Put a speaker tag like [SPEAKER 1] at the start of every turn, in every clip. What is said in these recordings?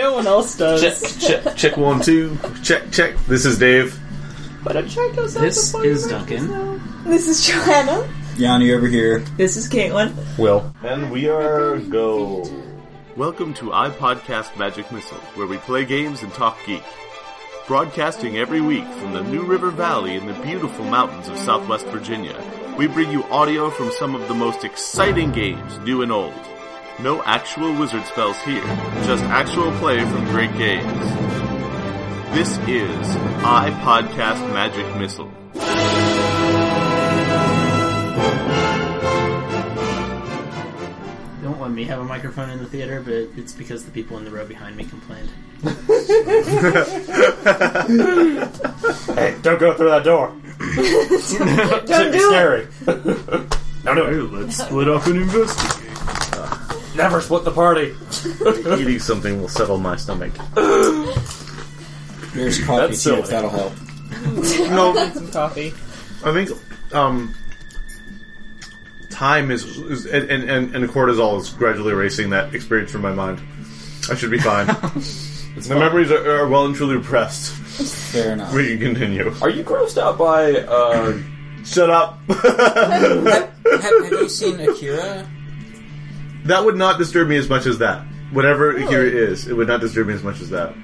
[SPEAKER 1] No one else does.
[SPEAKER 2] Check, check, check one, two. Check, check. This is Dave.
[SPEAKER 1] But I'm trying to
[SPEAKER 3] This is Duncan.
[SPEAKER 4] This is Johanna.
[SPEAKER 5] Yanni over here.
[SPEAKER 4] This is Caitlin.
[SPEAKER 5] Will.
[SPEAKER 2] And we are go. Welcome to iPodcast Magic Missile, where we play games and talk geek. Broadcasting every week from the New River Valley in the beautiful mountains of southwest Virginia, we bring you audio from some of the most exciting games, new and old. No actual wizard spells here, just actual play from great games. This is iPodcast Magic Missile.
[SPEAKER 3] They won't let me have a microphone in the theater, but it's because the people in the row behind me complained.
[SPEAKER 6] Hey, don't go through that door.
[SPEAKER 4] Don't do it.
[SPEAKER 6] Scary. no, no,
[SPEAKER 2] Let's split up and investigate.
[SPEAKER 6] never split the party.
[SPEAKER 2] Eating something will settle my stomach.
[SPEAKER 5] There's coffee
[SPEAKER 6] That's
[SPEAKER 5] too,
[SPEAKER 6] silly.
[SPEAKER 5] if that'll help.
[SPEAKER 2] No,
[SPEAKER 1] Some coffee.
[SPEAKER 2] I think um, time is, is and, and and cortisol is gradually erasing that experience from my mind. I should be fine. the memories are, are well and truly repressed.
[SPEAKER 5] Fair enough.
[SPEAKER 2] We can continue.
[SPEAKER 6] Are you grossed out by? uh...
[SPEAKER 2] Shut up.
[SPEAKER 5] have, have- have you seen Akira?
[SPEAKER 2] that would not disturb me as much as that. Whatever here it is, it would not disturb me as much as that.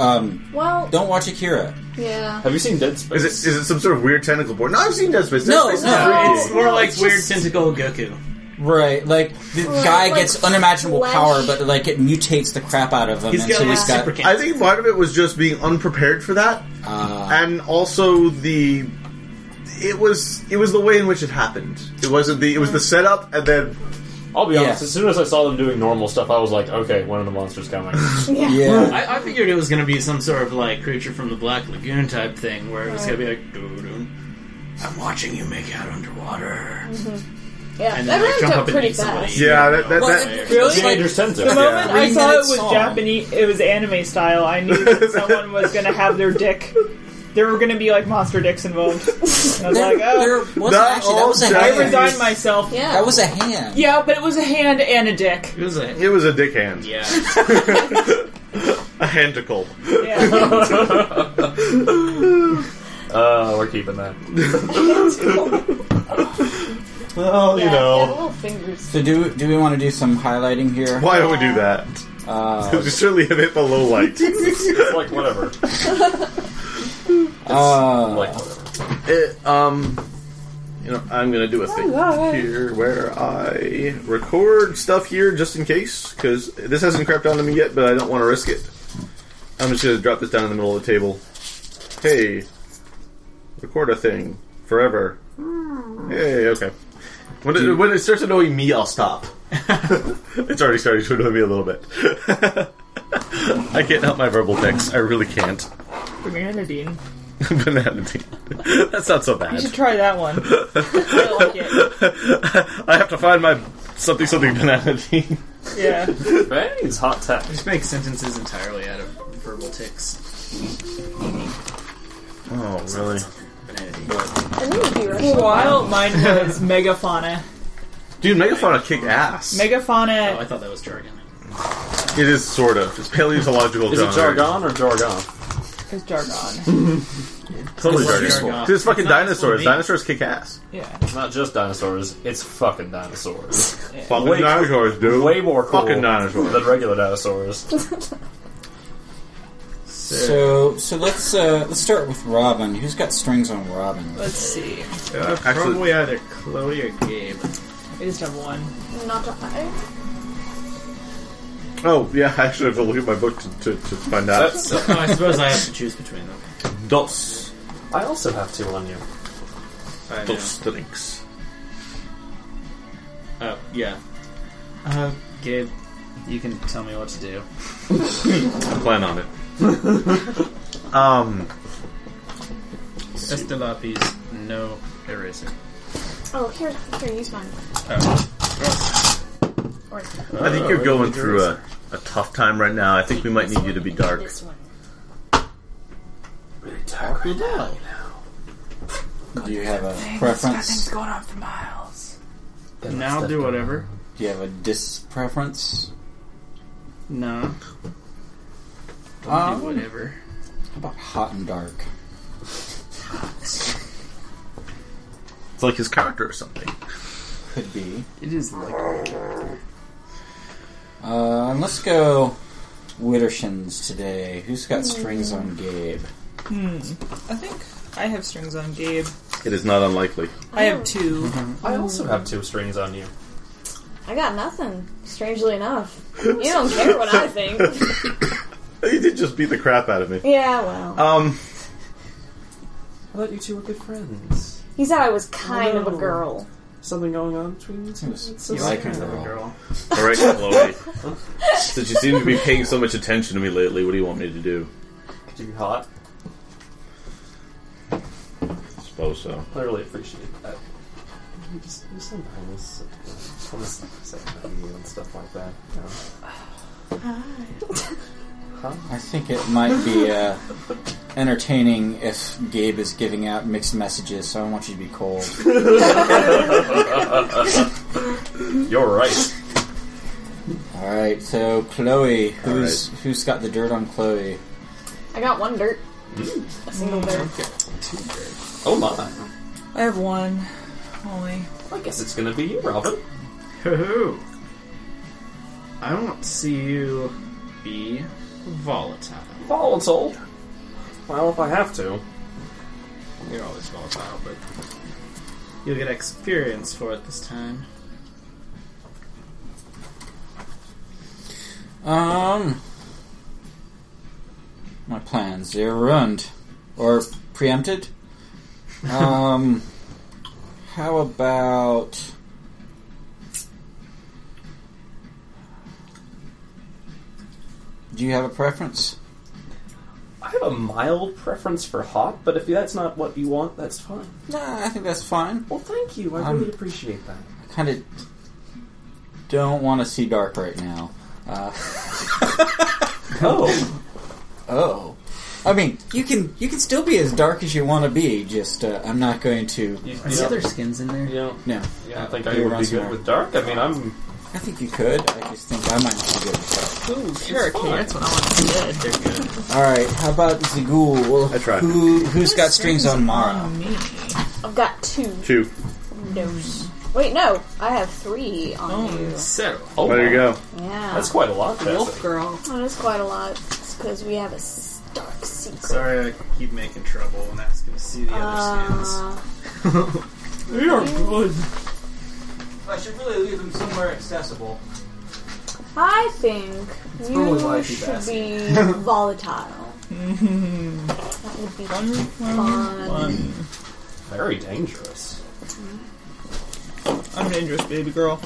[SPEAKER 5] Um,
[SPEAKER 4] Well,
[SPEAKER 5] don't watch Akira.
[SPEAKER 4] yeah.
[SPEAKER 6] Have you seen Dead Space?
[SPEAKER 2] Is it is it some sort of weird tentacle porn? No, I've seen Dead Space. Dead
[SPEAKER 5] No,
[SPEAKER 2] Space is
[SPEAKER 5] no.
[SPEAKER 2] freaky.
[SPEAKER 4] It's
[SPEAKER 3] More
[SPEAKER 4] No,
[SPEAKER 3] like
[SPEAKER 4] it's
[SPEAKER 3] weird
[SPEAKER 4] just-
[SPEAKER 3] tentacle Goku.
[SPEAKER 5] Right, like the
[SPEAKER 4] Well,
[SPEAKER 5] guy
[SPEAKER 4] like
[SPEAKER 5] gets unimaginable
[SPEAKER 4] flesh.
[SPEAKER 5] power, but like it mutates the crap out of him,
[SPEAKER 3] He's
[SPEAKER 5] and
[SPEAKER 3] got
[SPEAKER 5] so
[SPEAKER 3] like
[SPEAKER 5] he's got.
[SPEAKER 3] super
[SPEAKER 2] I
[SPEAKER 3] can.
[SPEAKER 2] think part of it was just being unprepared for that,
[SPEAKER 5] Uh,
[SPEAKER 2] and also the it was it was the way in which it happened. It wasn't the it was the setup, and then
[SPEAKER 6] I'll be honest.
[SPEAKER 5] Yeah.
[SPEAKER 6] As soon as I saw them doing normal stuff, I was like, okay, one of the monsters coming.
[SPEAKER 4] Yeah.
[SPEAKER 5] yeah,
[SPEAKER 3] I, I figured it was going to be some sort of like creature from the Black Lagoon type thing, where it was going to be like, "Doo-doo, "I'm watching you make out underwater,"
[SPEAKER 4] Yeah.
[SPEAKER 3] and
[SPEAKER 4] That
[SPEAKER 3] then I
[SPEAKER 4] ramped
[SPEAKER 3] jump
[SPEAKER 4] up
[SPEAKER 3] up and
[SPEAKER 4] pretty
[SPEAKER 3] eat somebody.
[SPEAKER 4] fast.
[SPEAKER 2] Yeah, that- that-
[SPEAKER 5] Well,
[SPEAKER 2] that-
[SPEAKER 5] it-
[SPEAKER 4] Really?
[SPEAKER 5] it's like-
[SPEAKER 6] Teenagers tend to.
[SPEAKER 1] The moment
[SPEAKER 5] Yeah.
[SPEAKER 1] I
[SPEAKER 5] Three
[SPEAKER 1] saw it
[SPEAKER 5] minutes
[SPEAKER 1] was
[SPEAKER 5] long.
[SPEAKER 1] Japanese, it was anime style. I knew that someone was going to have their dick. There were going to be like monster dicks involved. And I was
[SPEAKER 5] there,
[SPEAKER 1] like, oh,
[SPEAKER 5] there wasn't
[SPEAKER 2] Not
[SPEAKER 5] actually. That
[SPEAKER 2] all
[SPEAKER 5] was a
[SPEAKER 2] giant-
[SPEAKER 1] I
[SPEAKER 5] hand.
[SPEAKER 1] resigned myself.
[SPEAKER 4] Yeah.
[SPEAKER 5] That was a hand.
[SPEAKER 1] Yeah, but it was a hand and a dick.
[SPEAKER 3] It was a
[SPEAKER 2] it was a dick hand,
[SPEAKER 3] yeah.
[SPEAKER 2] a handicle.
[SPEAKER 1] Yeah.
[SPEAKER 6] Uh, we're keeping that.
[SPEAKER 2] Well,
[SPEAKER 4] yeah,
[SPEAKER 2] you
[SPEAKER 4] yeah,
[SPEAKER 2] know,
[SPEAKER 4] little fingers.
[SPEAKER 5] So do do we want to do some highlighting here?
[SPEAKER 2] why would we do that?
[SPEAKER 5] Uh,
[SPEAKER 2] We surely have hit the low light.
[SPEAKER 6] It's like whatever.
[SPEAKER 5] uh,
[SPEAKER 6] Like whatever.
[SPEAKER 2] It, um, you know, I'm gonna do a thing here where I record stuff here just in case because this hasn't crept onto me yet, but I don't want to risk it. I'm just gonna drop this down in the middle of the table. Hey, record a thing forever. Hey, okay. When it, when it starts annoying me, I'll stop. it's already starting to annoy me a little bit. I can't help my verbal tics. I really can't.
[SPEAKER 1] Banana Dean.
[SPEAKER 2] Banana tea. That's not so bad.
[SPEAKER 1] You should try that one. I like it.
[SPEAKER 2] I have to find my something something banality.
[SPEAKER 1] Yeah.
[SPEAKER 6] Bangs, hot tech.
[SPEAKER 3] Just make sentences entirely out of verbal tics.
[SPEAKER 2] Oh, really?
[SPEAKER 4] I knew it'd be
[SPEAKER 1] For a
[SPEAKER 4] Russian.
[SPEAKER 1] while, mine was megafauna.
[SPEAKER 2] Dude, megafauna kick ass.
[SPEAKER 3] Oh, I
[SPEAKER 1] Megafauna.
[SPEAKER 3] thought that was jargon.
[SPEAKER 2] it is sort of. It's paleontological
[SPEAKER 6] Is it
[SPEAKER 2] genre.
[SPEAKER 6] jargon or jargon?
[SPEAKER 1] is jargon.
[SPEAKER 2] Totally jargon.
[SPEAKER 3] It's like
[SPEAKER 2] It's,
[SPEAKER 3] jargon.
[SPEAKER 2] fucking
[SPEAKER 3] It's not
[SPEAKER 2] dinosaurs.
[SPEAKER 3] just what we-
[SPEAKER 2] Dinosaurs kick ass.
[SPEAKER 1] Yeah.
[SPEAKER 6] Not just dinosaurs. It's fucking dinosaurs.
[SPEAKER 2] Fucking
[SPEAKER 6] Way-
[SPEAKER 2] dinosaurs, dude.
[SPEAKER 6] Way more cool
[SPEAKER 2] Fucking dinosaurs.
[SPEAKER 6] than regular dinosaurs.
[SPEAKER 5] so so let's uh, let's start with Robin. Who's got strings on Robin?
[SPEAKER 1] Let's see.
[SPEAKER 2] Actually,
[SPEAKER 3] Probably either Chloe or Gabe.
[SPEAKER 1] I just have one.
[SPEAKER 4] Not a high.
[SPEAKER 2] oh yeah, I actually have to look at my book to, to, to find out.
[SPEAKER 6] That's.
[SPEAKER 3] So, Oh, I suppose I have to choose between them.
[SPEAKER 2] Dos,
[SPEAKER 6] I also have two on you.
[SPEAKER 3] I know.
[SPEAKER 2] dos drinks.
[SPEAKER 3] Oh, yeah. Uh, Gabe, you can tell me what to do.
[SPEAKER 2] Plan on it. um,
[SPEAKER 3] Estelapis, no eraser.
[SPEAKER 4] Oh, here, here, use mine.
[SPEAKER 3] Oh.
[SPEAKER 4] Or
[SPEAKER 2] I think you're going through a, a tough time right now. I think we might need you to be dark.
[SPEAKER 4] this one.
[SPEAKER 5] Do you have a preference?
[SPEAKER 1] going on for miles.
[SPEAKER 3] Now do whatever.
[SPEAKER 5] Do you have a dis preference?
[SPEAKER 3] No. I'll
[SPEAKER 5] Um,
[SPEAKER 3] do whatever.
[SPEAKER 5] How about hot and dark?
[SPEAKER 2] It's like his character or something.
[SPEAKER 5] Could be.
[SPEAKER 3] It is like
[SPEAKER 5] Uh, and let's go Wittershins today. Who's got strings on Gabe?
[SPEAKER 1] I think I have strings on Gabe.
[SPEAKER 2] It is not unlikely.
[SPEAKER 1] I
[SPEAKER 4] Oh.
[SPEAKER 1] have two.
[SPEAKER 6] I also have two strings on you.
[SPEAKER 4] I got nothing. Strangely enough, you don't care what I think.
[SPEAKER 2] You did just beat the crap out of me.
[SPEAKER 4] Yeah, well,
[SPEAKER 2] Um,
[SPEAKER 6] I thought you two were good friends.
[SPEAKER 4] he said I was kind of a
[SPEAKER 5] Oh.
[SPEAKER 6] No.
[SPEAKER 4] girl.
[SPEAKER 6] Something going on between you two?
[SPEAKER 5] It's
[SPEAKER 6] so
[SPEAKER 5] you like
[SPEAKER 6] sad.
[SPEAKER 5] her, girl.
[SPEAKER 3] girl.
[SPEAKER 2] all right, Chloe. Since you seem to be paying so much attention to me lately, what do you want me to do?
[SPEAKER 6] Could you be hot?
[SPEAKER 2] I suppose so.
[SPEAKER 6] I really appreciate that. You just you sometimes I'm just saying hi to you and stuff like that. You know.
[SPEAKER 5] I think it might be uh, entertaining if Gabe is giving out mixed messages, so I don't want you to be cold.
[SPEAKER 6] You're right.
[SPEAKER 5] All right, so Chloe, who's who's got the dirt on Chloe?
[SPEAKER 4] I got one dirt, a
[SPEAKER 5] Mm.
[SPEAKER 4] single dirt.
[SPEAKER 6] Oh my!
[SPEAKER 1] I have one. Only.
[SPEAKER 6] I guess it's gonna be you, Robin.
[SPEAKER 3] Hoo-hoo. I want to see you be volatile.
[SPEAKER 6] Volatile. Well, if I have to.
[SPEAKER 3] You're always volatile, but you'll get experience for it this time.
[SPEAKER 5] Um, my plans they're ruined or preempted. Um, how about Do you have a preference?
[SPEAKER 6] I have a mild preference for hot, but if that's not what you want, that's fine.
[SPEAKER 5] Nah, I think that's fine.
[SPEAKER 6] Well, thank you. I
[SPEAKER 5] Um,
[SPEAKER 6] really appreciate that.
[SPEAKER 5] I kind of don't want to see dark right now. Uh,
[SPEAKER 6] Oh,
[SPEAKER 5] Oh, I mean, you can you can still be as dark as you want to be. Just uh, I'm not going to.
[SPEAKER 6] you,
[SPEAKER 3] Are
[SPEAKER 6] you
[SPEAKER 3] the
[SPEAKER 6] don't,
[SPEAKER 3] other skins in there?
[SPEAKER 6] you don't,
[SPEAKER 5] No,
[SPEAKER 6] you don't think I
[SPEAKER 5] You're
[SPEAKER 6] would be
[SPEAKER 5] Russian.
[SPEAKER 6] good with dark? I mean, I'm.
[SPEAKER 5] I think you could. I just think I might not be good with
[SPEAKER 1] Ooh, carrot cake. That's what I want to get.
[SPEAKER 3] They're good.
[SPEAKER 5] that. All right, how about Zagul?
[SPEAKER 2] I tried.
[SPEAKER 5] Who who's got strings on Mara?
[SPEAKER 1] Me.
[SPEAKER 4] I've got two
[SPEAKER 2] Two.
[SPEAKER 4] dirt. Wait, no, I have three on you.
[SPEAKER 3] So,
[SPEAKER 6] Oh,
[SPEAKER 2] There you
[SPEAKER 6] wow.
[SPEAKER 2] go.
[SPEAKER 4] Yeah,
[SPEAKER 6] That's quite a lot.
[SPEAKER 1] Wolf
[SPEAKER 6] That's
[SPEAKER 1] girl.
[SPEAKER 4] that is quite a lot. It's because we have a s- dark secret.
[SPEAKER 3] sorry I keep making trouble and asking to see the other skins.
[SPEAKER 4] Uh,
[SPEAKER 3] They are good.
[SPEAKER 5] I should really leave them somewhere accessible.
[SPEAKER 4] I think
[SPEAKER 3] probably why I
[SPEAKER 4] you
[SPEAKER 3] keep
[SPEAKER 4] should
[SPEAKER 3] asking.
[SPEAKER 4] be volatile. that would be fun.
[SPEAKER 6] very dangerous.
[SPEAKER 1] I'm dangerous, baby girl.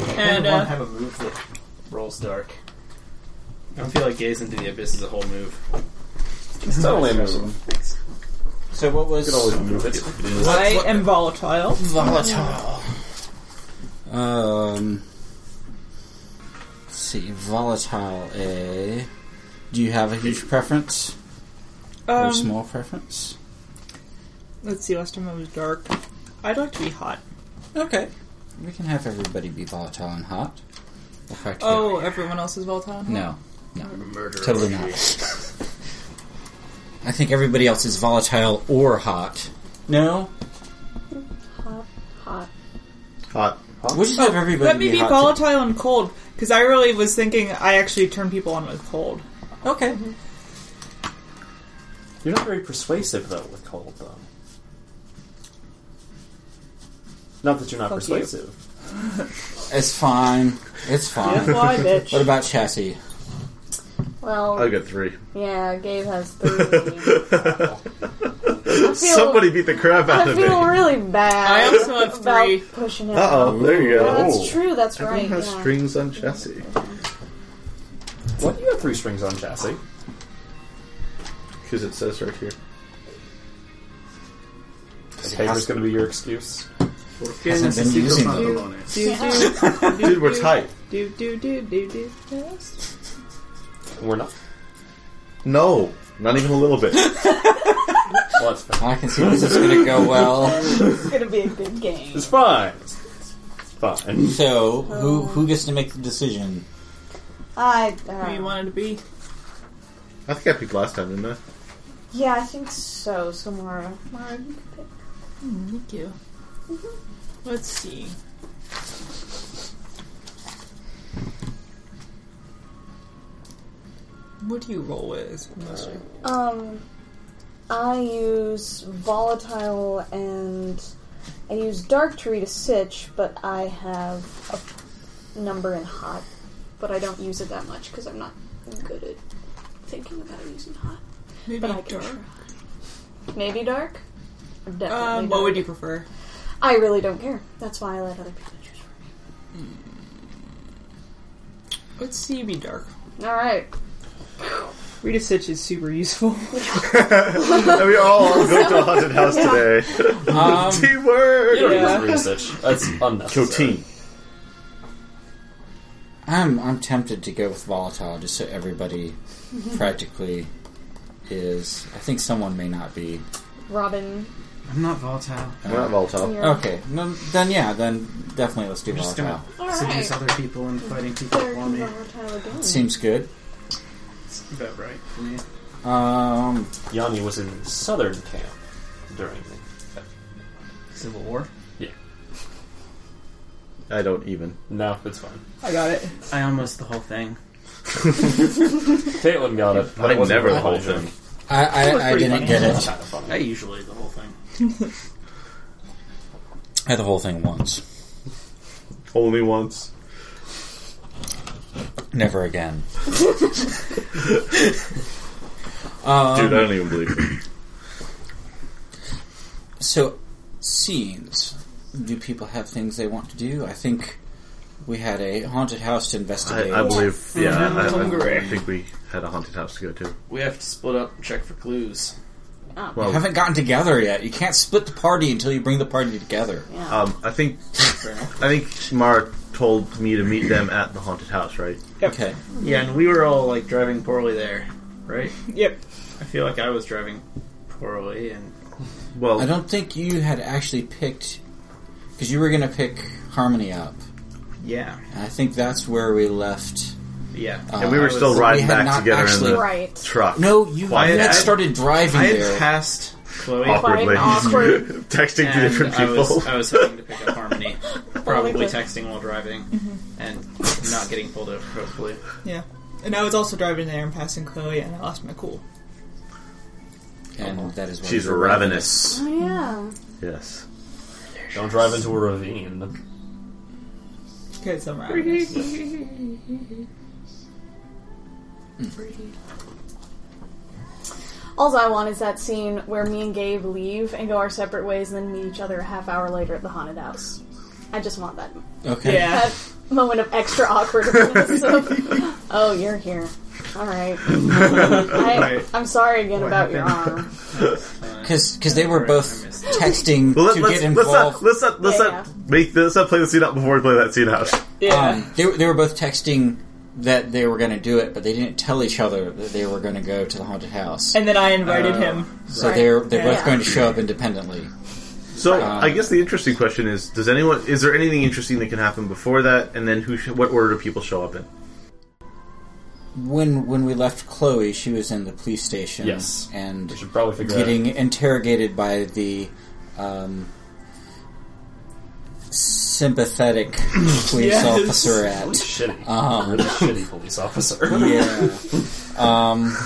[SPEAKER 1] and
[SPEAKER 3] one
[SPEAKER 1] uh,
[SPEAKER 3] have a move that rolls dark. I don't feel like gaze into the abyss is a whole move.
[SPEAKER 6] It's only a move.
[SPEAKER 5] So what was
[SPEAKER 6] You can always move it.
[SPEAKER 1] I am volatile.
[SPEAKER 5] volatile? Um, let's see, volatile. A. Do you have a huge preference or
[SPEAKER 1] Um,
[SPEAKER 5] small preference?
[SPEAKER 1] let's see. Last time I was dark. I'd like to be hot.
[SPEAKER 5] Okay. We can have everybody be volatile and hot. The fact that-
[SPEAKER 1] Oh, everyone else is volatile. and hot?
[SPEAKER 5] No. No.
[SPEAKER 3] Murder.
[SPEAKER 5] Totally not. I think everybody else is volatile or hot. No?
[SPEAKER 4] Hot, hot.
[SPEAKER 2] Hot.
[SPEAKER 5] We'll just have everybody
[SPEAKER 1] Let me
[SPEAKER 5] be,
[SPEAKER 1] be
[SPEAKER 5] hot.
[SPEAKER 1] volatile and cold, because I really was thinking I actually turn people on with cold.
[SPEAKER 5] Okay.
[SPEAKER 6] You're not very persuasive though with cold though. Not that you're not
[SPEAKER 1] Fuck you.
[SPEAKER 6] persuasive.
[SPEAKER 5] It's fine. It's fine.
[SPEAKER 1] Why, bitch?
[SPEAKER 5] What about chassis?
[SPEAKER 4] Well,
[SPEAKER 2] I got three.
[SPEAKER 4] yeah, Gabe has three.
[SPEAKER 2] Somebody beat the crap out
[SPEAKER 4] I
[SPEAKER 2] of me.
[SPEAKER 4] feel really bad.
[SPEAKER 1] I also have
[SPEAKER 4] about
[SPEAKER 1] three.
[SPEAKER 4] pushing it.
[SPEAKER 2] Uh oh, there you
[SPEAKER 4] Yeah,
[SPEAKER 2] go.
[SPEAKER 4] that's true. That's right.
[SPEAKER 2] Everyone has
[SPEAKER 4] yeah.
[SPEAKER 2] strings on chassis.
[SPEAKER 6] Why do you have three strings on chassis?
[SPEAKER 2] Because it says right here.
[SPEAKER 6] The paper's going to be your excuse.
[SPEAKER 5] Hasn't been using
[SPEAKER 1] Do, do, do,
[SPEAKER 2] Dude, we're
[SPEAKER 1] do,
[SPEAKER 2] tight.
[SPEAKER 1] Do do do do do. Yes.
[SPEAKER 6] We're not.
[SPEAKER 2] No, not even a little bit.
[SPEAKER 6] Watch that.
[SPEAKER 5] I can see this is going to go well.
[SPEAKER 4] It's gonna be a good game.
[SPEAKER 6] It's fine. It's it's fine.
[SPEAKER 5] So, who who gets to make the decision?
[SPEAKER 4] I. Uh,
[SPEAKER 1] Who you wanted to be?
[SPEAKER 2] I think I picked last time, didn't I?
[SPEAKER 4] Yeah, I think so. So Mara, Mara, you can pick.
[SPEAKER 1] Thank you. Let's see. What do you roll with mostly?
[SPEAKER 4] Um, I use volatile and I use dark to read a sitch, but I have a number in hot, but I don't use it that much because I'm not good at thinking about using hot.
[SPEAKER 1] Maybe
[SPEAKER 4] But I can
[SPEAKER 1] dark.
[SPEAKER 4] Maybe dark. Or Definitely.
[SPEAKER 1] Um, what
[SPEAKER 4] dark.
[SPEAKER 1] would you prefer?
[SPEAKER 4] I really don't care. That's why I let other people choose for
[SPEAKER 1] Let's see. Be dark.
[SPEAKER 4] me. All right.
[SPEAKER 1] Rita Sitch is super useful.
[SPEAKER 2] And we all go to a haunted house today.
[SPEAKER 5] Um,
[SPEAKER 2] Teamwork.
[SPEAKER 1] Yeah.
[SPEAKER 6] Research. That's unnecessary.
[SPEAKER 5] I'm I'm tempted to go with volatile, just so everybody
[SPEAKER 3] Mm-hmm.
[SPEAKER 5] practically is. I think someone may not be.
[SPEAKER 4] Robin,
[SPEAKER 3] I'm not volatile.
[SPEAKER 2] We're not volatile.
[SPEAKER 4] you're
[SPEAKER 3] Oh,
[SPEAKER 5] Okay, no, then yeah, then definitely let's do
[SPEAKER 3] I'm just
[SPEAKER 5] volatile.
[SPEAKER 3] gonna
[SPEAKER 4] All
[SPEAKER 3] seduce
[SPEAKER 4] right.
[SPEAKER 3] other people and fighting people
[SPEAKER 4] Third
[SPEAKER 3] for me.
[SPEAKER 4] volatile again.
[SPEAKER 5] Seems good.
[SPEAKER 3] It's about right for me.
[SPEAKER 5] Um,
[SPEAKER 6] Yanni was in southern camp during the.
[SPEAKER 3] Civil War.
[SPEAKER 6] Yeah.
[SPEAKER 2] I don't even.
[SPEAKER 6] No, it's fine.
[SPEAKER 1] I got it.
[SPEAKER 3] I almost the whole thing.
[SPEAKER 6] Caitlin got it. but
[SPEAKER 2] I
[SPEAKER 6] it wasn't
[SPEAKER 2] never the
[SPEAKER 6] really
[SPEAKER 2] whole
[SPEAKER 6] good.
[SPEAKER 2] thing.
[SPEAKER 5] I I, I didn't get it.
[SPEAKER 6] Kind of funny.
[SPEAKER 3] I usually the whole thing.
[SPEAKER 5] I had the whole thing once.
[SPEAKER 2] Only once.
[SPEAKER 5] Never again. um,
[SPEAKER 2] Dude, I don't even believe it.
[SPEAKER 5] So, scenes. Do people have things they want to do? I think we had a haunted house to investigate.
[SPEAKER 2] I, I believe. Yeah, I, I,
[SPEAKER 1] Hungry.
[SPEAKER 2] I think we had a haunted house to go to.
[SPEAKER 3] We have to split up and check for clues.
[SPEAKER 5] We
[SPEAKER 2] Well,
[SPEAKER 5] haven't gotten together yet. You can't split the party until you bring the party together.
[SPEAKER 4] Yeah.
[SPEAKER 2] um, I think I think Mara told me to meet them at the haunted house, right?
[SPEAKER 5] Okay.
[SPEAKER 3] Yeah, and we were all like driving poorly there, right?
[SPEAKER 1] Yep.
[SPEAKER 3] I feel like I was driving poorly, and
[SPEAKER 2] Well,
[SPEAKER 5] I don't think you had actually picked because you were going to pick Harmony up.
[SPEAKER 3] yeah,
[SPEAKER 5] And I think that's where we left.
[SPEAKER 3] yeah.
[SPEAKER 5] And
[SPEAKER 2] we
[SPEAKER 3] Uh, I
[SPEAKER 2] were
[SPEAKER 3] was-
[SPEAKER 2] still
[SPEAKER 5] we
[SPEAKER 2] riding
[SPEAKER 5] had
[SPEAKER 2] back
[SPEAKER 5] not
[SPEAKER 2] together
[SPEAKER 5] actually-
[SPEAKER 2] in the
[SPEAKER 4] right.
[SPEAKER 2] truck.
[SPEAKER 5] No, you, you
[SPEAKER 2] Why
[SPEAKER 5] had
[SPEAKER 2] I-
[SPEAKER 5] started driving
[SPEAKER 3] I
[SPEAKER 5] there.
[SPEAKER 3] had passed Chloe.
[SPEAKER 2] awkwardly,
[SPEAKER 4] Fine, awkward.
[SPEAKER 2] texting to
[SPEAKER 3] and
[SPEAKER 2] different
[SPEAKER 3] I
[SPEAKER 2] people.
[SPEAKER 3] was, I was hoping to pick up Harmony, probably
[SPEAKER 4] Probably.
[SPEAKER 3] texting while driving, Mm-hmm. and not getting pulled over. Hopefully,
[SPEAKER 1] Yeah. And I was also driving there and passing Chloe, and I lost my cool.
[SPEAKER 5] and that is why
[SPEAKER 2] She's
[SPEAKER 5] we were
[SPEAKER 3] Uh,
[SPEAKER 2] ravenous.
[SPEAKER 4] Oh, yeah.
[SPEAKER 2] Yes.
[SPEAKER 6] Don't drive into a ravine.
[SPEAKER 1] Because I'm ravenous.
[SPEAKER 4] All I want is that scene where me and Gabe leave and go our separate ways and then meet each other a half hour later at the haunted house. I just want that
[SPEAKER 5] Okay.
[SPEAKER 1] Yeah.
[SPEAKER 4] that moment of extra awkwardness. of, oh, you're here. All right. I, uh,
[SPEAKER 3] Right.
[SPEAKER 4] I'm sorry again about your
[SPEAKER 3] happened?
[SPEAKER 4] arm.
[SPEAKER 5] Because they were
[SPEAKER 3] Right,
[SPEAKER 5] both
[SPEAKER 3] I missed
[SPEAKER 5] texting
[SPEAKER 2] Well, let,
[SPEAKER 5] to
[SPEAKER 2] let's,
[SPEAKER 5] get
[SPEAKER 2] let's not
[SPEAKER 5] involved.
[SPEAKER 2] let's not let's
[SPEAKER 4] Yeah,
[SPEAKER 2] not make let's not play the scene out before we play that scene out.
[SPEAKER 1] Yeah.
[SPEAKER 5] um, they, were- they were both texting that they were going to do it, but they didn't tell each other that they were going to go to the haunted house.
[SPEAKER 1] and then I invited
[SPEAKER 3] Uh,
[SPEAKER 1] him.
[SPEAKER 5] so
[SPEAKER 4] Right.
[SPEAKER 5] they're they're both
[SPEAKER 4] Yeah.
[SPEAKER 5] going to show up independently.
[SPEAKER 2] So I guess the interesting question is: Does anyone? Is there anything interesting that can happen before that? And then who? Sh- what order do people show up in?
[SPEAKER 5] When when we left Chloe, she was in the police station.
[SPEAKER 6] Yes.
[SPEAKER 5] and
[SPEAKER 6] We should probably figure
[SPEAKER 5] getting interrogated by the um, sympathetic police
[SPEAKER 1] Yes.
[SPEAKER 5] officer at.
[SPEAKER 6] out. Shitty.
[SPEAKER 2] Uh-huh.
[SPEAKER 5] Um,
[SPEAKER 6] really shitty police officer.
[SPEAKER 5] Yeah. Um,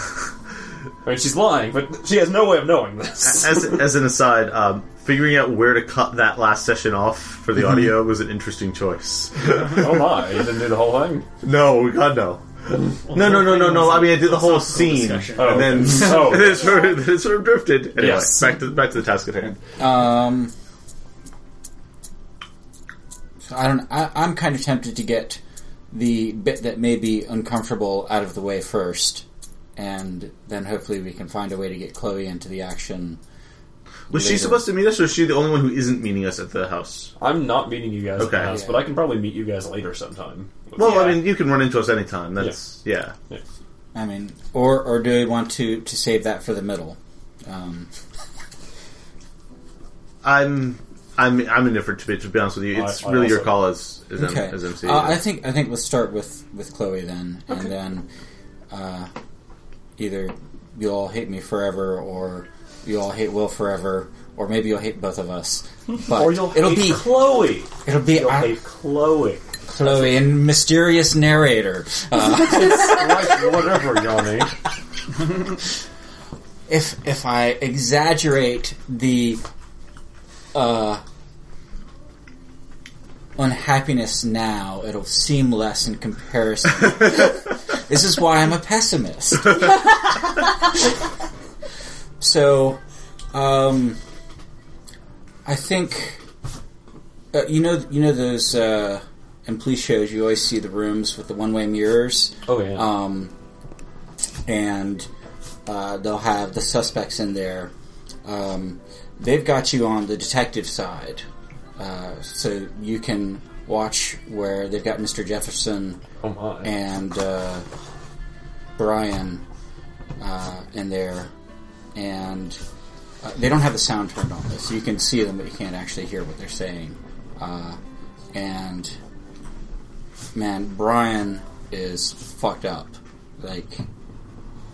[SPEAKER 6] I mean, she's lying, but she has no way of knowing this.
[SPEAKER 2] As as an aside, um, figuring out where to cut that last session off for the audio was an interesting choice.
[SPEAKER 6] oh my, you didn't do the whole thing?
[SPEAKER 2] no, God no. No, no, no, no, no. I mean, I did the whole scene, and
[SPEAKER 3] Oh,
[SPEAKER 2] then
[SPEAKER 6] Oh.
[SPEAKER 2] and then it sort of, then it sort of drifted. Anyway,
[SPEAKER 6] Yes.
[SPEAKER 2] back to back to the task at hand.
[SPEAKER 5] um, so I don't. I, I'm kind of tempted to get the bit that may be uncomfortable out of the way first, and then hopefully we can find a way to get Chloe into the action.
[SPEAKER 2] Was she
[SPEAKER 5] Later.
[SPEAKER 2] supposed to meet us, or is she the only one who isn't meeting us at the house?
[SPEAKER 6] I'm not meeting you guys at
[SPEAKER 2] Okay.
[SPEAKER 6] the house, but I can probably meet you guys later sometime.
[SPEAKER 2] Well, I
[SPEAKER 1] Yeah.
[SPEAKER 2] mean, you can run into us anytime. That's yeah.
[SPEAKER 5] I mean, or or do we want to to save that for the middle? Um,
[SPEAKER 2] I'm I'm I'm indifferent to it. To be honest with you,
[SPEAKER 7] I-
[SPEAKER 2] it's
[SPEAKER 7] I
[SPEAKER 2] really your
[SPEAKER 7] also-
[SPEAKER 2] call as as, M-
[SPEAKER 5] Okay.
[SPEAKER 2] as MC.
[SPEAKER 5] Uh, I think I think let's start with with Chloe then, and then uh, either you'll all hate me forever, or you'll all hate Will forever, or maybe you'll hate both of us. But
[SPEAKER 7] Or you'll
[SPEAKER 5] it'll
[SPEAKER 7] hate
[SPEAKER 5] be
[SPEAKER 7] Chloe.
[SPEAKER 5] it'll be
[SPEAKER 7] You'll
[SPEAKER 5] our
[SPEAKER 7] hate Chloe.
[SPEAKER 5] Chloe and mysterious narrator. Uh,
[SPEAKER 7] like whatever, Yanni.
[SPEAKER 5] if if I exaggerate the uh, unhappiness now, it'll seem less in comparison. this is why I'm a pessimist. so, um, I think uh, you know you know those uh, in police shows. You always see the rooms with the one way mirrors
[SPEAKER 7] Oh yeah.
[SPEAKER 5] um, and uh, they'll have the suspects in there. Um, they've got you on the detective side, uh, so you can watch where they've got Mr. Jefferson
[SPEAKER 7] oh my.
[SPEAKER 5] and uh, Brian uh, in there, and uh, they don't have the sound turned on, so you can see them, but you can't actually hear what they're saying. Uh, and man, Brian is fucked up. Like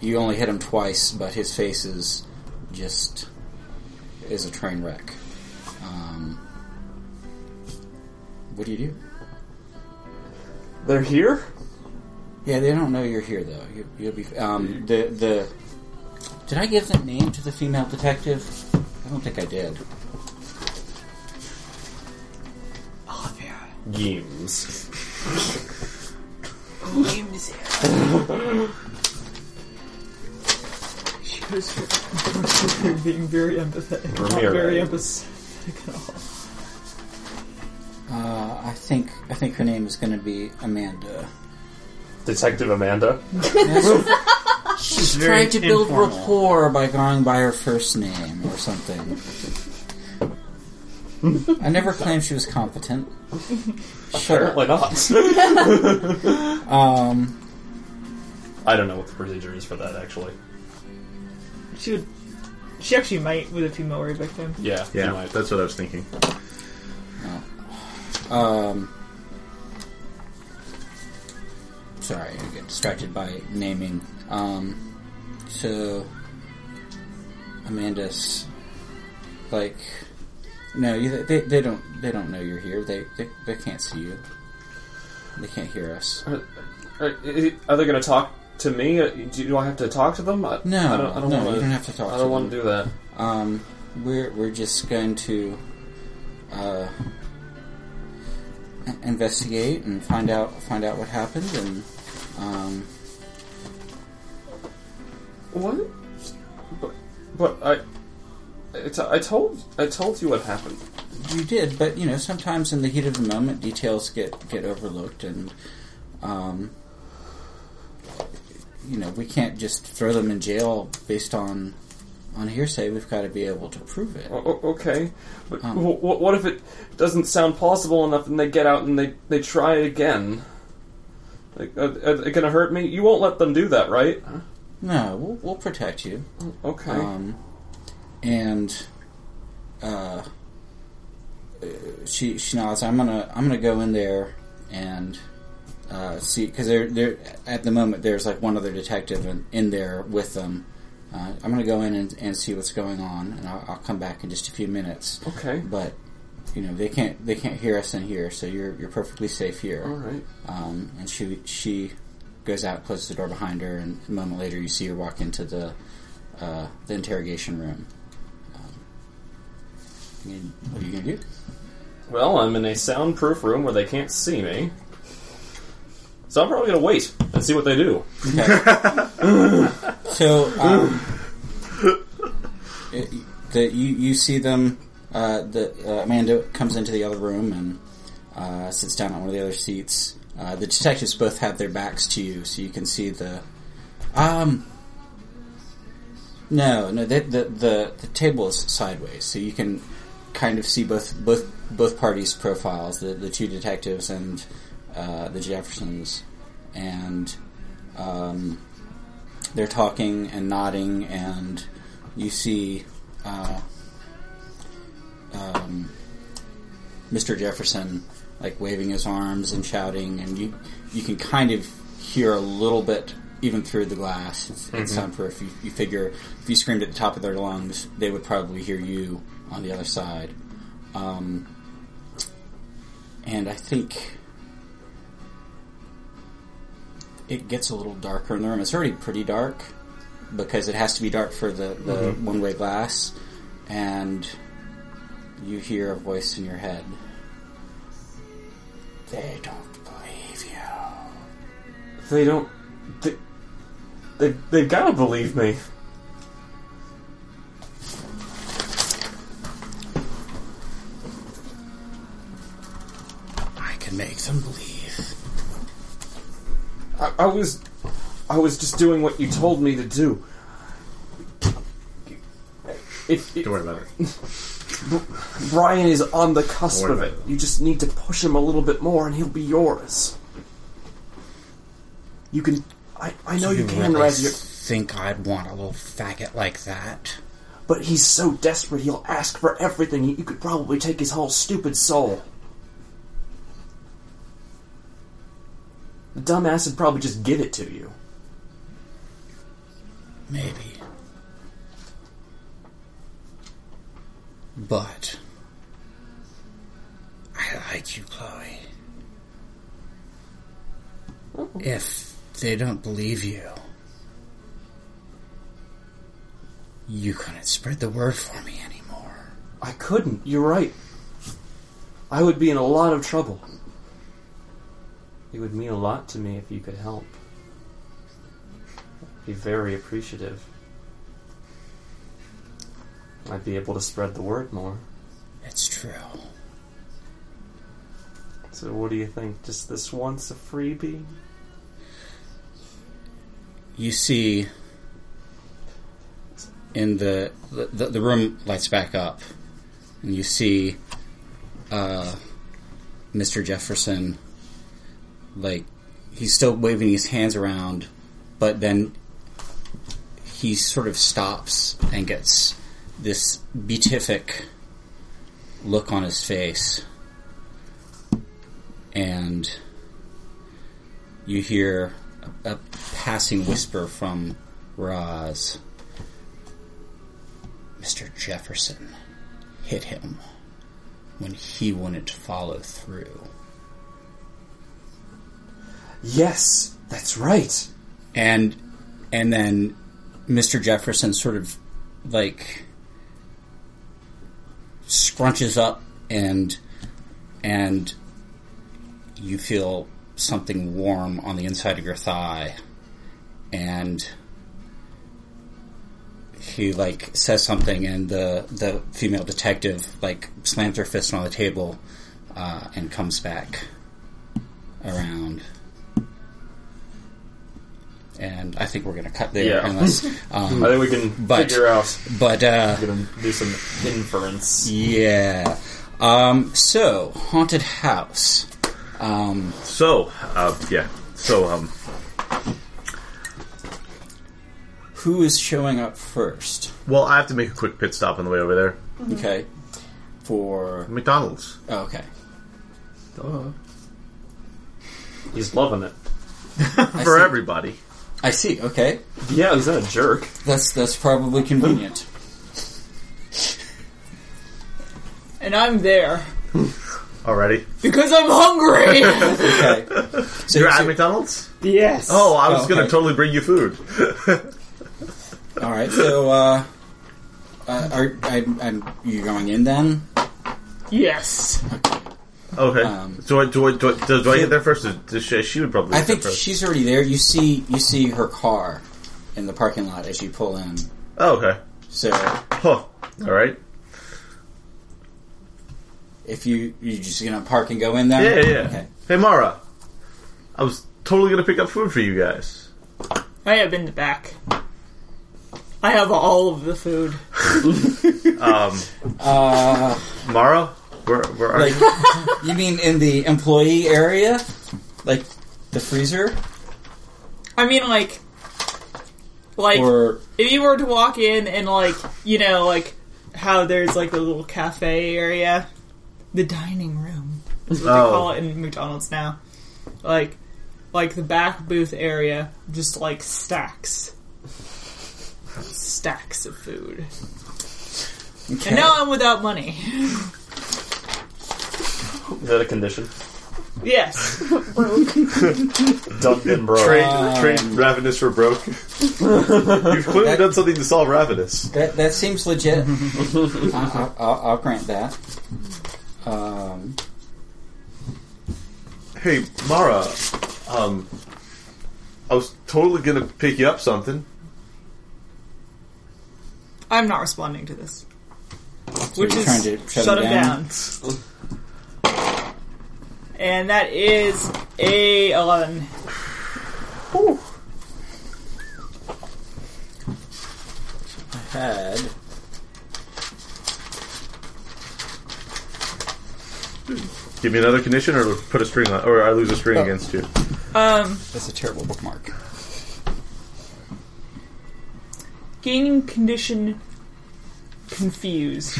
[SPEAKER 5] you only hit him twice, but his face is just is a train wreck. Um, what do you do?
[SPEAKER 7] They're here.
[SPEAKER 5] Yeah, they don't know you're here though. You, you'll be um, the the. Did I give the name to the female detective? I don't think I did.
[SPEAKER 7] Yeems.
[SPEAKER 1] She was being very empathetic. Not
[SPEAKER 7] Ramirez.
[SPEAKER 1] very empathetic at all.
[SPEAKER 5] Uh, I think I think her name is going to be Amanda.
[SPEAKER 7] Detective Amanda.
[SPEAKER 3] She's
[SPEAKER 5] Trying to build
[SPEAKER 3] informal.
[SPEAKER 5] rapport by going by her first name or something. I never claimed she was competent. Sure.
[SPEAKER 7] Apparently not.
[SPEAKER 5] Um,
[SPEAKER 7] I don't know what the procedure is for that. Actually,
[SPEAKER 1] She would. She actually might with a female rape victim.
[SPEAKER 7] yeah. you
[SPEAKER 2] yeah,
[SPEAKER 7] might. Uh,
[SPEAKER 2] that's what I was thinking.
[SPEAKER 5] um, sorry, I get distracted by naming. Um, so Amanda's like, no, you, they they don't they don't know you're here. They they, they can't see you. They can't hear us.
[SPEAKER 7] Are, are, are they going to talk to me? Uh, Do, do I have to talk to them? I,
[SPEAKER 5] No,
[SPEAKER 7] I don't, I don't
[SPEAKER 5] no,
[SPEAKER 7] wanna,
[SPEAKER 5] you don't have to talk
[SPEAKER 7] I
[SPEAKER 5] to
[SPEAKER 7] don't want
[SPEAKER 5] them.
[SPEAKER 7] to do that.
[SPEAKER 5] Um, we're we're just going to uh, in- investigate and find out find out what happened and um,
[SPEAKER 7] What? But, but I, I t- I told I told you what happened.
[SPEAKER 5] you did. But you know, sometimes in the heat of the moment, details get get overlooked, and um, you know, we can't just throw them in jail based on on hearsay. We've got to be able to prove it.
[SPEAKER 7] O- Oh, o- okay, but
[SPEAKER 5] Um.
[SPEAKER 7] w- what if it doesn't sound plausible enough, and they get out and they they try again? Like, are, are they going to hurt me? You won't let them do that, right?
[SPEAKER 5] No, we'll, we'll protect you.
[SPEAKER 7] Okay.
[SPEAKER 5] Um, and uh, uh, she she nods. I'm gonna I'm gonna go in there and uh, see because they're they're at the moment there's like one other detective in, in there with them. Uh, I'm gonna go in and, and see what's going on, and I'll, I'll come back in just a few minutes.
[SPEAKER 7] okay.
[SPEAKER 5] But you know they can't they can't hear us in here, so you're you're perfectly safe here.
[SPEAKER 7] All right.
[SPEAKER 5] Um, and she she goes out, closes the door behind her, and a moment later you see her walk into the uh, the interrogation room. Um, you- what are you gonna do?
[SPEAKER 7] Well, I'm in a soundproof room where they can't see me. So I'm probably gonna wait and see what they do.
[SPEAKER 5] Okay. so um, it, the, you you see them. Uh, the uh, Amanda comes into the other room and uh, sits down on one of the other seats. Uh, the detectives both have their backs to you, so you can see the. Um. No, no. The the the, the table is sideways, so you can kind of see both both both parties' profiles. The the two detectives and uh, the Jeffersons, and um, they're talking and nodding, and you see uh, um, Mr. Jefferson like waving his arms and shouting, and you you can kind of hear a little bit even through the glass. It's, it's soundproof. You, you figure if you screamed at the top of their lungs, they would probably hear you on the other side. Um, and I think it gets a little darker in the room. It's already pretty dark because it has to be dark for the, the one way glass, and you hear a voice in your head. They don't believe you.
[SPEAKER 7] They don't. They, they, they've gotta believe me.
[SPEAKER 5] I can make them believe.
[SPEAKER 7] I, I was. I was just doing what you told me to do. It, it,
[SPEAKER 2] Don't worry about it.
[SPEAKER 7] Brian is on the cusp
[SPEAKER 2] Don't
[SPEAKER 7] of
[SPEAKER 2] worry
[SPEAKER 7] it.
[SPEAKER 2] about it.
[SPEAKER 7] You just need to push him a little bit more, and he'll be yours. You can. I, I know you, can,
[SPEAKER 5] really
[SPEAKER 7] Raz. you're-
[SPEAKER 5] think I'd want a little faggot like that?
[SPEAKER 7] But he's so desperate, he'll ask for everything. You you could probably take his whole stupid soul. The dumbass would probably just give it to you.
[SPEAKER 5] Maybe. But I like you, Chloe. If they don't believe you, you couldn't spread the word for me anymore.
[SPEAKER 7] I couldn't. You're right. I would be in a lot of trouble. It would mean a lot to me if you could help. I'd be very appreciative. I'd be able to spread the word more.
[SPEAKER 5] It's true.
[SPEAKER 7] So, what do you think? Just this once a freebie?
[SPEAKER 5] you see in the the, the room lights back up and you see uh, mr jefferson like he's still waving his hands around but then he sort of stops and gets this beatific look on his face and you hear a, a passing whisper from Roz. Mr. Jefferson hit him when he wouldn't follow through.
[SPEAKER 7] Yes, that's right.
[SPEAKER 5] and and then Mr. Jefferson sort of like scrunches up and and you feel something warm on the inside of your thigh and he like says something and the the female detective like slams her fist on the table uh, and comes back around and I think we're gonna cut there
[SPEAKER 7] Yeah.
[SPEAKER 5] unless um,
[SPEAKER 7] I think we can
[SPEAKER 5] But-
[SPEAKER 7] figure out.
[SPEAKER 5] but uh,
[SPEAKER 7] We're gonna do some inference.
[SPEAKER 5] yeah. Um, so haunted house. Um,
[SPEAKER 2] So, uh, yeah. So, um,
[SPEAKER 5] who is showing up first?
[SPEAKER 2] well, I have to make a quick pit stop on the way over there.
[SPEAKER 5] Okay. For
[SPEAKER 2] McDonald's.
[SPEAKER 5] oh, okay,
[SPEAKER 7] He's loving it.
[SPEAKER 2] For
[SPEAKER 5] see.
[SPEAKER 2] everybody.
[SPEAKER 5] I see. Okay,
[SPEAKER 7] Yeah, is that a jerk?
[SPEAKER 5] that's that's probably convenient.
[SPEAKER 1] And I'm there
[SPEAKER 2] Already.
[SPEAKER 1] because I'm hungry.
[SPEAKER 5] Okay. So,
[SPEAKER 2] You're
[SPEAKER 5] so-
[SPEAKER 2] at McDonald's?
[SPEAKER 1] yes.
[SPEAKER 2] Oh, I was
[SPEAKER 5] Oh,
[SPEAKER 2] going
[SPEAKER 5] okay.
[SPEAKER 2] to totally bring you food.
[SPEAKER 5] all right. So uh, uh, are I, I'm you going in then?
[SPEAKER 1] yes.
[SPEAKER 2] Okay.
[SPEAKER 5] Um,
[SPEAKER 2] do, I, do, I, do, I, do, I get there first? Or does she, she would probably
[SPEAKER 5] I
[SPEAKER 2] get
[SPEAKER 5] think
[SPEAKER 2] there first.
[SPEAKER 5] she's already there. You see, you see her car in the parking lot as you pull in.
[SPEAKER 2] Oh, okay.
[SPEAKER 5] So
[SPEAKER 2] Huh. All right.
[SPEAKER 5] if you you just gonna park and go in there?
[SPEAKER 2] Yeah, yeah. yeah.
[SPEAKER 5] Okay.
[SPEAKER 2] Hey, Mara. I was totally going to pick up food for you guys.
[SPEAKER 1] I have in the back. I have all of the food.
[SPEAKER 2] Um,
[SPEAKER 5] Uh,
[SPEAKER 2] Mara, where, where are
[SPEAKER 5] Like,
[SPEAKER 2] you?
[SPEAKER 5] you mean in the employee area? Like the freezer?
[SPEAKER 1] I mean, like, like
[SPEAKER 5] Or
[SPEAKER 1] if you were to walk in and like you know like how there's like the little cafe area, the dining room is what
[SPEAKER 8] Oh.
[SPEAKER 1] they call it in McDonald's now. Like, like the back booth area, just like stacks, stacks of food.
[SPEAKER 5] Okay.
[SPEAKER 1] And now I'm without money.
[SPEAKER 7] Is that a condition?
[SPEAKER 1] Yes,
[SPEAKER 7] Dubbed and bro.
[SPEAKER 2] Train, train Ravenous for broke. You've clearly
[SPEAKER 5] Oh. That-
[SPEAKER 2] done something to solve Ravenous.
[SPEAKER 5] That, that seems legit. I, I, I'll, I'll grant that. Um,
[SPEAKER 2] Hey, Mara, um, I was totally gonna pick you up something.
[SPEAKER 1] I'm not responding to this. Which
[SPEAKER 5] you're
[SPEAKER 1] is
[SPEAKER 5] trying to shut
[SPEAKER 1] shut
[SPEAKER 5] him
[SPEAKER 1] him
[SPEAKER 5] down?
[SPEAKER 1] down. And that is a eleven.
[SPEAKER 5] had
[SPEAKER 2] Give me another condition, or put a string on, or I lose a string
[SPEAKER 5] Oh.
[SPEAKER 2] against you.
[SPEAKER 1] Um,
[SPEAKER 5] that's a terrible bookmark.
[SPEAKER 1] gaining condition confused.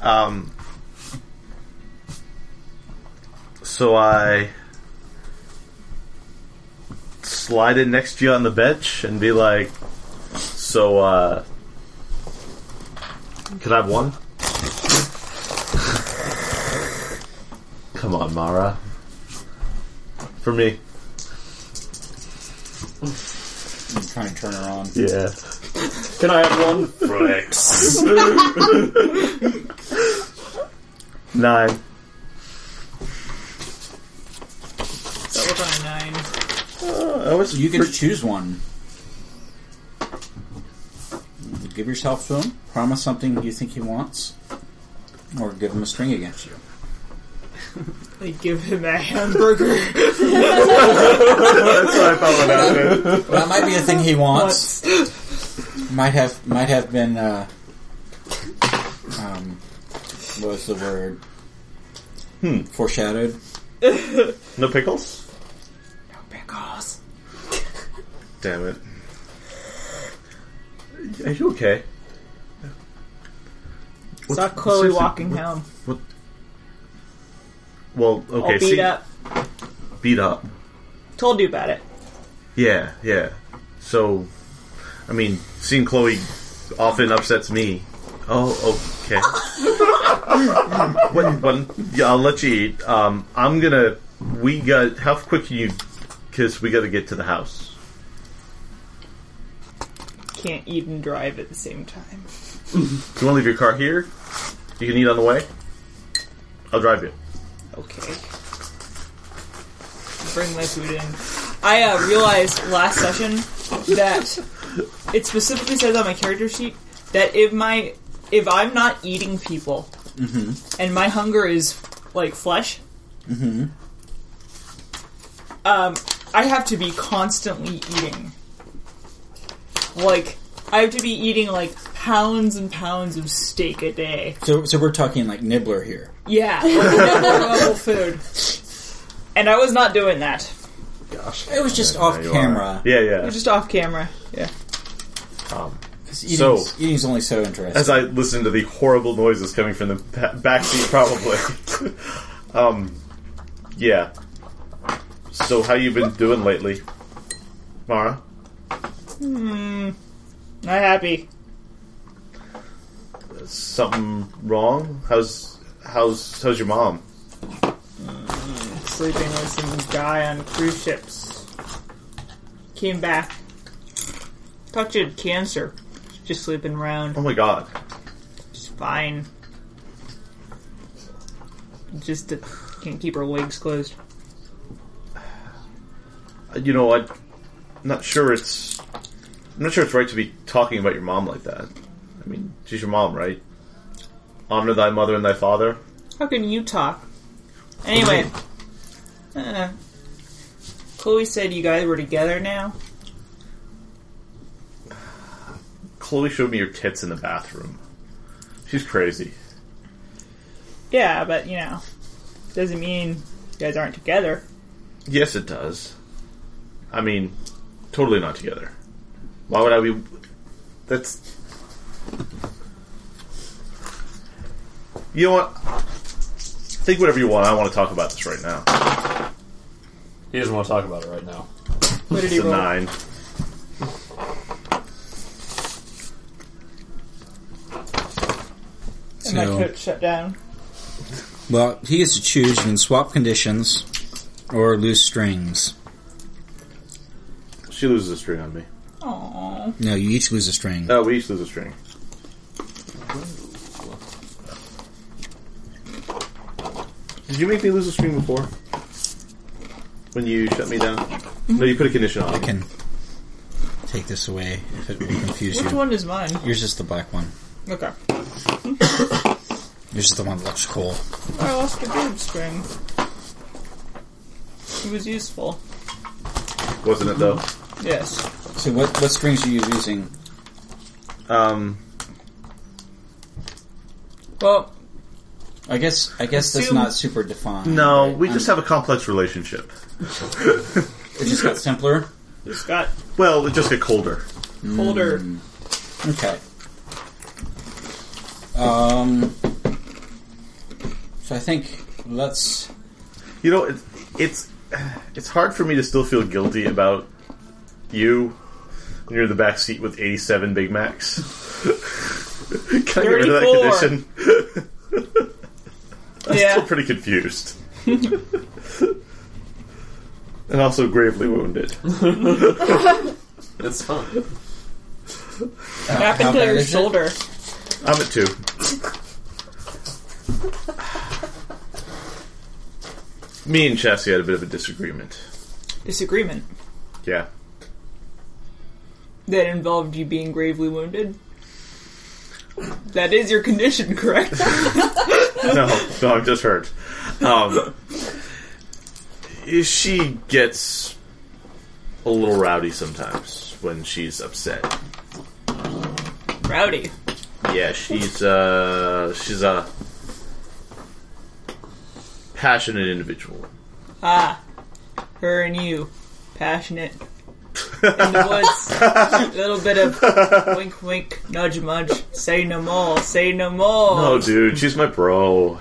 [SPEAKER 2] Um, so I slide in next to you on the bench and be like, "So, uh, can I have one?" Come on, Mara. For me,
[SPEAKER 5] I'm trying to turn her on.
[SPEAKER 2] yeah.
[SPEAKER 6] Can I have one?
[SPEAKER 2] Nine.
[SPEAKER 1] That was on a nine.
[SPEAKER 2] I was
[SPEAKER 5] You get to choose one. Give yourself to him. Promise something you think he wants, or give him a string against you.
[SPEAKER 1] They give him a hamburger.
[SPEAKER 5] That might be a thing he wants. might have might have been. Uh, um, what was the word? Hmm. Foreshadowed.
[SPEAKER 2] no pickles.
[SPEAKER 1] Pickles.
[SPEAKER 2] Damn it. Are you okay?
[SPEAKER 1] Saw Chloe walking home,
[SPEAKER 2] Well,
[SPEAKER 1] all
[SPEAKER 2] okay.
[SPEAKER 1] beat
[SPEAKER 2] see,
[SPEAKER 1] up.
[SPEAKER 2] Beat up.
[SPEAKER 1] Told you about it.
[SPEAKER 2] Yeah, yeah. So, I mean, seeing Chloe often upsets me. Oh, okay. when, when, yeah, I'll let you eat. Um, I'm gonna. We got. How quick can you? Because we got to get to the house.
[SPEAKER 1] Can't eat and drive at the same time.
[SPEAKER 2] Do you want to leave your car here? You can eat on the way. I'll drive you.
[SPEAKER 1] Okay. Bring my food in. I uh, realized last session that it specifically says on my character sheet that if my if I'm not eating people and my hunger is like flesh, um, I have to be constantly eating. Like I have to be eating like pounds and pounds of steak a day.
[SPEAKER 5] So, so we're talking like nibbler here.
[SPEAKER 1] Yeah, level food. And I was not doing that.
[SPEAKER 5] It was just off camera.
[SPEAKER 2] Yeah, yeah.
[SPEAKER 1] Just off camera. Yeah.
[SPEAKER 5] 'Cause Eating's,
[SPEAKER 2] So-
[SPEAKER 5] eating's only so interesting.
[SPEAKER 2] As I listen to the horrible noises coming from the ba- backseat, probably. um, yeah. So, how you been doing lately, Mara?
[SPEAKER 1] Not happy.
[SPEAKER 2] Something wrong? How's how's how's your mom?
[SPEAKER 1] Sleeping with some guy on cruise ships. Came back. Thought she had cancer. Just sleeping around.
[SPEAKER 2] Oh my god.
[SPEAKER 1] She's fine. Just uh, can't keep her legs closed.
[SPEAKER 2] You know, I'm not sure it's I'm not sure it's right to be talking about your mom like that. I mean, she's your mom, right? Honor thy mother and thy father.
[SPEAKER 1] How can you talk? Anyway. Uh, Chloe said you guys were together now.
[SPEAKER 2] Chloe showed me your tits in the bathroom. She's crazy.
[SPEAKER 1] Yeah, but you know, doesn't mean you guys aren't together.
[SPEAKER 2] Yes, it does. I mean, totally not together. Why would I be? That's. You know what? Think whatever you want. I want to talk about this right now.
[SPEAKER 7] He doesn't want to talk about it right now.
[SPEAKER 1] What did he
[SPEAKER 2] It's a
[SPEAKER 1] roll?
[SPEAKER 2] nine.
[SPEAKER 1] And my
[SPEAKER 5] So-
[SPEAKER 1] coat shut down.
[SPEAKER 5] Well, he gets to choose and swap conditions or lose strings.
[SPEAKER 2] She loses a string on me.
[SPEAKER 1] Aww.
[SPEAKER 5] No, you each lose a string.
[SPEAKER 2] Oh, we each lose a string. Did you make me lose a string before? When you shut me down? No, you put a condition on
[SPEAKER 5] I
[SPEAKER 2] me.
[SPEAKER 5] can take this away if it will confuse
[SPEAKER 1] Which
[SPEAKER 5] you.
[SPEAKER 1] one is mine?
[SPEAKER 5] Yours is the black one.
[SPEAKER 1] Okay.
[SPEAKER 5] Yours is the one that looks cool.
[SPEAKER 1] I lost a boob string. It was useful.
[SPEAKER 2] Wasn't it though?
[SPEAKER 1] Yes.
[SPEAKER 5] So, what what strings are you using?
[SPEAKER 2] Um,
[SPEAKER 1] Well,
[SPEAKER 5] I guess I guess that's
[SPEAKER 1] Assume-
[SPEAKER 5] not super defined.
[SPEAKER 8] No,
[SPEAKER 5] right?
[SPEAKER 8] we just have a complex relationship.
[SPEAKER 5] It just got simpler.
[SPEAKER 1] it's got
[SPEAKER 8] Well, it just got colder.
[SPEAKER 1] colder.
[SPEAKER 5] Okay. Um. So I think let's.
[SPEAKER 2] you know, it's, it's it's hard for me to still feel guilty about you when you're in the back seat with 87 Big Macs. Can I get rid of that
[SPEAKER 1] 34.
[SPEAKER 2] condition?
[SPEAKER 1] Oh, Yeah.
[SPEAKER 2] pretty confused. and also gravely wounded.
[SPEAKER 6] It's fun.
[SPEAKER 5] how
[SPEAKER 1] Happened to
[SPEAKER 5] bad
[SPEAKER 1] your
[SPEAKER 5] is it?
[SPEAKER 1] shoulder.
[SPEAKER 2] I'm at two. Me and Chassie had a bit of a disagreement.
[SPEAKER 1] Disagreement
[SPEAKER 2] Yeah.
[SPEAKER 1] that involved you being gravely wounded. That is your condition, correct?
[SPEAKER 2] No, no, I'm just hurt. Um, she gets a little rowdy sometimes when she's upset.
[SPEAKER 1] Rowdy.
[SPEAKER 2] Yeah, she's uh she's a passionate individual.
[SPEAKER 1] Ah, her and you, passionate in the woods. little bit of wink, wink, nudge, nudge. Say no more. Say no more.
[SPEAKER 2] Oh, dude, she's my bro.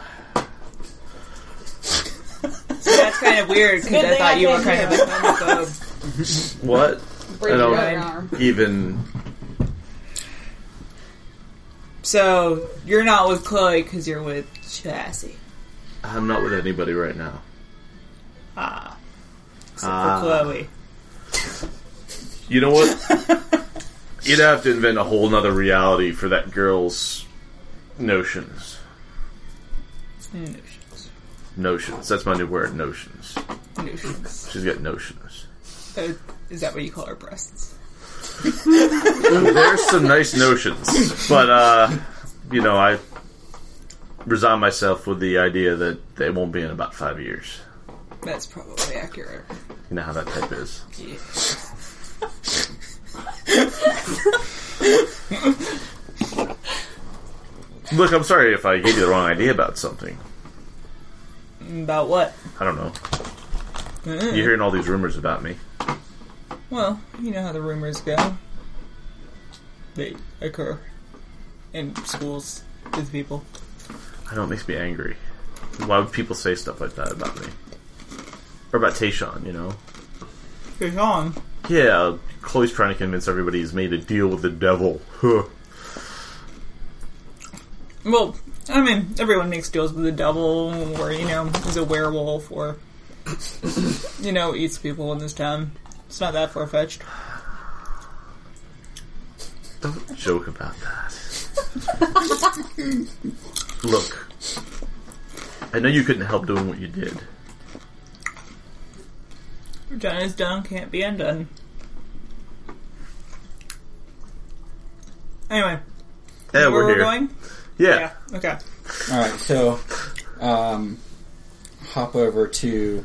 [SPEAKER 1] That's kind of weird because
[SPEAKER 4] good
[SPEAKER 1] I
[SPEAKER 4] thing
[SPEAKER 1] thought
[SPEAKER 4] I
[SPEAKER 1] you were
[SPEAKER 4] came
[SPEAKER 1] kind of a
[SPEAKER 4] here.
[SPEAKER 1] homophobe.
[SPEAKER 2] What?
[SPEAKER 4] Break
[SPEAKER 2] I
[SPEAKER 4] your
[SPEAKER 2] don't-
[SPEAKER 4] own arm.
[SPEAKER 2] Even
[SPEAKER 1] So you're not with Chloe because you're with Chassis.
[SPEAKER 2] I'm not with anybody right now.
[SPEAKER 1] Ah, except
[SPEAKER 2] Ah.
[SPEAKER 1] for Chloe.
[SPEAKER 2] You know what? You'd have to invent a whole nother reality for that girl's notions.
[SPEAKER 1] Notions.
[SPEAKER 2] Notions. That's my new word. Notions.
[SPEAKER 1] Notions.
[SPEAKER 2] She's got notions.
[SPEAKER 1] Uh, is that what you call her breasts?
[SPEAKER 2] There's some nice notions, but uh, you know, I resign myself with the idea that they won't be in about five years.
[SPEAKER 1] That's probably accurate.
[SPEAKER 2] You know how that type is.
[SPEAKER 1] Yeah.
[SPEAKER 2] Look, I'm sorry if I gave you the wrong idea about something.
[SPEAKER 1] About what?
[SPEAKER 2] I don't know.
[SPEAKER 1] Mm.
[SPEAKER 2] You're hearing all these rumors about me.
[SPEAKER 1] Well, you know how the rumors go. They occur in schools with people.
[SPEAKER 2] I know it makes me angry. Why would people say stuff like that about me? Or about Tayshawn, you know?
[SPEAKER 1] You're wrong.
[SPEAKER 2] Yeah, Chloe's trying to convince everybody he's made a deal with the devil. Huh.
[SPEAKER 1] Well, I mean, everyone makes deals with the devil, or you know, is a werewolf, or you know, eats people in this town. It's not that far fetched.
[SPEAKER 2] Don't joke about that. Look, I know you couldn't help doing what you did.
[SPEAKER 1] Done is done, can't be undone. Anyway,
[SPEAKER 2] Yeah,
[SPEAKER 1] where
[SPEAKER 2] we're,
[SPEAKER 1] we're
[SPEAKER 2] here.
[SPEAKER 1] going?
[SPEAKER 2] Yeah.
[SPEAKER 1] Yeah. Okay.
[SPEAKER 5] All right. So, um, hop over to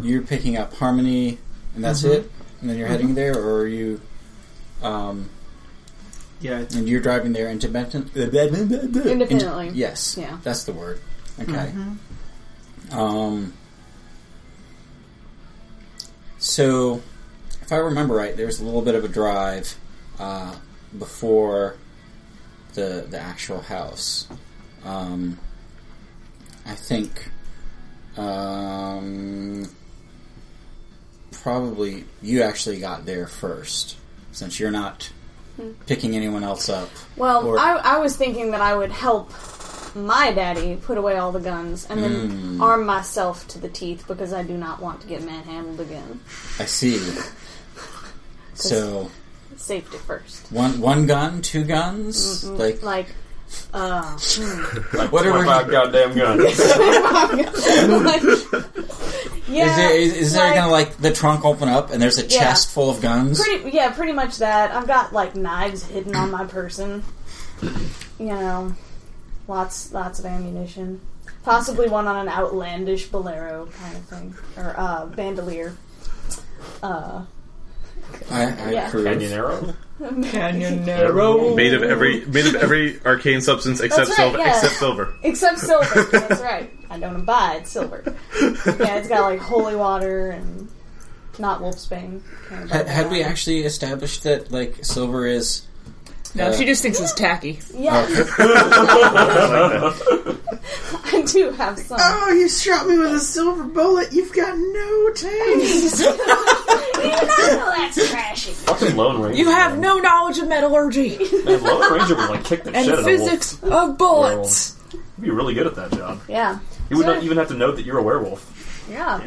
[SPEAKER 5] you're picking up harmony, and that's it. And then you're heading there, or are you? Um,
[SPEAKER 3] Yeah,
[SPEAKER 5] and you're driving there into Benton. Independently. yes.
[SPEAKER 4] Yeah.
[SPEAKER 5] That's the word. Okay. Um. So, if I remember right, there was a little bit of a drive uh, before the the actual house. Um, I think um, probably you actually got there first, since you're not picking anyone else up.
[SPEAKER 4] Well,
[SPEAKER 5] Or-
[SPEAKER 4] I, I was thinking that I would help my daddy put away all the guns and then
[SPEAKER 3] Hmm.
[SPEAKER 4] arm myself to the teeth because I do not want to get manhandled again.
[SPEAKER 5] I see. So
[SPEAKER 4] Safety first.
[SPEAKER 5] one one gun, two guns, like
[SPEAKER 4] Mm-hmm. Like, uh,
[SPEAKER 5] what are we?
[SPEAKER 7] Five goddamn guns.
[SPEAKER 4] like yeah,
[SPEAKER 5] Is there, is, is there
[SPEAKER 4] like,
[SPEAKER 5] gonna like the trunk open up and there's a
[SPEAKER 4] Yeah.
[SPEAKER 5] chest full of guns?
[SPEAKER 4] pretty? Yeah, pretty much that. I've got like knives hidden on my person. You know, lots lots of ammunition. Possibly one on an outlandish bolero kind of thing or uh, bandolier. Uh,
[SPEAKER 5] I, I
[SPEAKER 4] Yeah.
[SPEAKER 5] approve.
[SPEAKER 7] Canyonero?
[SPEAKER 1] Canyonero.
[SPEAKER 2] Made of every made of every arcane substance except
[SPEAKER 4] right,
[SPEAKER 2] silver.
[SPEAKER 4] yeah.
[SPEAKER 2] Except silver.
[SPEAKER 4] Except silver. That's right. I don't abide silver. Yeah, it's got like holy water and not wolfsbane. Can't abide
[SPEAKER 5] Had, had we
[SPEAKER 4] that.
[SPEAKER 5] actually established that like silver is?
[SPEAKER 1] No,
[SPEAKER 5] Uh,
[SPEAKER 1] she just thinks it's tacky.
[SPEAKER 4] Yes, I do have some.
[SPEAKER 3] Oh, you shot me with a silver bullet. You've got no taste.
[SPEAKER 4] that's trashy.
[SPEAKER 7] Fucking Lone Ranger.
[SPEAKER 1] You have no knowledge of metallurgy
[SPEAKER 7] Man, Lone Ranger would like kick the
[SPEAKER 1] and
[SPEAKER 7] shit out of a wolf.
[SPEAKER 1] physics of bullets.
[SPEAKER 7] He'd be really good at that job.
[SPEAKER 4] Yeah.
[SPEAKER 7] You would
[SPEAKER 4] So-
[SPEAKER 7] not even have to know that you're a werewolf.
[SPEAKER 4] Yeah,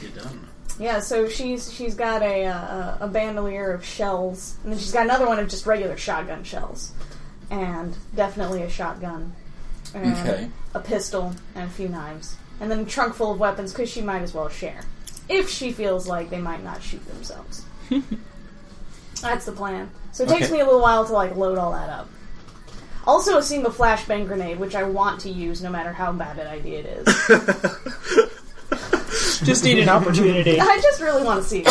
[SPEAKER 3] You done?
[SPEAKER 4] yeah. So she's she's got a uh, a bandolier of shells, and then she's got another one of just regular shotgun shells, and definitely a shotgun, and
[SPEAKER 5] Okay.
[SPEAKER 4] a pistol, and a few knives, and then a trunk full of weapons because she might as well share if she feels like they might not shoot themselves. That's the plan. So it takes
[SPEAKER 5] Okay.
[SPEAKER 4] me a little while to like load all that up. Also, a single flashbang grenade, which I want to use no matter how bad an idea it is.
[SPEAKER 1] Just need an opportunity.
[SPEAKER 4] I just really want to see it.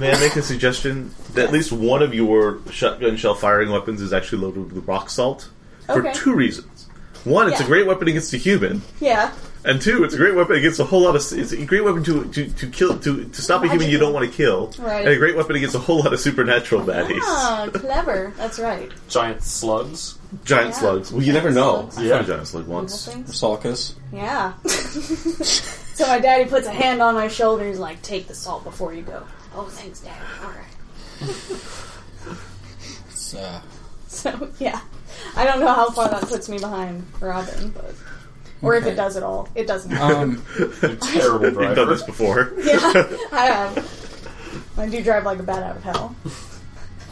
[SPEAKER 2] May I make a suggestion that at least one of your shotgun shell firing weapons is actually loaded with rock salt for
[SPEAKER 4] Okay.
[SPEAKER 2] two reasons. One, it's a
[SPEAKER 4] Yeah.
[SPEAKER 2] great weapon against a human,
[SPEAKER 4] Yeah.
[SPEAKER 2] and two, it's a great weapon against a whole lot of. It's a great weapon to to, to kill to, to stop a human you don't want to kill,
[SPEAKER 4] Right.
[SPEAKER 2] and a great weapon against a whole lot of supernatural baddies,
[SPEAKER 4] Oh, clever. That's right.
[SPEAKER 7] Giant slugs.
[SPEAKER 2] giant
[SPEAKER 4] yeah.
[SPEAKER 2] slugs. Well, you never know.
[SPEAKER 4] Slugs.
[SPEAKER 2] I
[SPEAKER 7] Yeah.
[SPEAKER 2] found a giant slug once.
[SPEAKER 5] Salkas.
[SPEAKER 4] Yeah. so my daddy puts a hand on my shoulder. He's like, "Take the salt before you go." Oh, thanks, Dad. All right.
[SPEAKER 5] It's, uh,
[SPEAKER 4] So yeah, I don't know how far that puts me behind Robin, but or if
[SPEAKER 5] Okay.
[SPEAKER 4] it does at all. It doesn't.
[SPEAKER 5] um,
[SPEAKER 7] You're a terrible
[SPEAKER 2] You've done
[SPEAKER 7] driver.
[SPEAKER 2] this before.
[SPEAKER 4] yeah, I have. I do drive like a bat out of hell.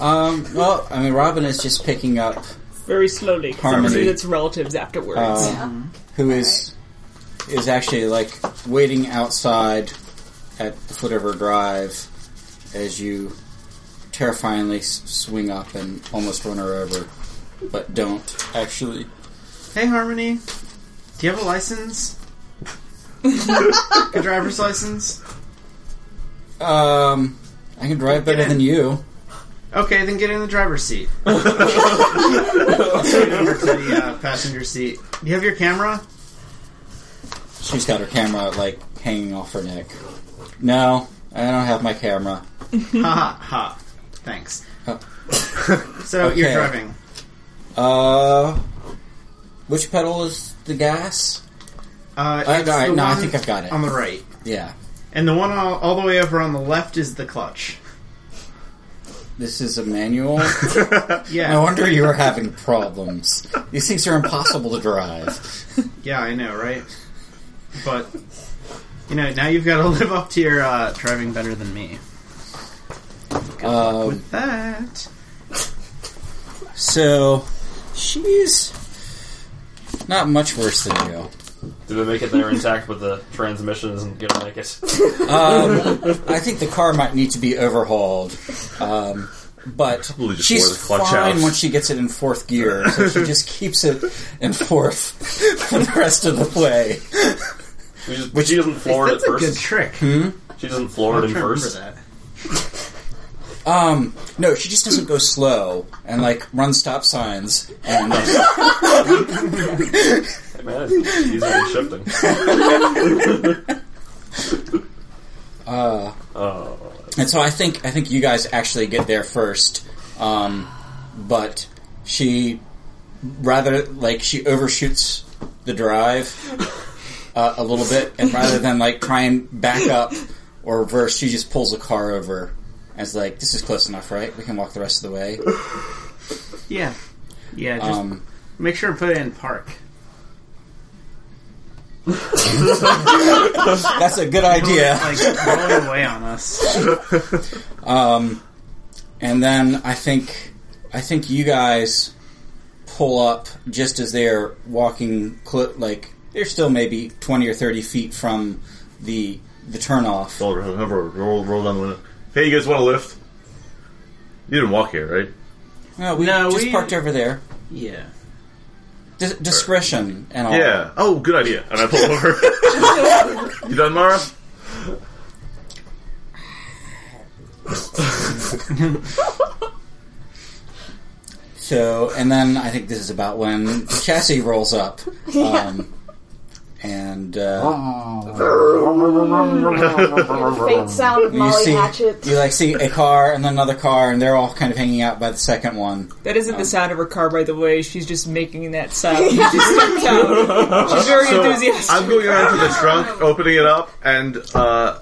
[SPEAKER 5] um, well, I mean, Robin is just picking up
[SPEAKER 1] Very slowly. 'cause I'm gonna
[SPEAKER 5] Harmony.
[SPEAKER 1] see that's relatives afterwards.
[SPEAKER 5] um, who is is actually like waiting outside at the foot of her drive as you terrifyingly s- swing up and almost run her over, but don't actually.
[SPEAKER 3] Hey, Harmony. Do you have a license? a driver's license?
[SPEAKER 5] Um, I can drive better
[SPEAKER 3] Get in.
[SPEAKER 5] than you.
[SPEAKER 3] Okay, then get in the driver's seat. Scoot over to the uh, passenger seat. Do you have your camera?
[SPEAKER 5] She's got her camera like hanging off her neck. No, I don't have my camera.
[SPEAKER 3] Ha ha ha. Thanks.
[SPEAKER 5] Oh.
[SPEAKER 3] So you're
[SPEAKER 5] Okay.
[SPEAKER 3] driving.
[SPEAKER 5] Uh, which pedal is the gas?
[SPEAKER 3] Uh,
[SPEAKER 5] Uh,
[SPEAKER 3] it's
[SPEAKER 5] all right,
[SPEAKER 3] the
[SPEAKER 5] no, I
[SPEAKER 3] one
[SPEAKER 5] think I've got it.
[SPEAKER 3] On the right.
[SPEAKER 5] Yeah,
[SPEAKER 3] And the one all, all the way over on the left is the clutch.
[SPEAKER 5] this is a manual.
[SPEAKER 3] Yeah.
[SPEAKER 5] No wonder you are having problems. These things are impossible to drive.
[SPEAKER 3] Yeah, I know, right? But you know, now you've got to live up to your uh, driving better than me.
[SPEAKER 5] Um,
[SPEAKER 3] With that,
[SPEAKER 5] so she's not much worse than you.
[SPEAKER 7] Did they make it there intact, but the transmission isn't gonna make it?
[SPEAKER 5] Um, I think the car might need to be overhauled. Um, but
[SPEAKER 2] Probably just wore
[SPEAKER 5] she's
[SPEAKER 2] the clutch
[SPEAKER 5] fine
[SPEAKER 2] out.
[SPEAKER 5] when she gets it in fourth gear, so she just keeps it in fourth for the rest of the way.
[SPEAKER 7] We just, she doesn't floor it at
[SPEAKER 3] that's a good
[SPEAKER 7] first.
[SPEAKER 3] trick.
[SPEAKER 7] She doesn't floor
[SPEAKER 3] I'm
[SPEAKER 7] it in
[SPEAKER 3] trying to remember
[SPEAKER 7] first.
[SPEAKER 3] that.
[SPEAKER 5] Um, no, she just doesn't go slow and like run stop signs and
[SPEAKER 7] Hey, man, it's easily shifting.
[SPEAKER 5] uh,
[SPEAKER 7] Oh,
[SPEAKER 5] And so I think I think you guys actually get there first, um, but she rather like she overshoots the drive uh, a little bit, and rather than like try and back up or reverse, she just pulls the car over. As like this is close enough, right? We can walk the rest of the way.
[SPEAKER 3] Yeah. Yeah, just
[SPEAKER 5] Um,
[SPEAKER 3] make sure to put it in park.
[SPEAKER 5] that's a good idea.
[SPEAKER 3] Like, roll it away on us.
[SPEAKER 5] Um, and then I think I think you guys pull up just as they're walking, cl- like they're still maybe twenty or thirty feet from the the turnoff.
[SPEAKER 2] Roll, roll, roll, roll down the window. Hey, you guys want a lift? You didn't walk here, right?
[SPEAKER 5] No, we
[SPEAKER 3] No,
[SPEAKER 5] just
[SPEAKER 3] we-
[SPEAKER 5] parked over there.
[SPEAKER 3] Yeah.
[SPEAKER 5] Dis- discretion and all.
[SPEAKER 2] Yeah. Oh, good idea. And I pull over. you done, Mara?
[SPEAKER 5] So, and then I think this is about when chassis rolls up. Um, And
[SPEAKER 4] Oh.
[SPEAKER 5] uh,
[SPEAKER 4] Faint sound of
[SPEAKER 5] you
[SPEAKER 4] Molly
[SPEAKER 5] see,
[SPEAKER 4] Hatchet.
[SPEAKER 5] you like see a car and then another car, and they're all kind of hanging out by the second one.
[SPEAKER 1] That isn't the sound of her car, by the way. She's just making that sound. She's, just sound. She's very enthusiastic.
[SPEAKER 9] I'm going around to the trunk, opening it up, and uh,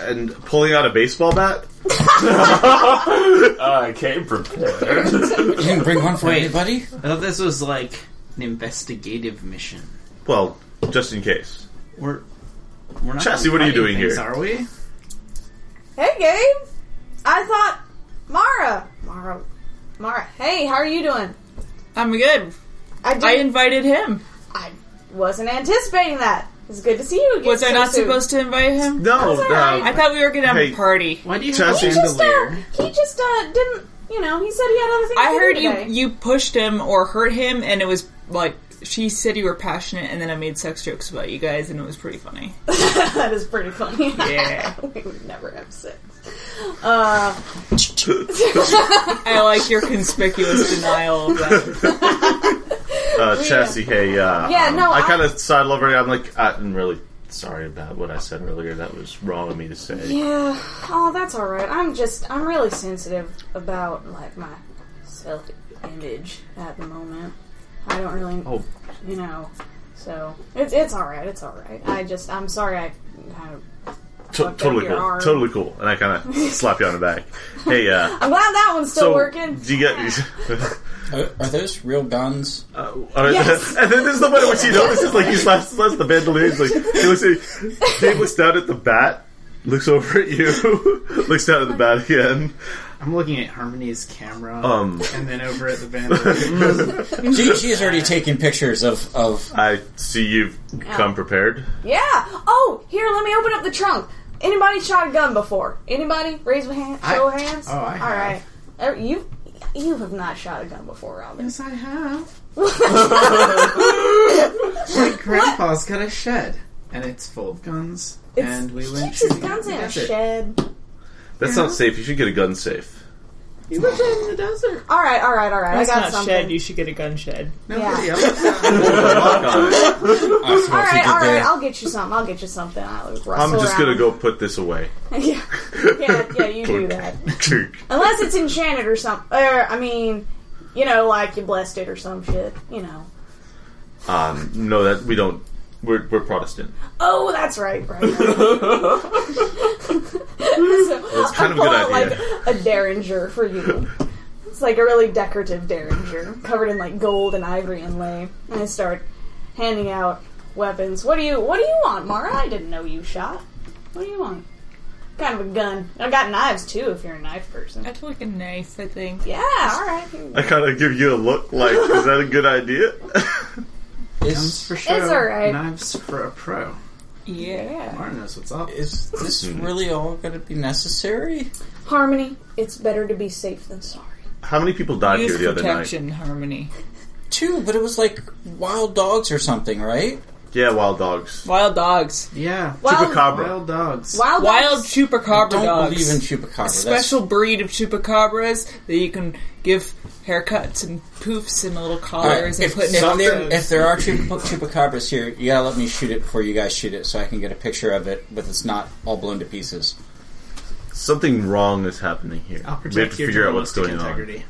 [SPEAKER 9] and pulling out a baseball bat.
[SPEAKER 10] I came prepared.
[SPEAKER 5] You didn't bring one for
[SPEAKER 3] Wait.
[SPEAKER 5] anybody.
[SPEAKER 3] I thought this was like an investigative mission.
[SPEAKER 2] Well, just in case.
[SPEAKER 3] We're we're not
[SPEAKER 2] Chassie, what are you doing
[SPEAKER 3] fighting things,
[SPEAKER 2] here?
[SPEAKER 3] Are we?
[SPEAKER 4] Hey, Gabe. I thought Mara. Mara. Mara. Hey, how are you doing?
[SPEAKER 1] I'm good.
[SPEAKER 4] I did.
[SPEAKER 1] I
[SPEAKER 4] I,
[SPEAKER 1] invited him.
[SPEAKER 4] wasn't anticipating that. It's good to see you again.
[SPEAKER 1] Was I
[SPEAKER 4] so
[SPEAKER 1] not
[SPEAKER 4] soon.
[SPEAKER 1] supposed to invite him?
[SPEAKER 2] No,
[SPEAKER 4] That's all right.
[SPEAKER 1] I
[SPEAKER 2] um,
[SPEAKER 1] thought we were gonna have
[SPEAKER 2] Hey.
[SPEAKER 1] a party.
[SPEAKER 3] Why do you
[SPEAKER 2] Chassie-
[SPEAKER 3] have
[SPEAKER 4] He
[SPEAKER 3] a
[SPEAKER 4] just, uh,
[SPEAKER 3] chandelier?
[SPEAKER 4] he just uh, didn't. You know, he said he had other things.
[SPEAKER 1] I heard
[SPEAKER 4] to do
[SPEAKER 1] you
[SPEAKER 4] today.
[SPEAKER 1] you pushed him or hurt him, and it was like she said you were passionate, and then I made sex jokes about you guys, and it was pretty funny.
[SPEAKER 4] that is pretty funny.
[SPEAKER 1] Yeah.
[SPEAKER 4] we would never have sex. Uh,
[SPEAKER 1] I like your conspicuous denial of that.
[SPEAKER 2] uh, chassis. Hey, uh,
[SPEAKER 4] Yeah,
[SPEAKER 2] um,
[SPEAKER 4] no,
[SPEAKER 2] I
[SPEAKER 4] I-
[SPEAKER 2] kind of sidle over. here. I'm like, I, I'm really sorry about what I said earlier. That was wrong of me to say.
[SPEAKER 4] yeah. Oh, that's all right. I'm just. I'm really sensitive about like my self image at the moment. I don't really.
[SPEAKER 2] Oh.
[SPEAKER 4] You know. So it's it's all right. It's all right. I just. I'm sorry. I kind of.
[SPEAKER 2] T-
[SPEAKER 4] Fuck
[SPEAKER 2] totally
[SPEAKER 4] up your
[SPEAKER 2] cool.
[SPEAKER 4] arm.
[SPEAKER 2] Totally cool. And I kind of slap you on the back. Hey, uh,
[SPEAKER 4] I'm glad that one's still
[SPEAKER 2] so
[SPEAKER 4] working.
[SPEAKER 2] do you get?
[SPEAKER 5] Are, are those real guns?
[SPEAKER 2] Uh, all right.
[SPEAKER 4] Yes.
[SPEAKER 2] and then this is the moment which he notices, like he slaps, slaps the bandolier. He's like, he looks, at, Dave looks down at the bat, looks over at you, looks down at the bat again.
[SPEAKER 3] I'm looking at Harmony's camera,
[SPEAKER 2] Um,
[SPEAKER 3] and then over at the band.
[SPEAKER 5] She, she has already taken pictures of, of
[SPEAKER 2] I see you've come prepared.
[SPEAKER 4] Yeah. Oh, here. Let me open up the trunk. Anybody shot a gun before? Anybody? Raise a hand. Show of hands.
[SPEAKER 3] oh, I
[SPEAKER 4] All right. Er, You. You have not shot a gun before, Robin.
[SPEAKER 3] yes, I have. My grandpa's got a shed, and it's full of guns.
[SPEAKER 4] It's-
[SPEAKER 3] and we went
[SPEAKER 4] Keeps his
[SPEAKER 3] shooting
[SPEAKER 4] guns
[SPEAKER 3] in
[SPEAKER 4] in
[SPEAKER 3] the
[SPEAKER 4] a
[SPEAKER 3] desert.
[SPEAKER 4] shed.
[SPEAKER 2] That's not safe. You should get a gun safe.
[SPEAKER 3] He lived in the desert.
[SPEAKER 4] All right, all right, all right.
[SPEAKER 1] That's
[SPEAKER 4] I got
[SPEAKER 1] not
[SPEAKER 4] something.
[SPEAKER 1] shed. You should get a gun shed.
[SPEAKER 3] Nobody
[SPEAKER 4] Yeah.
[SPEAKER 3] else.
[SPEAKER 5] arsenal to get
[SPEAKER 4] all right, all right.
[SPEAKER 5] there.
[SPEAKER 4] I'll get you something. I'll get you something. I'll rustle
[SPEAKER 2] I'm just
[SPEAKER 4] around.
[SPEAKER 2] gonna go put this away.
[SPEAKER 4] yeah, yeah, yeah. You do that. Unless it's enchanted or something. Or I mean, you know, like you blessed it or some shit. You know.
[SPEAKER 2] Um, no, that we don't. We're, we're Protestant.
[SPEAKER 4] Oh, that's right, right. right. so, it's
[SPEAKER 2] kind of a good idea.
[SPEAKER 4] Like a derringer for you. It's like a really decorative derringer, covered in like gold and ivory inlay. And I start handing out weapons. What do you What do you want, Mara? I didn't know you shot. What do you want? Kind of a gun. I got knives too. If you're a knife person.
[SPEAKER 1] I took a knife, I think.
[SPEAKER 4] Yeah. All right. here you go.
[SPEAKER 2] I kind of give you a look like, is that a good idea?
[SPEAKER 5] Is,
[SPEAKER 3] for sure.
[SPEAKER 4] It's all right.
[SPEAKER 3] Knives for a pro.
[SPEAKER 1] Yeah.
[SPEAKER 3] Martin knows what's up.
[SPEAKER 5] is this really all going to be necessary?
[SPEAKER 4] Harmony. It's better to be safe than sorry.
[SPEAKER 2] How many people died
[SPEAKER 1] Use
[SPEAKER 2] here the other night?
[SPEAKER 1] protection, Harmony.
[SPEAKER 5] Two, but it was like wild dogs or something, right?
[SPEAKER 2] Yeah, wild dogs.
[SPEAKER 1] Wild dogs.
[SPEAKER 3] Yeah.
[SPEAKER 2] Chupacabra.
[SPEAKER 3] Wild dogs.
[SPEAKER 4] Wild,
[SPEAKER 1] Wild
[SPEAKER 4] dogs-
[SPEAKER 1] chupacabra
[SPEAKER 5] Don't
[SPEAKER 1] dogs.
[SPEAKER 5] believe in chupacabra. That's-
[SPEAKER 1] special breed of chupacabras that you can give haircuts and poofs and little
[SPEAKER 5] Alright,
[SPEAKER 1] collars and
[SPEAKER 5] if,
[SPEAKER 1] put in
[SPEAKER 5] if, there,
[SPEAKER 1] photos.
[SPEAKER 5] if there are chup- chupacabras here, you gotta let me shoot it before you guys shoot it, so I can get a picture of it, but it's not all blown to pieces.
[SPEAKER 8] Something wrong is happening here.
[SPEAKER 3] I'll protect
[SPEAKER 8] We have to
[SPEAKER 3] your
[SPEAKER 8] figure out what's going
[SPEAKER 3] journalistic integrity.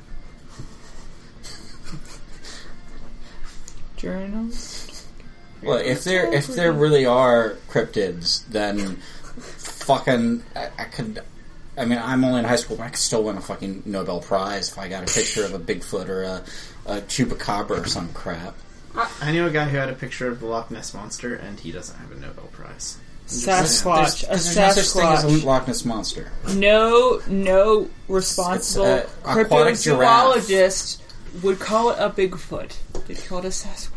[SPEAKER 1] Journals.
[SPEAKER 5] Well, if there if there really are cryptids, then fucking I, I could. I mean, I'm only in high school, but I could still win a fucking Nobel Prize if I got a picture of a Bigfoot or a, a chupacabra or some crap.
[SPEAKER 3] I knew a guy who had a picture of the Loch Ness monster, and he doesn't have a Nobel Prize.
[SPEAKER 1] Sasquatch. A
[SPEAKER 5] There's no such thing as
[SPEAKER 1] Sasquatch.
[SPEAKER 5] a Loch Ness monster.
[SPEAKER 1] No, no responsible
[SPEAKER 5] It's a aquatic
[SPEAKER 1] cryptozoologist would call it a Bigfoot. They call it a Sasquatch.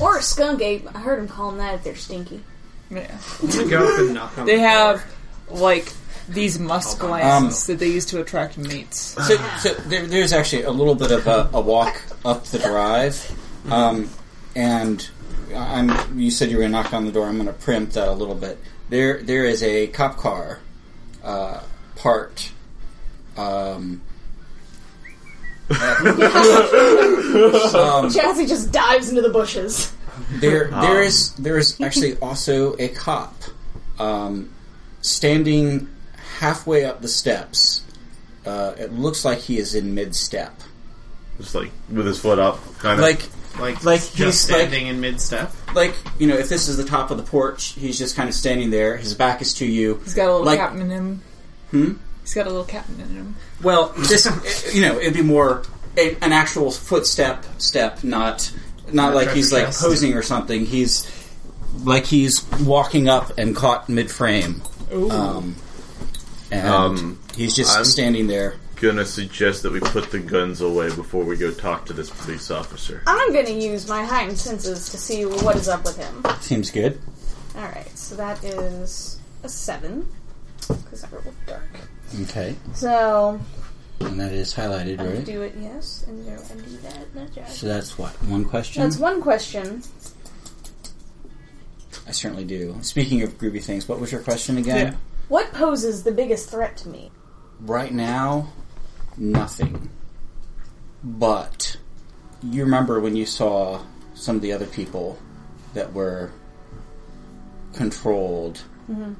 [SPEAKER 4] Or a skunk ape. I heard them call them that if they're stinky.
[SPEAKER 1] Yeah.
[SPEAKER 3] I'm gonna go up and knock on
[SPEAKER 1] They
[SPEAKER 3] the
[SPEAKER 1] have like these musk
[SPEAKER 5] Oh,
[SPEAKER 3] Um,
[SPEAKER 1] lions that they use to attract mates.
[SPEAKER 5] So, so there, there's actually a little bit of a, a walk up the drive, um, and I'm. You said you were going to knock on the door. I'm going to preempt that a little bit. There, there is a cop car uh, parked. Um, um,
[SPEAKER 4] Jazzy just dives into the bushes.
[SPEAKER 5] there, there is there is actually also a cop um, standing halfway up the steps. Uh, it looks like he is in mid step.
[SPEAKER 8] Just like with his foot up, kind of.
[SPEAKER 5] Like
[SPEAKER 3] like,
[SPEAKER 5] like
[SPEAKER 3] just
[SPEAKER 5] he's,
[SPEAKER 3] standing in mid step.
[SPEAKER 5] like you know, if this is the top of the porch, he's just kind of standing there. His back is to you.
[SPEAKER 1] He's got a little
[SPEAKER 5] Like-
[SPEAKER 1] captain in him.
[SPEAKER 5] Hmm?
[SPEAKER 1] He's got a little captain in him.
[SPEAKER 5] Well, this you know, it'd be more a, an actual footstep step, not not like he's like
[SPEAKER 3] chest.
[SPEAKER 5] posing or something. He's like he's walking up and caught mid frame. Um, and
[SPEAKER 8] Um,
[SPEAKER 5] he's just
[SPEAKER 8] I'm-
[SPEAKER 5] standing there.
[SPEAKER 8] gonna suggest that we put the guns away before we go talk to this police officer.
[SPEAKER 4] I'm gonna use my heightened senses to see what is up with him.
[SPEAKER 5] Seems good.
[SPEAKER 4] Alright, so that is a seven. Because I rolled dark.
[SPEAKER 5] Okay,
[SPEAKER 4] So,
[SPEAKER 5] and that is highlighted,
[SPEAKER 4] I
[SPEAKER 5] right?
[SPEAKER 4] do it, yes, and no, I do that, not
[SPEAKER 8] Mm-hmm.
[SPEAKER 4] jazz.
[SPEAKER 5] So that's what one question.
[SPEAKER 4] That's one question.
[SPEAKER 5] I certainly do. Speaking of groovy things, what was your question again?
[SPEAKER 4] What poses the biggest threat to me?
[SPEAKER 5] right now, nothing. But you remember when you saw some of the other people that were controlled,
[SPEAKER 4] Mm-hmm.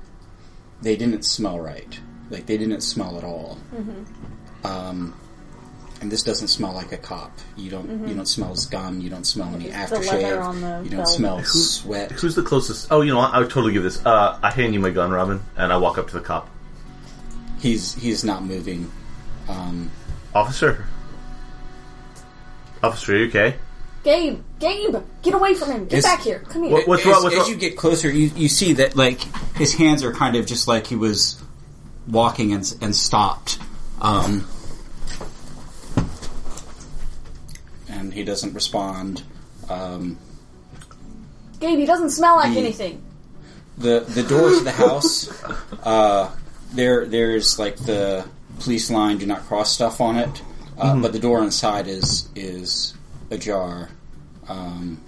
[SPEAKER 5] they didn't smell right. Like, they didn't smell at all.
[SPEAKER 4] Mm-hmm.
[SPEAKER 5] Um, and this doesn't smell like a cop. You don't. You don't smell his gum. You don't smell any
[SPEAKER 4] Mm-hmm. It's the leather on the
[SPEAKER 5] aftershave. You don't
[SPEAKER 4] belt.
[SPEAKER 5] smell sweat.
[SPEAKER 8] Who's the closest? Oh, you know what? I would totally give this. Uh, I hand you my gun, Robin, and I walk up to the cop.
[SPEAKER 5] He's he's not moving. Um,
[SPEAKER 8] Officer. Officer, are you okay?
[SPEAKER 4] Gabe! Gabe! Get away from him! Get
[SPEAKER 5] Is-
[SPEAKER 4] back here! Come here!
[SPEAKER 8] What- what's
[SPEAKER 5] as,
[SPEAKER 8] wrong- what's
[SPEAKER 5] as
[SPEAKER 8] wrong?
[SPEAKER 5] you get closer, you, you see that like his hands are kind of just like he was walking and and stopped, um, and he doesn't respond. Um,
[SPEAKER 4] Gabe, he doesn't smell like
[SPEAKER 5] The-
[SPEAKER 4] anything.
[SPEAKER 5] the the door to the house, uh, there there's like the police line, do not cross stuff on it, uh,
[SPEAKER 8] Mm-hmm.
[SPEAKER 5] but the door inside is is ajar. Um,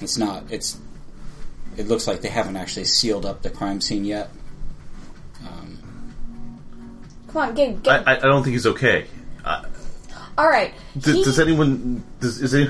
[SPEAKER 5] it's not. It's. It looks like they haven't actually sealed up the crime scene yet.
[SPEAKER 4] Come on, Gabe,
[SPEAKER 8] I,
[SPEAKER 4] Gabe.
[SPEAKER 8] I, I don't think he's okay.
[SPEAKER 4] Alright.
[SPEAKER 8] D-
[SPEAKER 4] he-
[SPEAKER 8] does anyone? Does is any,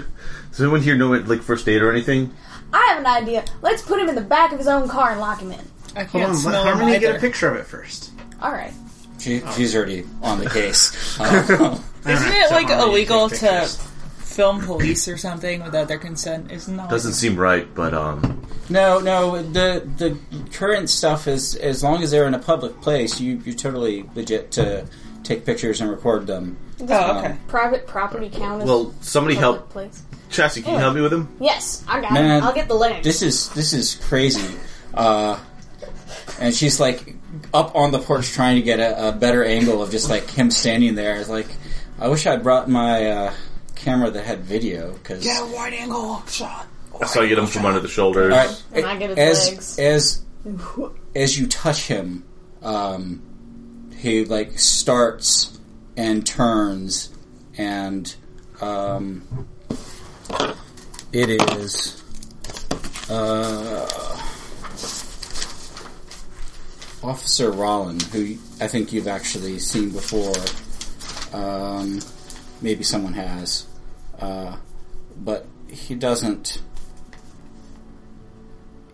[SPEAKER 8] does anyone here know like first aid or anything?
[SPEAKER 4] I have an idea. Let's put him in the back of his own car and lock him in.
[SPEAKER 1] I can't
[SPEAKER 3] Hold on,
[SPEAKER 1] smell
[SPEAKER 3] let
[SPEAKER 1] him
[SPEAKER 3] Harmony get
[SPEAKER 1] either.
[SPEAKER 3] a picture of it first.
[SPEAKER 4] Alright.
[SPEAKER 5] She, She's already on the case. Uh,
[SPEAKER 1] Isn't
[SPEAKER 3] Alright,
[SPEAKER 1] it
[SPEAKER 3] so
[SPEAKER 1] like
[SPEAKER 3] Harmony,
[SPEAKER 1] illegal
[SPEAKER 3] take
[SPEAKER 1] to
[SPEAKER 3] pictures.
[SPEAKER 1] film police or something without their consent? Isn't that
[SPEAKER 8] Doesn't seem right, but um,
[SPEAKER 5] no, no. The the current stuff is as long as they're in a public place, you you're totally legit to take pictures and record them.
[SPEAKER 1] Oh, okay.
[SPEAKER 4] Private property count as
[SPEAKER 8] well, somebody
[SPEAKER 4] public
[SPEAKER 8] help.
[SPEAKER 4] place.
[SPEAKER 8] Chassis, can you help me with him?
[SPEAKER 4] Yes, I got
[SPEAKER 5] Man,
[SPEAKER 4] it. I'll get the lens.
[SPEAKER 5] this is this is crazy. Uh, and she's like up on the porch trying to get a, a better angle of just like him standing there. It's like, I wish I brought my uh, camera that had video because
[SPEAKER 1] Get a wide angle shot.
[SPEAKER 8] I saw you get him from under the shoulders.
[SPEAKER 4] And I get his
[SPEAKER 5] as
[SPEAKER 4] legs.
[SPEAKER 5] as as you touch him, um, he like starts and turns, and um, it is. Uh, Officer Rollin, who I think you've actually seen before, um, maybe someone has, uh, but he doesn't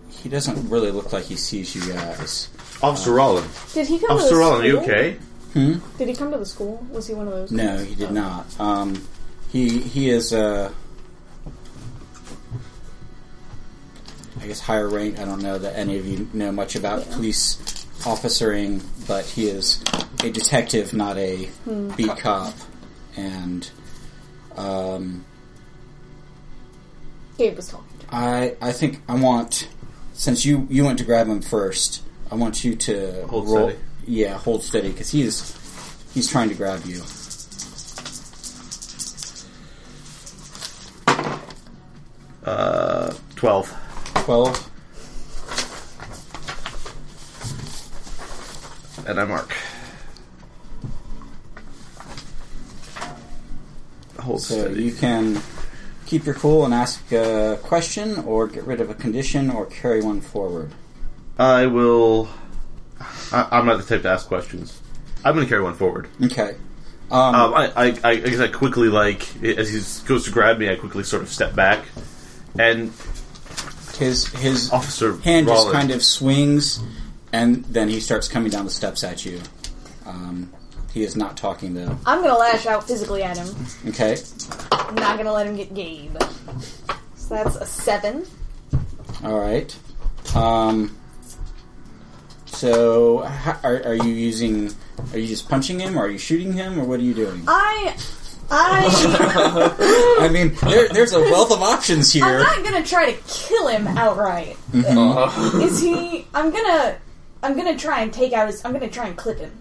[SPEAKER 5] he doesn't really look like he sees you guys.
[SPEAKER 2] Officer Rollin.
[SPEAKER 4] Did he come to
[SPEAKER 2] Officer
[SPEAKER 4] the
[SPEAKER 2] Rollin, are you
[SPEAKER 4] school?
[SPEAKER 2] okay?
[SPEAKER 4] Did he come to the school? Was he one of those?
[SPEAKER 5] No, he did not. Um, he he is uh, I guess higher rank. I don't know that any of you know much about police officering, but he is a detective, not a beat cop, and um,
[SPEAKER 4] Gabe was talking to him.
[SPEAKER 5] I I think I want since you you went to grab him first. I want you to
[SPEAKER 2] Hold steady.
[SPEAKER 5] Yeah, hold steady because he's he's trying to grab you.
[SPEAKER 2] Uh, 12.
[SPEAKER 5] 12.
[SPEAKER 2] And I mark. Hold
[SPEAKER 5] So
[SPEAKER 2] steady.
[SPEAKER 5] you can keep your cool and ask a question, or get rid of a condition, or carry one forward.
[SPEAKER 2] I will. I, I'm not the type to ask questions. I'm going to carry one forward.
[SPEAKER 5] Okay. Um,
[SPEAKER 2] Um, I, I, I I guess I quickly like as he goes to grab me, I quickly sort of step back, and
[SPEAKER 5] his his
[SPEAKER 2] Officer
[SPEAKER 5] hand just
[SPEAKER 2] Rollins.
[SPEAKER 5] kind of swings, and then he starts coming down the steps at you. Um, he is not talking though.
[SPEAKER 4] I'm gonna lash out physically at him.
[SPEAKER 5] Okay.
[SPEAKER 4] I'm not gonna let him get Gabe. So that's a seven.
[SPEAKER 5] All right. Um, so h- are, are you using? Are you just punching him? Or are you shooting him? Or what are you doing?
[SPEAKER 4] I, I,
[SPEAKER 5] I mean, there, there's a wealth of options
[SPEAKER 4] I'm
[SPEAKER 5] here. Mm-hmm.
[SPEAKER 4] not gonna try to kill him outright. Is he? I'm gonna, I'm gonna try and take out his. I'm gonna try and clip him,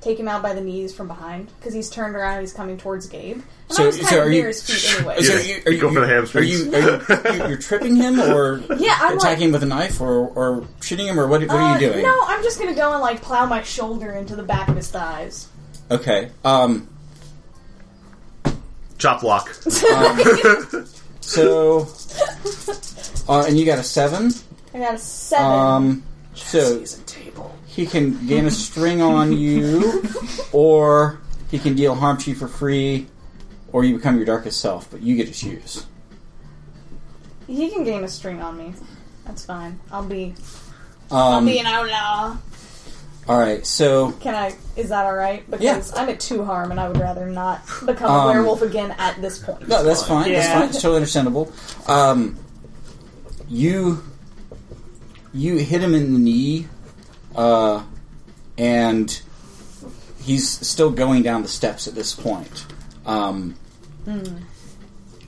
[SPEAKER 4] take him out by the knees from behind because he's turned around. and He's coming towards Gabe. And I
[SPEAKER 5] So-
[SPEAKER 4] was kind
[SPEAKER 5] so
[SPEAKER 4] of
[SPEAKER 5] are
[SPEAKER 4] near
[SPEAKER 5] you-
[SPEAKER 4] his feet anyway.
[SPEAKER 5] So
[SPEAKER 2] Yeah,
[SPEAKER 5] are
[SPEAKER 2] you go for the hamstrings.
[SPEAKER 5] Are you, are you, you you're tripping him or
[SPEAKER 4] Yeah, I'm
[SPEAKER 5] attacking
[SPEAKER 4] like-
[SPEAKER 5] him with a knife or, or shooting him or what, what are you
[SPEAKER 4] Uh,
[SPEAKER 5] doing?
[SPEAKER 4] No, I'm just gonna go and like plow my shoulder into the back of his thighs.
[SPEAKER 5] Okay. Um,
[SPEAKER 2] chop block.
[SPEAKER 5] so uh, and you got a 7.
[SPEAKER 4] I got a seven.
[SPEAKER 5] Um, so
[SPEAKER 4] table.
[SPEAKER 5] he can gain a string on you or he can deal harm to you for free or you become your darkest self, but you get to choose.
[SPEAKER 4] He can gain a string on me. That's fine. I'll be. I'll
[SPEAKER 5] Um,
[SPEAKER 4] be an outlaw.
[SPEAKER 5] all right. So
[SPEAKER 4] Can I? Is that all right? Because I'm at two harm, and I would rather not become
[SPEAKER 5] Um,
[SPEAKER 4] a werewolf again at this point.
[SPEAKER 5] No, that's fine. That's
[SPEAKER 1] Yeah.
[SPEAKER 5] fine. It's totally understandable. Um, you you hit him in the knee, uh, and he's still going down the steps at this point. Um,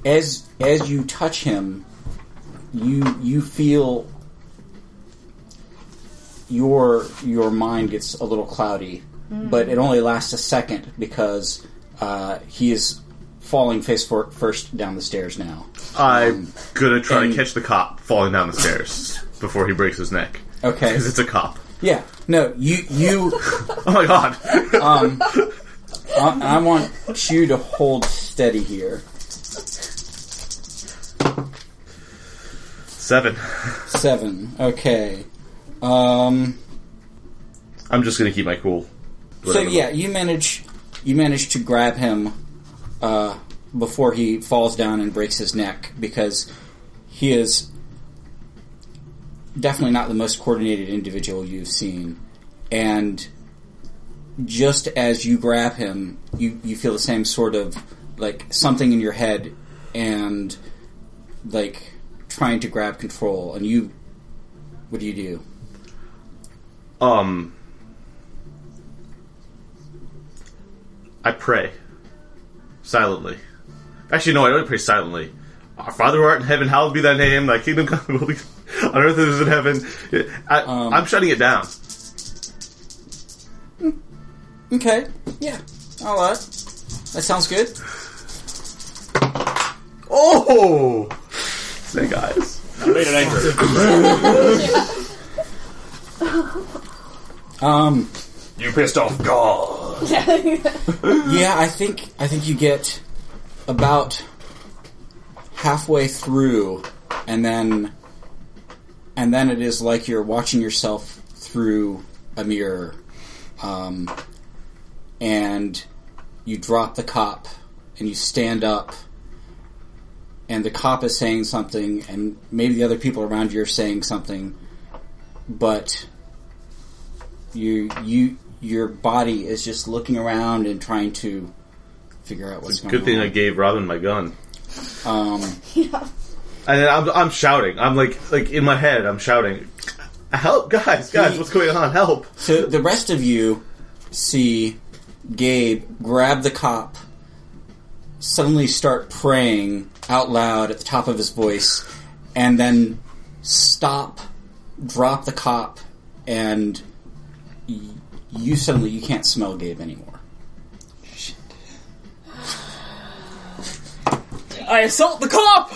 [SPEAKER 5] As as you touch him, you you feel your your mind gets a little cloudy, but it only lasts a second because uh, he is falling face for, first down the stairs now.
[SPEAKER 2] I'm gonna try
[SPEAKER 5] and-
[SPEAKER 2] to catch the cop falling down the stairs before he breaks his neck
[SPEAKER 5] Okay.
[SPEAKER 2] because it's a cop.
[SPEAKER 5] Yeah. No, you you
[SPEAKER 2] Oh my god!
[SPEAKER 5] I, I want you to hold steady here.
[SPEAKER 2] Seven.
[SPEAKER 5] Seven. Okay. Um,
[SPEAKER 2] I'm just gonna keep my cool.
[SPEAKER 5] so
[SPEAKER 2] Whatever.
[SPEAKER 5] yeah, you manage you manage to grab him uh, before he falls down and breaks his neck because he is definitely not the most coordinated individual you've seen, and just as you grab him, you you feel the same sort of like something in your head and like trying to grab control, and you. What do you do?
[SPEAKER 2] Um, I pray silently. Actually, no, I don't pray silently. Our Father who art in heaven, hallowed be thy name. Thy kingdom come, will be on earth as in heaven. I,
[SPEAKER 7] Um.
[SPEAKER 2] I'm shutting it down.
[SPEAKER 5] Okay. Yeah. All right. That sounds good.
[SPEAKER 2] Oh, snake eyes.
[SPEAKER 3] Wait an anchor.
[SPEAKER 5] Um.
[SPEAKER 7] You pissed off God.
[SPEAKER 5] Yeah, I think I think you get about halfway through, and then and then it is like you're watching yourself through a mirror, um, and you drop the cop, and you stand up, and the cop is saying something, and maybe the other people around you are saying something, but you you your body is just looking around and trying to figure out what's going
[SPEAKER 2] Good thing
[SPEAKER 5] on.
[SPEAKER 2] I gave Robin my gun.
[SPEAKER 5] um,
[SPEAKER 4] Yeah.
[SPEAKER 2] And then I'm, I'm shouting. I'm like, like in my head, I'm shouting, "Help, guys, guys! What's going on? Help!"
[SPEAKER 5] so the rest of you see Gabe grab the cop, suddenly start praying out loud at the top of his voice, and then stop, drop the cop, and y- you suddenly you can't smell Gabe anymore.
[SPEAKER 1] I assault the cop.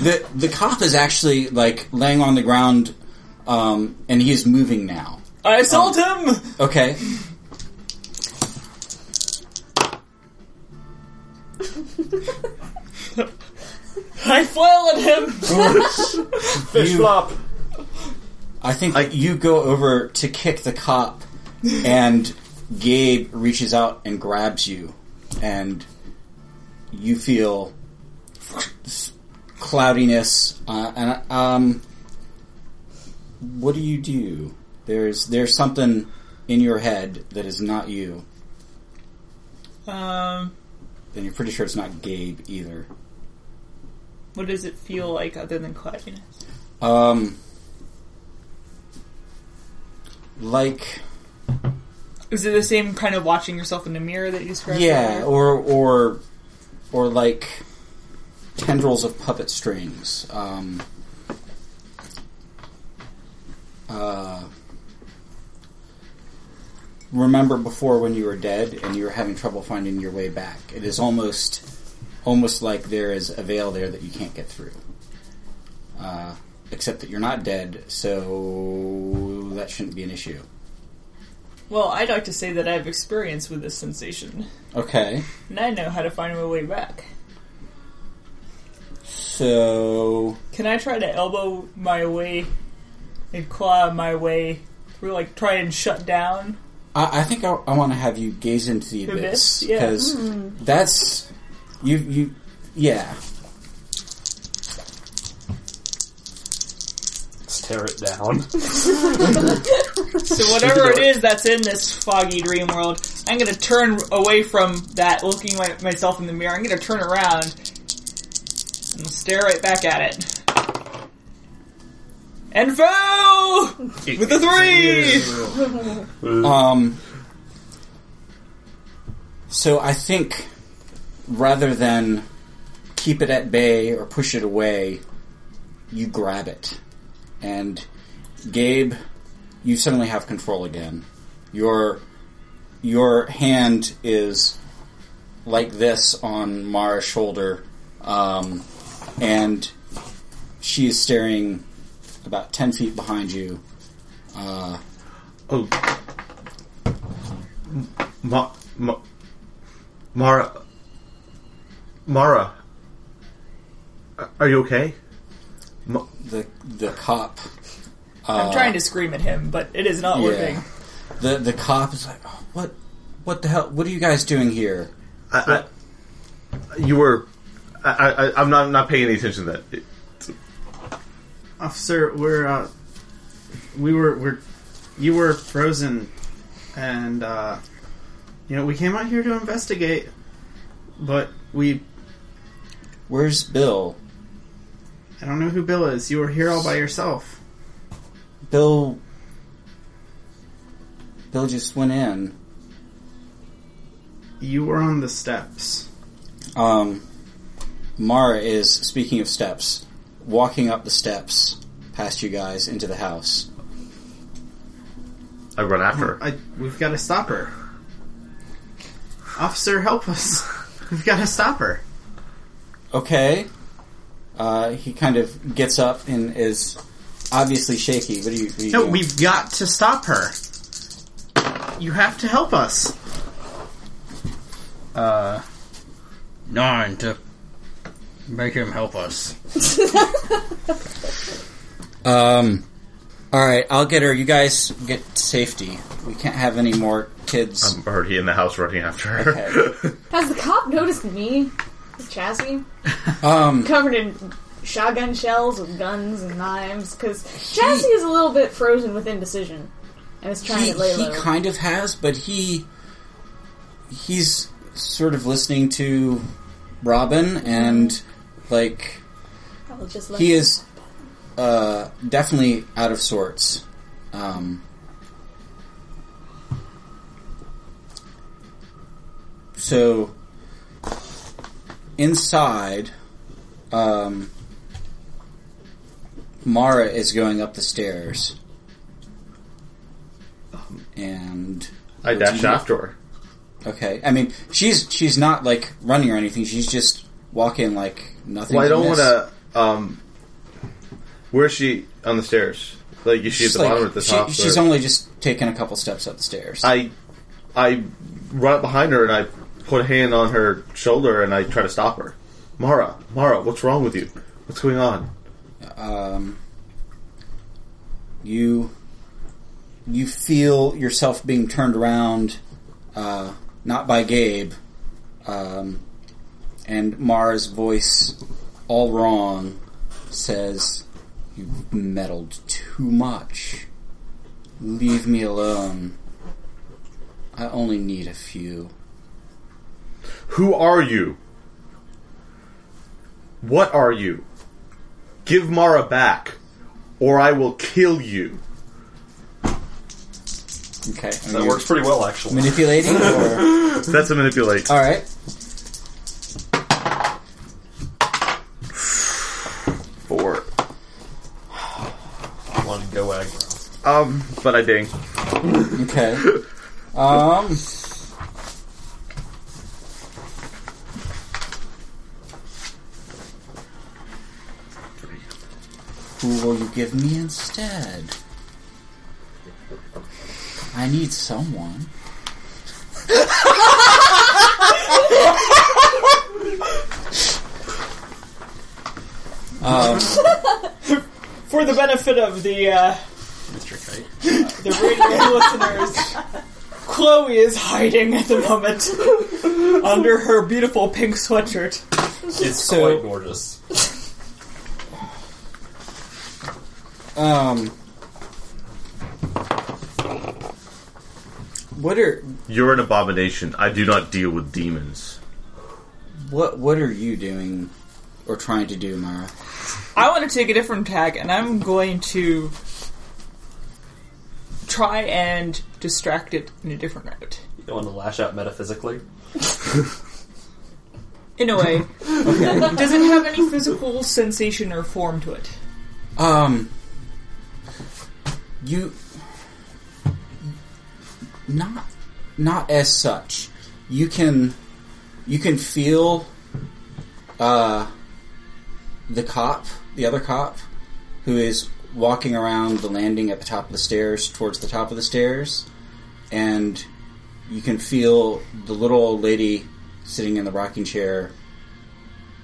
[SPEAKER 5] the the cop is actually like laying on the ground, um, and he is moving now.
[SPEAKER 1] I assault
[SPEAKER 5] Oh.
[SPEAKER 1] him.
[SPEAKER 5] Okay.
[SPEAKER 1] I flail at him.
[SPEAKER 6] Fish flop.
[SPEAKER 5] I think you go over to kick the cop, and Gabe reaches out and grabs you, and you feel cloudiness. Uh, and um, what do you do? There's there's something in your head that is not you,
[SPEAKER 1] Um,
[SPEAKER 5] and you're pretty sure it's not Gabe either.
[SPEAKER 1] what does it feel like other than cloudiness?
[SPEAKER 5] Um, like
[SPEAKER 1] Is it the same kind of watching yourself in the mirror that you described?
[SPEAKER 5] yeah,
[SPEAKER 1] earlier?
[SPEAKER 5] or or or like tendrils of puppet strings. Um, uh, remember before when you were dead and you were having trouble finding your way back. It is almost almost like there is a veil there that you can't get through. Uh, except that you're not dead, so that shouldn't be an issue.
[SPEAKER 1] Well, I'd like to say that I have experience with this sensation,
[SPEAKER 5] Okay.
[SPEAKER 1] and I know how to find my way back.
[SPEAKER 5] So
[SPEAKER 1] Can I try to elbow my way and claw my way through, like try and shut down?
[SPEAKER 5] I, I think I, I want to have you gaze into the
[SPEAKER 1] Abyss,
[SPEAKER 5] abyss
[SPEAKER 1] yeah. Hmm.
[SPEAKER 5] because that's you you yeah
[SPEAKER 7] Let's tear it down.
[SPEAKER 1] So whatever it is that's in this foggy dream world, I'm gonna turn away from that, looking at myself in the mirror. I'm gonna turn around and stare right back at it. And foul with a three.
[SPEAKER 5] um so I think rather than keep it at bay or push it away, you grab it and Gabe, you suddenly have control again. Your your hand is like this on Mara's shoulder, um, and she is staring about ten feet behind you. Uh,
[SPEAKER 2] Oh, Ma, Ma, Mara, Mara, a- are you okay? Ma-
[SPEAKER 5] the the cop.
[SPEAKER 1] I'm trying to scream at him, but it is not working.
[SPEAKER 5] The the cop is like, "Oh, what what the hell? What are you guys doing here?
[SPEAKER 2] I, I, you were. I, I, I'm not not paying any attention to that. It-
[SPEAKER 3] Officer, we're uh, we were we're you were frozen, and uh, you know we came out here to investigate, but we
[SPEAKER 5] Where's Bill?
[SPEAKER 3] I don't know who Bill is. You were here all by yourself.
[SPEAKER 5] Bill Bill just went in.
[SPEAKER 3] You were on the steps.
[SPEAKER 5] Um, Mara is speaking of steps, walking up the steps past you guys into the house.
[SPEAKER 2] I run after her.
[SPEAKER 3] I we've got to stop her. Officer, help us. We've got to stop her.
[SPEAKER 5] Okay. Uh, he kind of gets up and is obviously shaky. What do you? What are you
[SPEAKER 3] No,
[SPEAKER 5] doing?
[SPEAKER 3] we've got to stop her. You have to help us. Uh, Narn to make him help us.
[SPEAKER 5] Um, all right, I'll get her. You guys get safety. We can't have any more kids.
[SPEAKER 2] I'm already in the house running after her.
[SPEAKER 5] Okay.
[SPEAKER 4] Has the cop noticed me? Is Chassie?
[SPEAKER 5] Um,
[SPEAKER 4] Covered in shotgun shells with guns and knives, because Chassie is a little bit frozen with indecision. and is trying
[SPEAKER 5] He,
[SPEAKER 4] to lay
[SPEAKER 5] he
[SPEAKER 4] low.
[SPEAKER 5] kind of has, but he he's sort of listening to Robin and like
[SPEAKER 4] I will just let
[SPEAKER 5] he
[SPEAKER 4] him.
[SPEAKER 5] is uh, definitely out of sorts. Um, so inside, um, Mara is going up the stairs, and
[SPEAKER 2] I dashed after her.
[SPEAKER 5] okay, I mean she's she's not like running or anything. She's just walking like nothing.
[SPEAKER 2] Well, I don't want to. Um, where's she on the stairs? Like, is she at the bottom or at the top?
[SPEAKER 5] She, she's
[SPEAKER 2] or-
[SPEAKER 5] only just taken a couple steps up the stairs.
[SPEAKER 2] I, I run up behind her and I put a hand on her shoulder and I try to stop her. Mara, Mara, what's wrong with you? What's going on?
[SPEAKER 5] um, you you feel yourself being turned around, uh, not by Gabe, um, and Mara's voice, all wrong, says, "You meddled too much. Leave me alone. I only need a few."
[SPEAKER 2] Who are you? What are you? Give Mara back, or I will kill you.
[SPEAKER 5] Okay, are
[SPEAKER 7] That
[SPEAKER 5] you
[SPEAKER 7] works pretty well, actually.
[SPEAKER 5] Manipulating or.
[SPEAKER 2] That's a manipulate.
[SPEAKER 5] All right.
[SPEAKER 2] Four.
[SPEAKER 7] One go egg.
[SPEAKER 2] Um, but I ding.
[SPEAKER 5] Okay. Um. Who will you give me instead? I need someone. um,
[SPEAKER 1] For the benefit of the uh,
[SPEAKER 7] Mr. Kite.
[SPEAKER 1] the radio listeners, Chloe is hiding at the moment under her beautiful pink sweatshirt.
[SPEAKER 7] It's
[SPEAKER 5] So-
[SPEAKER 7] quite gorgeous.
[SPEAKER 5] um, what are
[SPEAKER 2] You're an abomination. I do not deal with demons.
[SPEAKER 5] What What are you doing or trying to do, Mara?
[SPEAKER 1] I want to take a different tag, and I'm going to try and distract it in a different route.
[SPEAKER 7] You don't want to lash out metaphysically.
[SPEAKER 1] In a way, does it have any physical sensation or form to it?
[SPEAKER 5] Um, you not not as such. You can you can feel uh the cop, the other cop, who is walking around the landing at the top of the stairs towards the top of the stairs, and you can feel the little old lady sitting in the rocking chair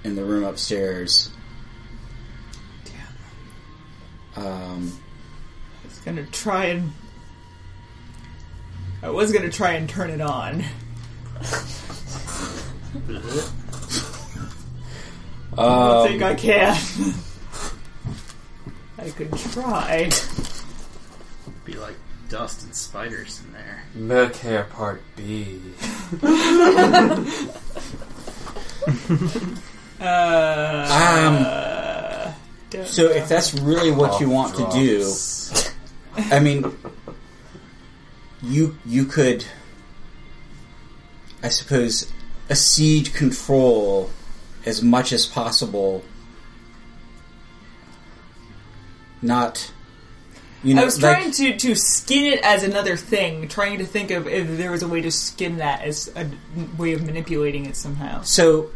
[SPEAKER 5] in the room upstairs. Um,
[SPEAKER 1] was gonna try and. I was gonna try and turn it on. I don't think I can. I could try.
[SPEAKER 3] Be like dust and spiders in there.
[SPEAKER 6] Medicare Part B.
[SPEAKER 1] Uh,
[SPEAKER 5] Um,
[SPEAKER 1] don't
[SPEAKER 5] so if that's really what you want to do, I mean, you you could, I suppose, accede control as much as possible. Not, you know,
[SPEAKER 1] I was
[SPEAKER 5] like-
[SPEAKER 1] trying to, to skin it as another thing, trying to think of if there was a way to skin that as a way of manipulating it somehow.
[SPEAKER 5] so.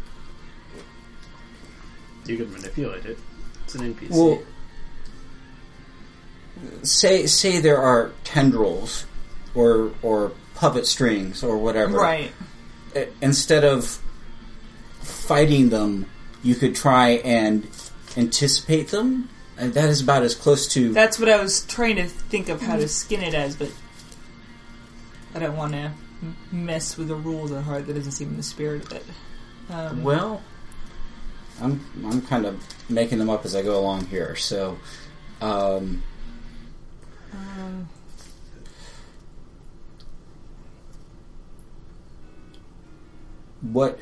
[SPEAKER 3] You could manipulate it. It's an NPC.
[SPEAKER 5] Well, say say there are tendrils, or or puppet strings or whatever.
[SPEAKER 1] Right.
[SPEAKER 5] i- instead of fighting them, you could try and anticipate them. And that is about as close to.
[SPEAKER 1] That's what I was trying to think of how to skin it as, but I don't want to mess with the rules at heart. That doesn't seem in the spirit of it. Um,
[SPEAKER 5] well, I'm I'm kind of making them up as I go along here. So, um, what?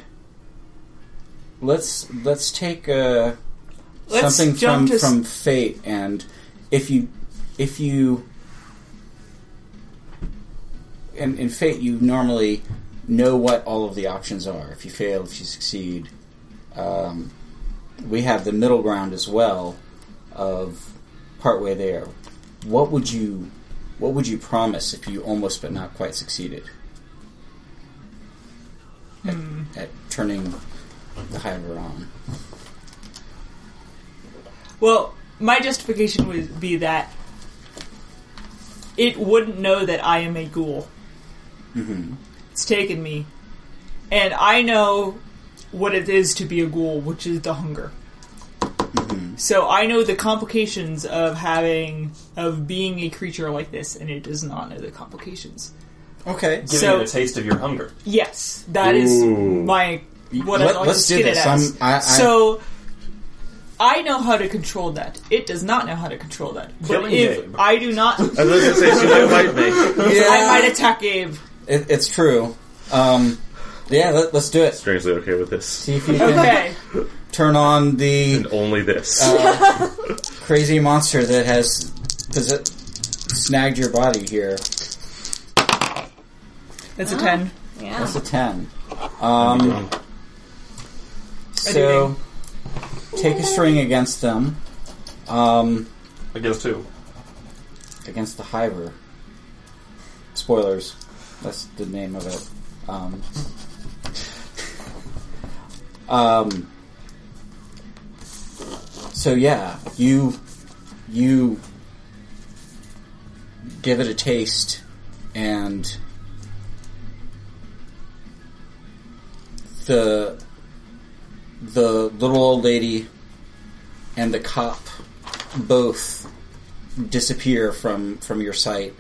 [SPEAKER 5] Let's let's take uh,
[SPEAKER 1] Let's
[SPEAKER 5] something
[SPEAKER 1] jump
[SPEAKER 5] from
[SPEAKER 1] to s-
[SPEAKER 5] from fate, and if you if you in, in fate you normally know what all of the options are. If you fail, if you succeed, um, we have the middle ground as well of partway there. What would you what would you promise if you almost but not quite succeeded at, at turning the hiver on?
[SPEAKER 1] Well, my justification would be that it wouldn't know that I am a ghoul. It's taken me, and I know what it is to be a ghoul, which is the hunger. So I know the complications of having of being a creature like this, and it does not know the complications.
[SPEAKER 5] Okay.
[SPEAKER 7] Giving
[SPEAKER 1] So-
[SPEAKER 7] it a taste of your hunger.
[SPEAKER 1] Yes, that is
[SPEAKER 2] Ooh.
[SPEAKER 1] my what
[SPEAKER 5] Let-
[SPEAKER 1] I like
[SPEAKER 5] let's
[SPEAKER 1] to
[SPEAKER 5] do
[SPEAKER 1] skin it
[SPEAKER 5] this.
[SPEAKER 1] as.
[SPEAKER 5] I'm- I- I-
[SPEAKER 1] so I know how to control that. It does not know how to control that. But
[SPEAKER 7] Killing
[SPEAKER 1] if
[SPEAKER 7] Gabe.
[SPEAKER 1] I do not,
[SPEAKER 2] I was going to say she might bite me.
[SPEAKER 1] I might attack Gabe.
[SPEAKER 5] It, it's true. Um, yeah, let, let's do it.
[SPEAKER 2] Strangely okay with this,
[SPEAKER 5] See if you can
[SPEAKER 1] Okay,
[SPEAKER 5] turn on
[SPEAKER 2] and
[SPEAKER 5] the
[SPEAKER 2] only this.
[SPEAKER 5] crazy monster that has possess- snagged your body here.
[SPEAKER 1] that's a ten.
[SPEAKER 4] Yeah.
[SPEAKER 5] That's a ten. Um, so take a string against them. Um,
[SPEAKER 7] Against who?
[SPEAKER 5] against the Hiver. Spoilers. That's the name of it. Um, um, so yeah, you you give it a taste and the the little old lady and the cop both disappear from from your sight.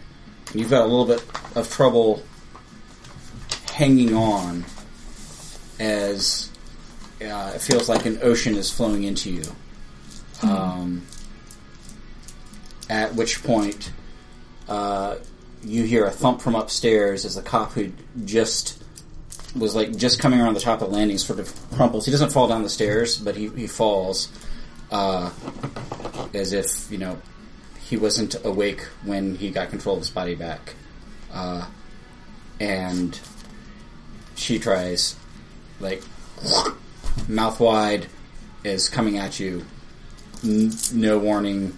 [SPEAKER 5] And you've got a little bit of trouble hanging on as uh, it feels like an ocean is flowing into you. Um, at which point, uh, you hear a thump from upstairs as the cop who just was like just coming around the top of the landing sort of crumples. He doesn't fall down the stairs, but he, he falls uh, as if, you know, he wasn't awake when he got control of his body back. Uh, and she tries, like, mouth wide, is coming at you. N- no warning.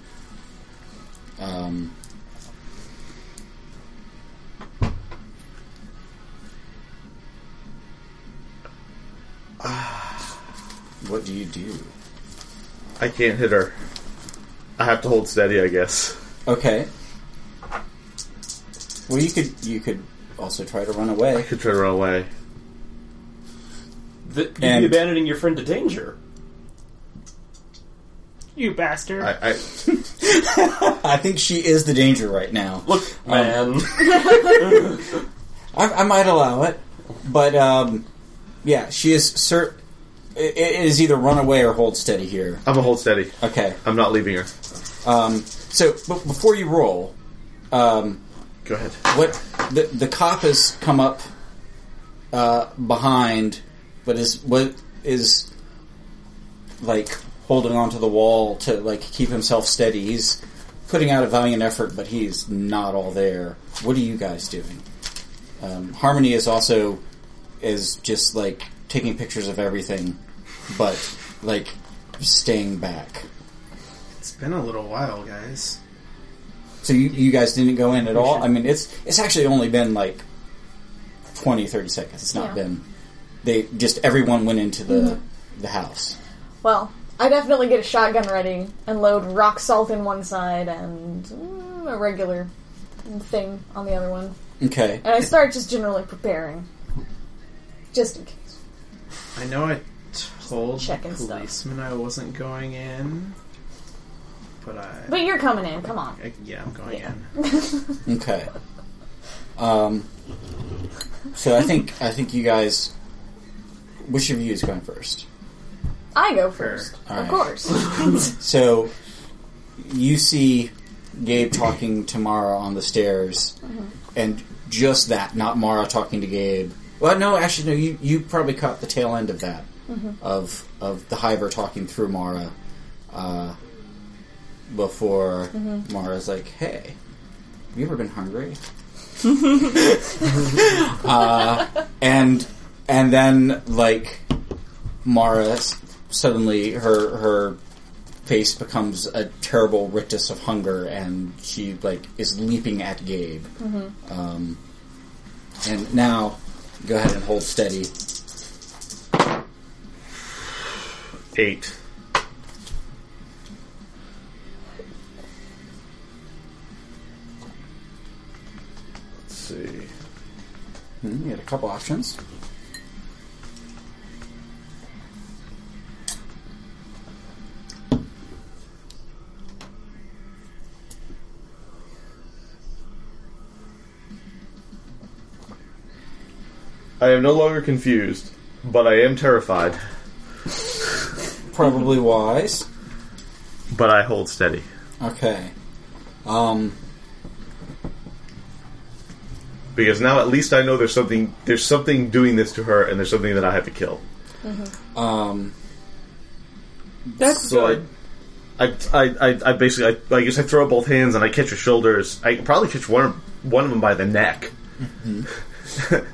[SPEAKER 5] Um, what do you do?
[SPEAKER 2] I can't hit her. I have to hold steady, I guess.
[SPEAKER 5] Okay. Well, you could you could also try to run away.
[SPEAKER 2] Could try to run away.
[SPEAKER 7] Th- you'd
[SPEAKER 5] And-
[SPEAKER 7] be abandoning your friend to danger.
[SPEAKER 1] You bastard.
[SPEAKER 2] I, I
[SPEAKER 5] I think she is the danger right now. Um,
[SPEAKER 7] Look, man.
[SPEAKER 5] I, I might allow it, but um, yeah, she is cert. It it is either run away or hold steady here.
[SPEAKER 2] I'm a hold steady.
[SPEAKER 5] Okay.
[SPEAKER 2] I'm not leaving her.
[SPEAKER 5] Um, so, but before you roll, um,
[SPEAKER 2] Go ahead.
[SPEAKER 5] what the the cop has come up uh, behind, but is what is like holding onto the wall to like keep himself steady. He's putting out a valiant effort, but he's not all there. What are you guys doing? Um, Harmony is also is just like taking pictures of everything, but like staying back.
[SPEAKER 3] It's been a little while, guys.
[SPEAKER 5] So you, you guys didn't go in at all? I mean, it's it's actually only been like 20, 30 seconds. It's not
[SPEAKER 4] Yeah. Mm-hmm.
[SPEAKER 5] been. They just everyone went into the the house.
[SPEAKER 4] Well, I definitely get a shotgun ready and load rock salt in one side and mm, a regular thing on the other one.
[SPEAKER 5] Okay.
[SPEAKER 4] And I start just generally preparing. Just in case.
[SPEAKER 3] I know I told
[SPEAKER 4] Checking
[SPEAKER 3] the
[SPEAKER 4] stuff.
[SPEAKER 3] policeman I wasn't going in, but I.
[SPEAKER 4] But you're coming in, come on.
[SPEAKER 3] I- yeah, I'm going
[SPEAKER 4] Yeah.
[SPEAKER 3] in.
[SPEAKER 5] Okay. Um. So I think I think you guys. Which of you is going first?
[SPEAKER 4] I go first.
[SPEAKER 5] All right.
[SPEAKER 4] Of course.
[SPEAKER 5] So you see Gabe talking to Mara on the stairs, and just that, not Mara talking to Gabe, Well, no, actually, no. You, you probably caught the tail end of that of of the Hiver talking through Mara uh, before Mara's like, "Hey, have you ever been hungry?" uh, and and then like Mara s- suddenly her her face becomes a terrible rictus of hunger, and she like is leaping at Gabe. Um, and now, go ahead and hold steady.
[SPEAKER 2] Eight. Let's see.
[SPEAKER 5] Hmm, You had a couple options.
[SPEAKER 2] I am no longer confused, but I am terrified.
[SPEAKER 5] Probably wise.
[SPEAKER 2] But I hold steady.
[SPEAKER 5] Okay. Um,
[SPEAKER 2] Because now at least I know there's something there's something doing this to her and there's something that I have to kill.
[SPEAKER 5] um,
[SPEAKER 1] That's
[SPEAKER 2] So
[SPEAKER 1] good.
[SPEAKER 2] I, I, I, I basically, I, I guess I throw up both hands and I catch her shoulders. I probably catch one, one of them by the neck. and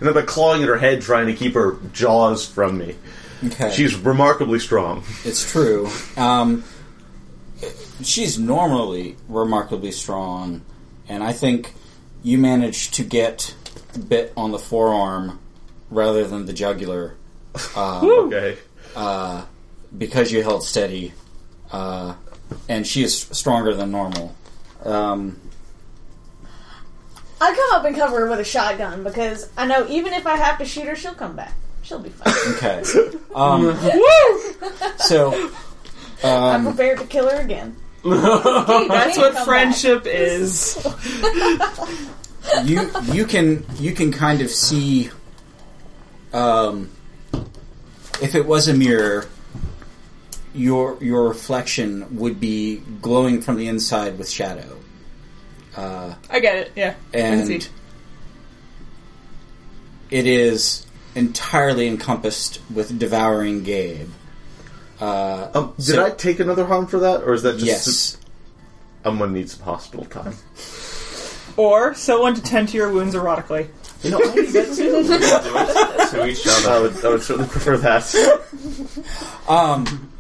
[SPEAKER 2] I'm like clawing at her head, trying to keep her jaws from me.
[SPEAKER 5] okay.
[SPEAKER 2] She's remarkably strong.
[SPEAKER 5] It's true. Um, she's normally remarkably strong, and I think you managed to get bit on the forearm rather than the jugular
[SPEAKER 2] Okay.
[SPEAKER 5] because you held steady, uh, and she is stronger than normal. Um,
[SPEAKER 4] I come up and cover her with a shotgun because I know even if I have to shoot her, she'll come back. She'll be fine.
[SPEAKER 5] okay. Um, so
[SPEAKER 4] I'm prepared to kill her again.
[SPEAKER 1] That's what friendship is.
[SPEAKER 5] you you can you can kind of see um, if it was a mirror your your reflection would be glowing from the inside with shadow
[SPEAKER 1] I get it. Yeah. I
[SPEAKER 5] and
[SPEAKER 1] see.
[SPEAKER 5] it is entirely encompassed with devouring Gabe. Uh,
[SPEAKER 2] Um, did
[SPEAKER 5] So-
[SPEAKER 2] I take another harm for that, or is that just
[SPEAKER 5] yes,
[SPEAKER 2] I'm gonna need some hospital time?
[SPEAKER 1] Or someone to tend to your wounds erotically.
[SPEAKER 2] You know, I need that too.
[SPEAKER 7] So each
[SPEAKER 2] I
[SPEAKER 7] down
[SPEAKER 2] would, I would certainly prefer that.
[SPEAKER 5] um,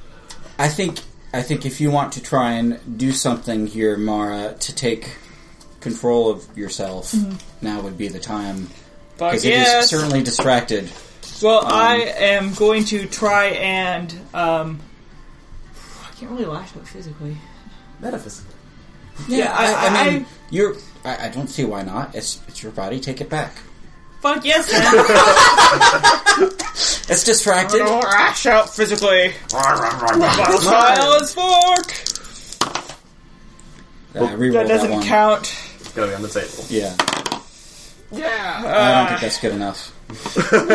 [SPEAKER 5] I think I think if you want to try and do something here, Mara, to take control of yourself, now would be the time.
[SPEAKER 1] Fuck
[SPEAKER 5] Because it is um,
[SPEAKER 1] yes.
[SPEAKER 5] certainly distracted.
[SPEAKER 1] Well, I am going to try and um, I can't really lash out physically.
[SPEAKER 6] Metaphysical.
[SPEAKER 5] Yeah,
[SPEAKER 1] I-
[SPEAKER 5] I, I, mean,
[SPEAKER 1] I-
[SPEAKER 5] you're. I, I don't see why not. It's it's your body. Take it back.
[SPEAKER 1] Fuck yes, man.
[SPEAKER 5] It's distracted.
[SPEAKER 1] Don't lash out physically. Volatile as fork.
[SPEAKER 5] Yeah, I rerolled
[SPEAKER 1] That doesn't
[SPEAKER 5] Uh, one.
[SPEAKER 1] count.
[SPEAKER 7] It's gonna be on the table.
[SPEAKER 5] Yeah, I don't
[SPEAKER 1] Yeah.
[SPEAKER 5] think that's good enough. That's, that's only,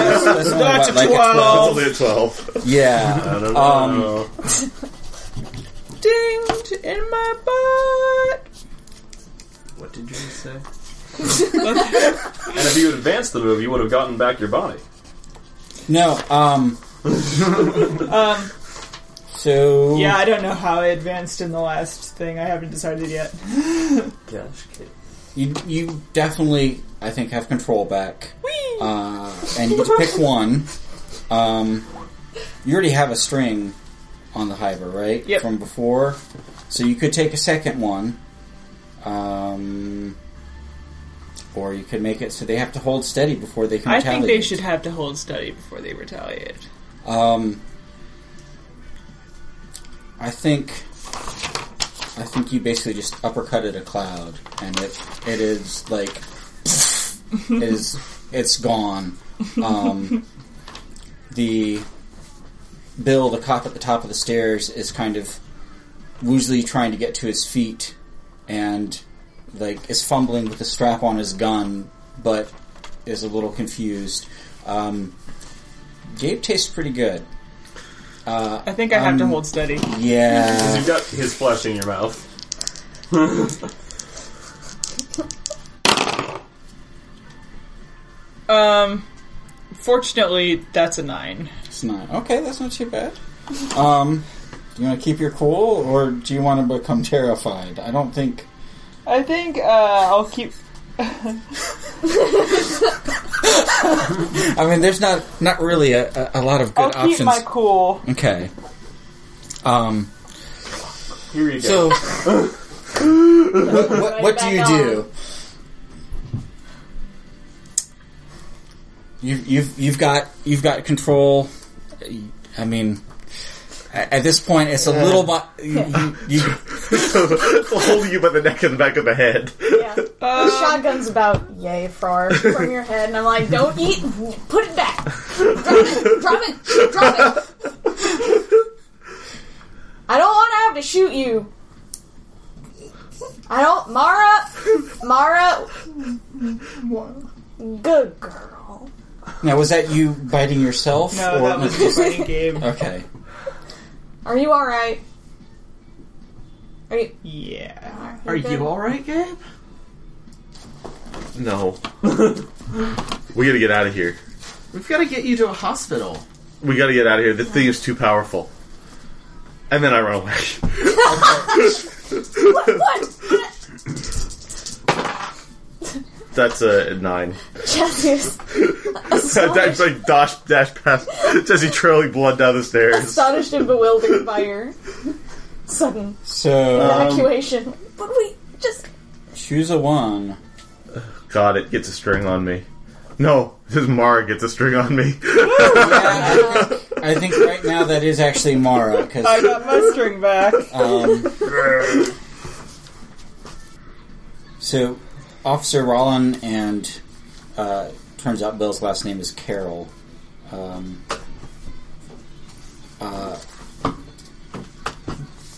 [SPEAKER 1] That's
[SPEAKER 5] what,
[SPEAKER 1] a
[SPEAKER 5] like a 12.
[SPEAKER 2] Only a twelve.
[SPEAKER 5] Yeah.
[SPEAKER 7] I don't
[SPEAKER 5] Um,
[SPEAKER 7] know.
[SPEAKER 1] Uh, dinged in my butt.
[SPEAKER 6] What did you just say?
[SPEAKER 7] and if you advanced the move, you would have gotten back your body.
[SPEAKER 5] No. Um.
[SPEAKER 1] Um,
[SPEAKER 5] So.
[SPEAKER 1] yeah, I don't know how I advanced in the last thing. I haven't decided yet.
[SPEAKER 6] Gosh, kid.
[SPEAKER 5] You you definitely I think have control back.
[SPEAKER 1] Whee!
[SPEAKER 5] Uh, and you get to pick one. Um. You already have a string on the hiver, right?
[SPEAKER 1] Yep.
[SPEAKER 5] From before, so you could take a second one. Um. Or you could make it so they have to hold steady before they can
[SPEAKER 1] I
[SPEAKER 5] retaliate.
[SPEAKER 1] think they should have to hold steady before they retaliate.
[SPEAKER 5] Um, I think, I think you basically just uppercutted a cloud, and it it is like it is it's gone. Um, the Bill, the cop at the top of the stairs, is kind of woozily trying to get to his feet, and like is fumbling with the strap on his gun, but is a little confused. Um, Gabe tastes pretty good.
[SPEAKER 1] I think I have to
[SPEAKER 5] Um,
[SPEAKER 1] hold steady.
[SPEAKER 5] Yeah.
[SPEAKER 7] You've got his flesh in your mouth.
[SPEAKER 1] Um, Fortunately, that's a nine.
[SPEAKER 5] It's not okay. That's not too bad. Um, do you want to keep your cool, or do you want to become terrified? I don't think.
[SPEAKER 1] I think uh, I'll keep.
[SPEAKER 5] I mean, there's not not really a, a, a lot of good
[SPEAKER 1] I'll keep
[SPEAKER 5] options.
[SPEAKER 1] my cool.
[SPEAKER 5] okay. Um.
[SPEAKER 7] Here you go.
[SPEAKER 5] So, what, what, what do you
[SPEAKER 4] back
[SPEAKER 5] do? You've, you've you've got you've got control. I mean, a- at this point, it's a little. Bu- you, you, you,
[SPEAKER 2] holding you by the neck and the back of the head.
[SPEAKER 4] Yeah. the shotgun's about yay far from your head, and I'm like, don't eat, put it back. Drop it, drop it, drop it. I don't want to have to shoot you. I don't, Mara, Mara, good girl.
[SPEAKER 5] now, was that you biting yourself?
[SPEAKER 1] No, that was the fighting game.
[SPEAKER 5] okay.
[SPEAKER 4] Are you all right? Are you?
[SPEAKER 1] Yeah.
[SPEAKER 3] Are
[SPEAKER 4] good?
[SPEAKER 3] you alright, Gabe?
[SPEAKER 2] No. we gotta get out of here.
[SPEAKER 3] We've got to get you to a hospital.
[SPEAKER 2] We gotta get out of here. This thing is too powerful. And then I run away. That's a nine.
[SPEAKER 4] Jesse is
[SPEAKER 2] That's like dash dash past Jesse trailing blood down the stairs.
[SPEAKER 4] astonished and bewildered by your sudden
[SPEAKER 5] So
[SPEAKER 3] Um,
[SPEAKER 4] evacuation. But we just
[SPEAKER 5] choose a one.
[SPEAKER 2] God, it gets a string on me. No, this Mara gets a string on me.
[SPEAKER 5] I think right now that is actually Mara because
[SPEAKER 1] I got my string back.
[SPEAKER 5] Um, so, Officer Rollin and uh, turns out Bill's last name is Carroll. Um, uh,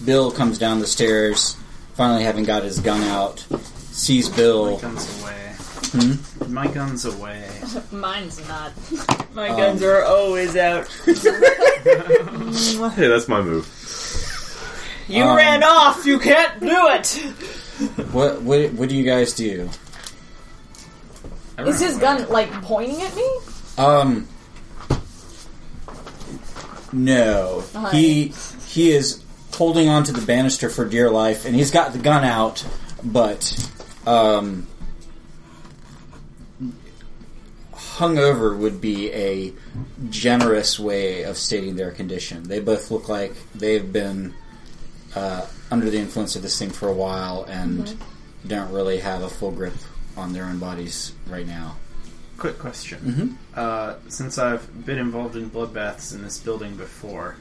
[SPEAKER 5] Bill comes down the stairs, finally having got his gun out, sees
[SPEAKER 3] My
[SPEAKER 5] Bill.
[SPEAKER 3] gun's away. My gun's away.
[SPEAKER 4] mine's not.
[SPEAKER 1] My guns are always out.
[SPEAKER 2] hey, that's my move.
[SPEAKER 1] You
[SPEAKER 5] Um,
[SPEAKER 1] ran off. You can't do it.
[SPEAKER 5] What, what what do you guys do?
[SPEAKER 4] Is his gun like pointing at me?
[SPEAKER 5] Um. No,
[SPEAKER 4] Hi.
[SPEAKER 5] he he is holding onto the banister for dear life, and he's got the gun out, but um, hungover would be a generous way of stating their condition. They both look like they've been uh, under the influence of this thing for a while and don't really have a full grip on their own bodies right now.
[SPEAKER 3] Quick question. Uh, since I've been involved in bloodbaths in this building before,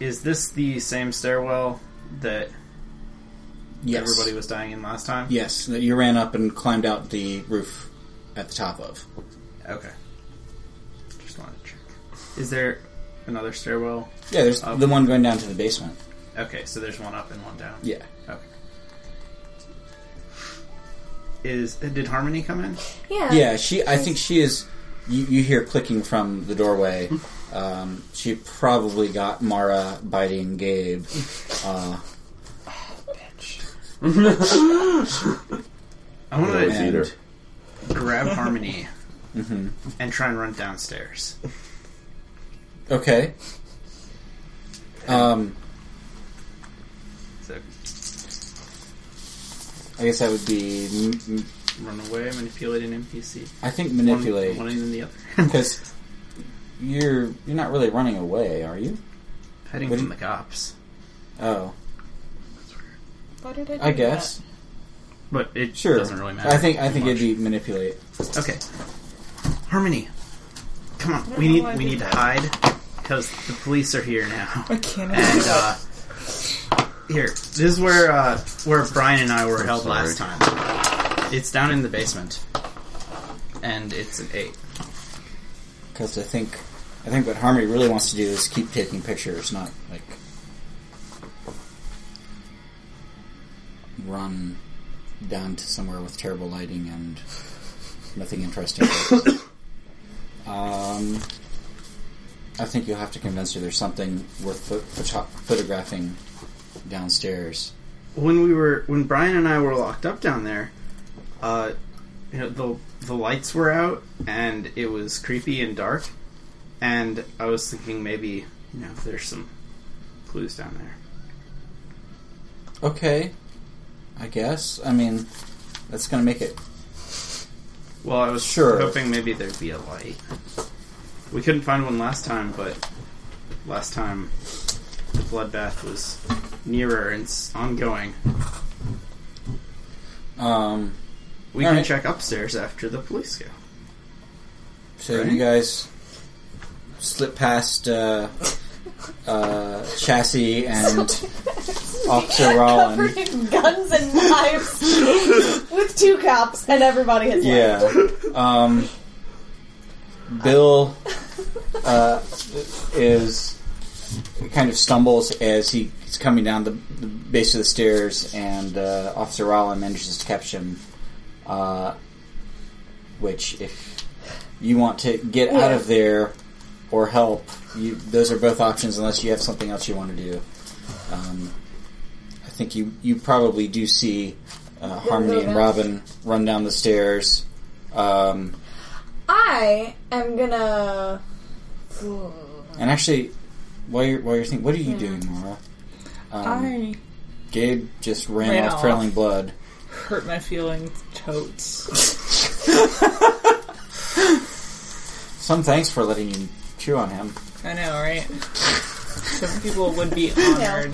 [SPEAKER 3] is this the same stairwell that
[SPEAKER 5] Yes.
[SPEAKER 3] everybody was dying in last time?
[SPEAKER 5] Yes, that you ran up and climbed out the roof at the top of.
[SPEAKER 3] Okay. Just wanted to check. Is there another stairwell?
[SPEAKER 5] Yeah, there's
[SPEAKER 3] Up.
[SPEAKER 5] the one going down to the basement.
[SPEAKER 3] Okay, so there's one up and one down.
[SPEAKER 5] Yeah.
[SPEAKER 3] Okay. Is did Harmony come in?
[SPEAKER 4] Yeah.
[SPEAKER 5] Yeah, she. I think she is. You, you hear clicking from the doorway.
[SPEAKER 3] Hmm.
[SPEAKER 5] Um, she probably got Mara biting Gabe. Uh,
[SPEAKER 3] I want to
[SPEAKER 5] and
[SPEAKER 2] Eater.
[SPEAKER 3] grab Harmony
[SPEAKER 5] Mm-hmm.
[SPEAKER 3] and try and run downstairs.
[SPEAKER 5] okay. Um,
[SPEAKER 3] So
[SPEAKER 5] I guess that would be. m- m-
[SPEAKER 3] run away, manipulate an NPC.
[SPEAKER 5] I think
[SPEAKER 3] One-
[SPEAKER 5] manipulate
[SPEAKER 3] one, and the other.
[SPEAKER 5] because you're you're not really running away, are you?
[SPEAKER 3] Hiding
[SPEAKER 5] What
[SPEAKER 3] from
[SPEAKER 5] do
[SPEAKER 3] the cops.
[SPEAKER 5] Oh,
[SPEAKER 1] Why did do
[SPEAKER 5] I guess.
[SPEAKER 3] But it
[SPEAKER 5] Sure.
[SPEAKER 3] doesn't really matter.
[SPEAKER 5] I think I think
[SPEAKER 3] much.
[SPEAKER 5] it'd be manipulate.
[SPEAKER 3] okay. Harmony, come on. We
[SPEAKER 1] know
[SPEAKER 3] need
[SPEAKER 1] why I
[SPEAKER 3] we
[SPEAKER 1] did
[SPEAKER 3] need to
[SPEAKER 1] that.
[SPEAKER 3] hide because the police are here now.
[SPEAKER 1] that? I can't.
[SPEAKER 3] And uh, here, this is where uh, where Brian and I were
[SPEAKER 5] Oh,
[SPEAKER 3] held last time. It's down in the basement, and it's an eight.
[SPEAKER 5] because I think I think what Harmony really wants to do is keep taking pictures, not like run down to somewhere with terrible lighting and nothing interesting. um, I think you'll have to convince her there's something worth pho- photo- photographing downstairs.
[SPEAKER 3] When we were when Brian and I were locked up down there, uh, you know, the the lights were out and it was creepy and dark, and I was thinking maybe you know if there's some clues down there.
[SPEAKER 5] Okay, I guess. I mean, that's gonna make it.
[SPEAKER 3] Well, I was
[SPEAKER 5] Sure.
[SPEAKER 3] hoping maybe there'd be a light. We couldn't find one last time, but last time the bloodbath was nearer and s- ongoing.
[SPEAKER 5] Um,
[SPEAKER 3] We
[SPEAKER 5] All
[SPEAKER 3] can
[SPEAKER 5] right.
[SPEAKER 3] check upstairs after the police go.
[SPEAKER 5] so
[SPEAKER 3] Right.
[SPEAKER 5] you guys slip past uh, uh, chassis and officer Rollin.
[SPEAKER 4] Covered in guns and knives with two cops, and everybody has left.
[SPEAKER 5] Yeah. Um, Bill uh, is kind of stumbles as he- he's coming down the, the base of the stairs, and uh, Officer Rollin manages to catch him. Uh, which, if you want to get out of there or help, you, those are both options. Unless you have something else you want to do. Um, I think you you probably do see uh, Harmony and
[SPEAKER 4] down.
[SPEAKER 5] Robin run down the stairs. Um,
[SPEAKER 4] I am gonna.
[SPEAKER 5] and actually, while you're, while you're thinking, what are you doing, Mara? Um,
[SPEAKER 1] I
[SPEAKER 5] Gabe just ran,
[SPEAKER 1] Ran
[SPEAKER 5] off,
[SPEAKER 1] off.
[SPEAKER 5] trailing blood.
[SPEAKER 1] hurt my feelings totes.
[SPEAKER 5] Some thanks for letting you chew on him.
[SPEAKER 1] I know, right? Some people would be honored.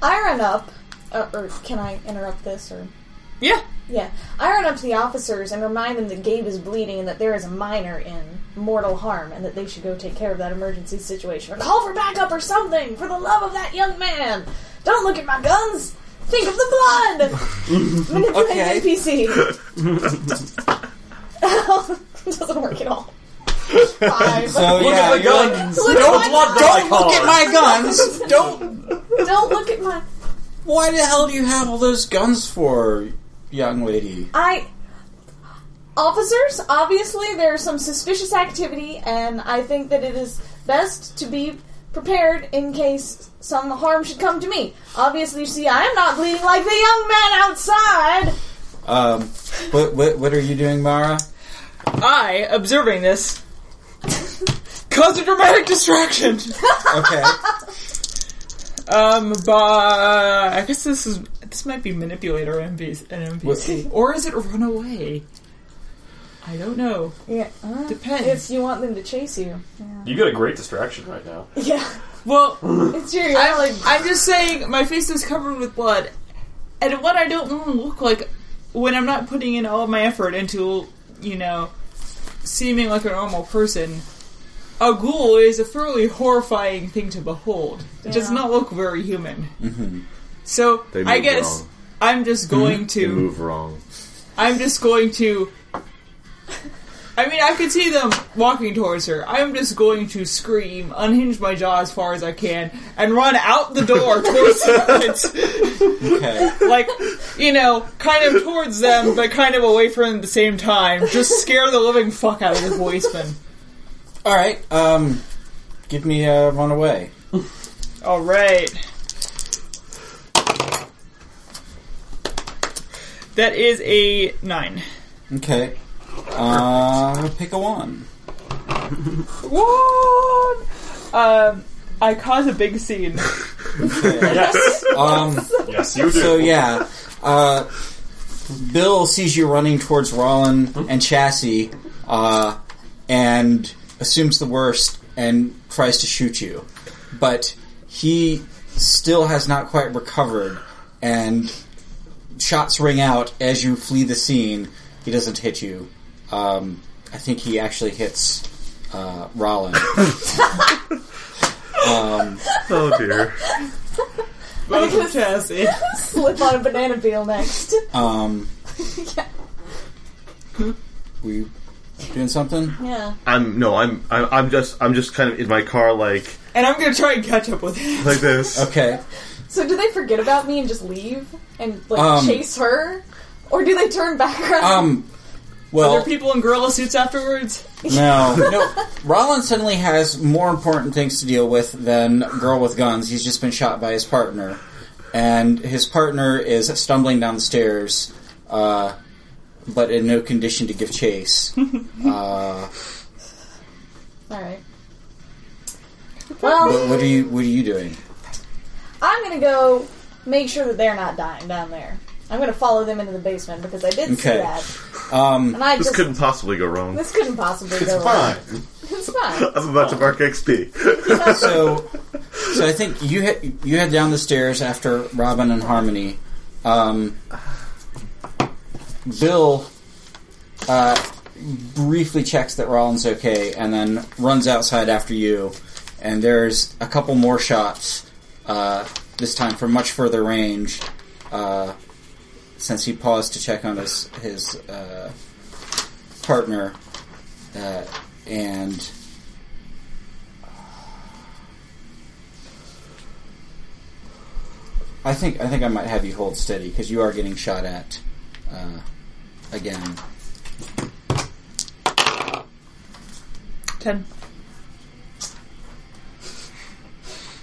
[SPEAKER 4] I run up, uh, or can I interrupt this? Or
[SPEAKER 1] Yeah.
[SPEAKER 4] yeah, I run up to the officers and remind them that Gabe is bleeding and that there is a minor in mortal harm, and that they should go take care of that emergency situation or call for backup or something. For the love of that young man, don't look at my guns. Think of the blood. Manipulate
[SPEAKER 5] Okay.
[SPEAKER 4] NPC. Doesn't work at all. Five.
[SPEAKER 5] So Oh, yeah,
[SPEAKER 7] the
[SPEAKER 5] you're like,
[SPEAKER 7] guns.
[SPEAKER 4] Look at
[SPEAKER 5] don't,
[SPEAKER 4] my
[SPEAKER 5] want-
[SPEAKER 4] guns.
[SPEAKER 5] don't look at my guns. Don't.
[SPEAKER 4] Don't look at my.
[SPEAKER 5] Why the hell do you have all those guns for, young lady?
[SPEAKER 4] I. Officers, obviously there's some suspicious activity, and I think that it is best to be prepared in case some harm should come to me. Obviously, you see, I am not bleeding like the young man outside.
[SPEAKER 5] Um, what, what what are you doing, Mara?
[SPEAKER 1] I, observing this, caused a dramatic distraction.
[SPEAKER 5] Okay.
[SPEAKER 1] Um, but I guess this is this might be manipulator NPC, an NPC, or is it run away? I don't know.
[SPEAKER 4] Yeah, uh,
[SPEAKER 1] Depends.
[SPEAKER 4] If you want them to chase you,
[SPEAKER 7] You got a great distraction right now.
[SPEAKER 4] yeah,
[SPEAKER 1] well,
[SPEAKER 4] it's true. You're
[SPEAKER 1] I'm,
[SPEAKER 4] not like
[SPEAKER 1] I'm just saying my face is covered with blood, and what I don't want to look like when I'm not putting in all of my effort into you know seeming like a normal person. A ghoul is a thoroughly horrifying thing to behold. It does
[SPEAKER 4] Yeah.
[SPEAKER 1] not look very human. So
[SPEAKER 8] Mm-hmm. They
[SPEAKER 1] I
[SPEAKER 8] move
[SPEAKER 1] guess
[SPEAKER 8] wrong. Mm-hmm.
[SPEAKER 1] I'm just going to
[SPEAKER 8] They move wrong.
[SPEAKER 1] I'm just going to. I mean, I could see them walking towards her. I'm just going to scream, unhinge my jaw as far as I can, and run out the door towards the
[SPEAKER 5] Okay.
[SPEAKER 1] like, you know, kind of towards them, but kind of away from them at the same time. Just scare the living fuck out of the policeman.
[SPEAKER 5] All right. Um, give me a runaway.
[SPEAKER 1] All right. That is a nine.
[SPEAKER 5] Okay. Uh, pick a one.
[SPEAKER 1] What? Um, I cause a big scene.
[SPEAKER 7] Yes.
[SPEAKER 5] Um,
[SPEAKER 7] yes, you do.
[SPEAKER 5] so yeah, uh, Bill sees you running towards Rollin and Chassis, uh, and assumes the worst and tries to shoot you, but he still has not quite recovered, and shots ring out as you flee the scene. He doesn't hit you. Um, I think he actually hits uh, Rollin.
[SPEAKER 8] Oh dear.
[SPEAKER 1] Welcome, Chassis.
[SPEAKER 4] slip on a banana peel next.
[SPEAKER 5] Um, Were you doing something?
[SPEAKER 4] Yeah,
[SPEAKER 8] I'm no. I'm. I'm I'm just. I'm just kind of in my car, like
[SPEAKER 1] And I'm gonna try and catch up with him.
[SPEAKER 8] like this.
[SPEAKER 5] Okay.
[SPEAKER 4] So do they forget about me and just leave and like
[SPEAKER 5] Um,
[SPEAKER 4] chase her, or do they turn back around?
[SPEAKER 5] Um.
[SPEAKER 1] Are there
[SPEAKER 5] Well,
[SPEAKER 1] people in gorilla suits afterwards?
[SPEAKER 5] no, no. Rollin suddenly has more important things to deal with than girl with guns. He's just been shot by his partner, and his partner is stumbling down the stairs, uh, but in no condition to give chase. uh,
[SPEAKER 4] Alright. Well,
[SPEAKER 5] but what are you? What are you doing?
[SPEAKER 4] I'm gonna go make sure that they're not dying down there. I'm gonna follow them into the basement because I did see
[SPEAKER 5] Okay.
[SPEAKER 4] that.
[SPEAKER 5] Um,
[SPEAKER 4] And I
[SPEAKER 8] This
[SPEAKER 4] just.
[SPEAKER 8] couldn't possibly go wrong.
[SPEAKER 4] this couldn't possibly go wrong. It's fine.
[SPEAKER 8] I'm about to mark XP.
[SPEAKER 5] so, so I think you hit, you head down the stairs after Robin and Harmony. Um, Bill uh, briefly checks that Rollins okay, and then runs outside after you. And there's a couple more shots. Uh, this time from much further range. Uh, since he paused to check on his his uh, partner, uh, and. I think I think I might have you hold steady because you are getting shot at uh, again.
[SPEAKER 1] Ten.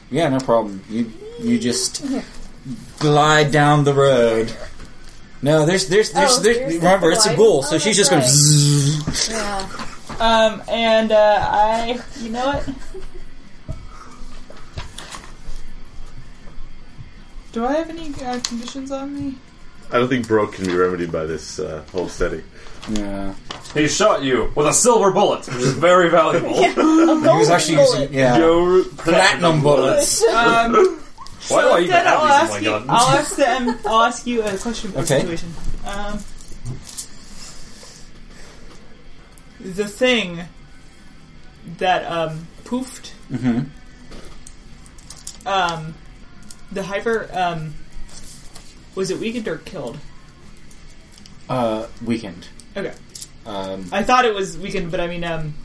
[SPEAKER 5] Yeah, no problem. You you just glide down the road. No, there's there's there's,
[SPEAKER 4] Oh,
[SPEAKER 5] there's,
[SPEAKER 4] there's the
[SPEAKER 5] remember it's a
[SPEAKER 4] glide.
[SPEAKER 5] ghoul, so
[SPEAKER 4] Oh,
[SPEAKER 5] she's just
[SPEAKER 4] that's
[SPEAKER 5] going.
[SPEAKER 4] right.
[SPEAKER 5] zzzz.
[SPEAKER 4] Yeah.
[SPEAKER 1] Um, and uh, I, you know what? Do I have any uh, conditions on me?
[SPEAKER 8] I don't think broke can be remedied by this uh, hold steady.
[SPEAKER 5] Yeah,
[SPEAKER 7] He shot you with a silver bullet, which is very valuable.
[SPEAKER 5] he was actually using yeah
[SPEAKER 7] Your
[SPEAKER 5] platinum bullets.
[SPEAKER 1] Um,
[SPEAKER 7] Why do I even
[SPEAKER 1] then
[SPEAKER 7] have
[SPEAKER 1] I'll
[SPEAKER 7] these
[SPEAKER 1] ask
[SPEAKER 7] in my
[SPEAKER 1] you.
[SPEAKER 7] gun?
[SPEAKER 1] I'll ask them. I'll ask you a question for
[SPEAKER 5] Okay.
[SPEAKER 1] situation. Um, the thing that um, poofed
[SPEAKER 5] hmm
[SPEAKER 1] um, the hyper um, was it weakened or killed?
[SPEAKER 5] Uh, weakened.
[SPEAKER 1] Okay,
[SPEAKER 5] Um,
[SPEAKER 1] I thought it was weakened, but I mean, um,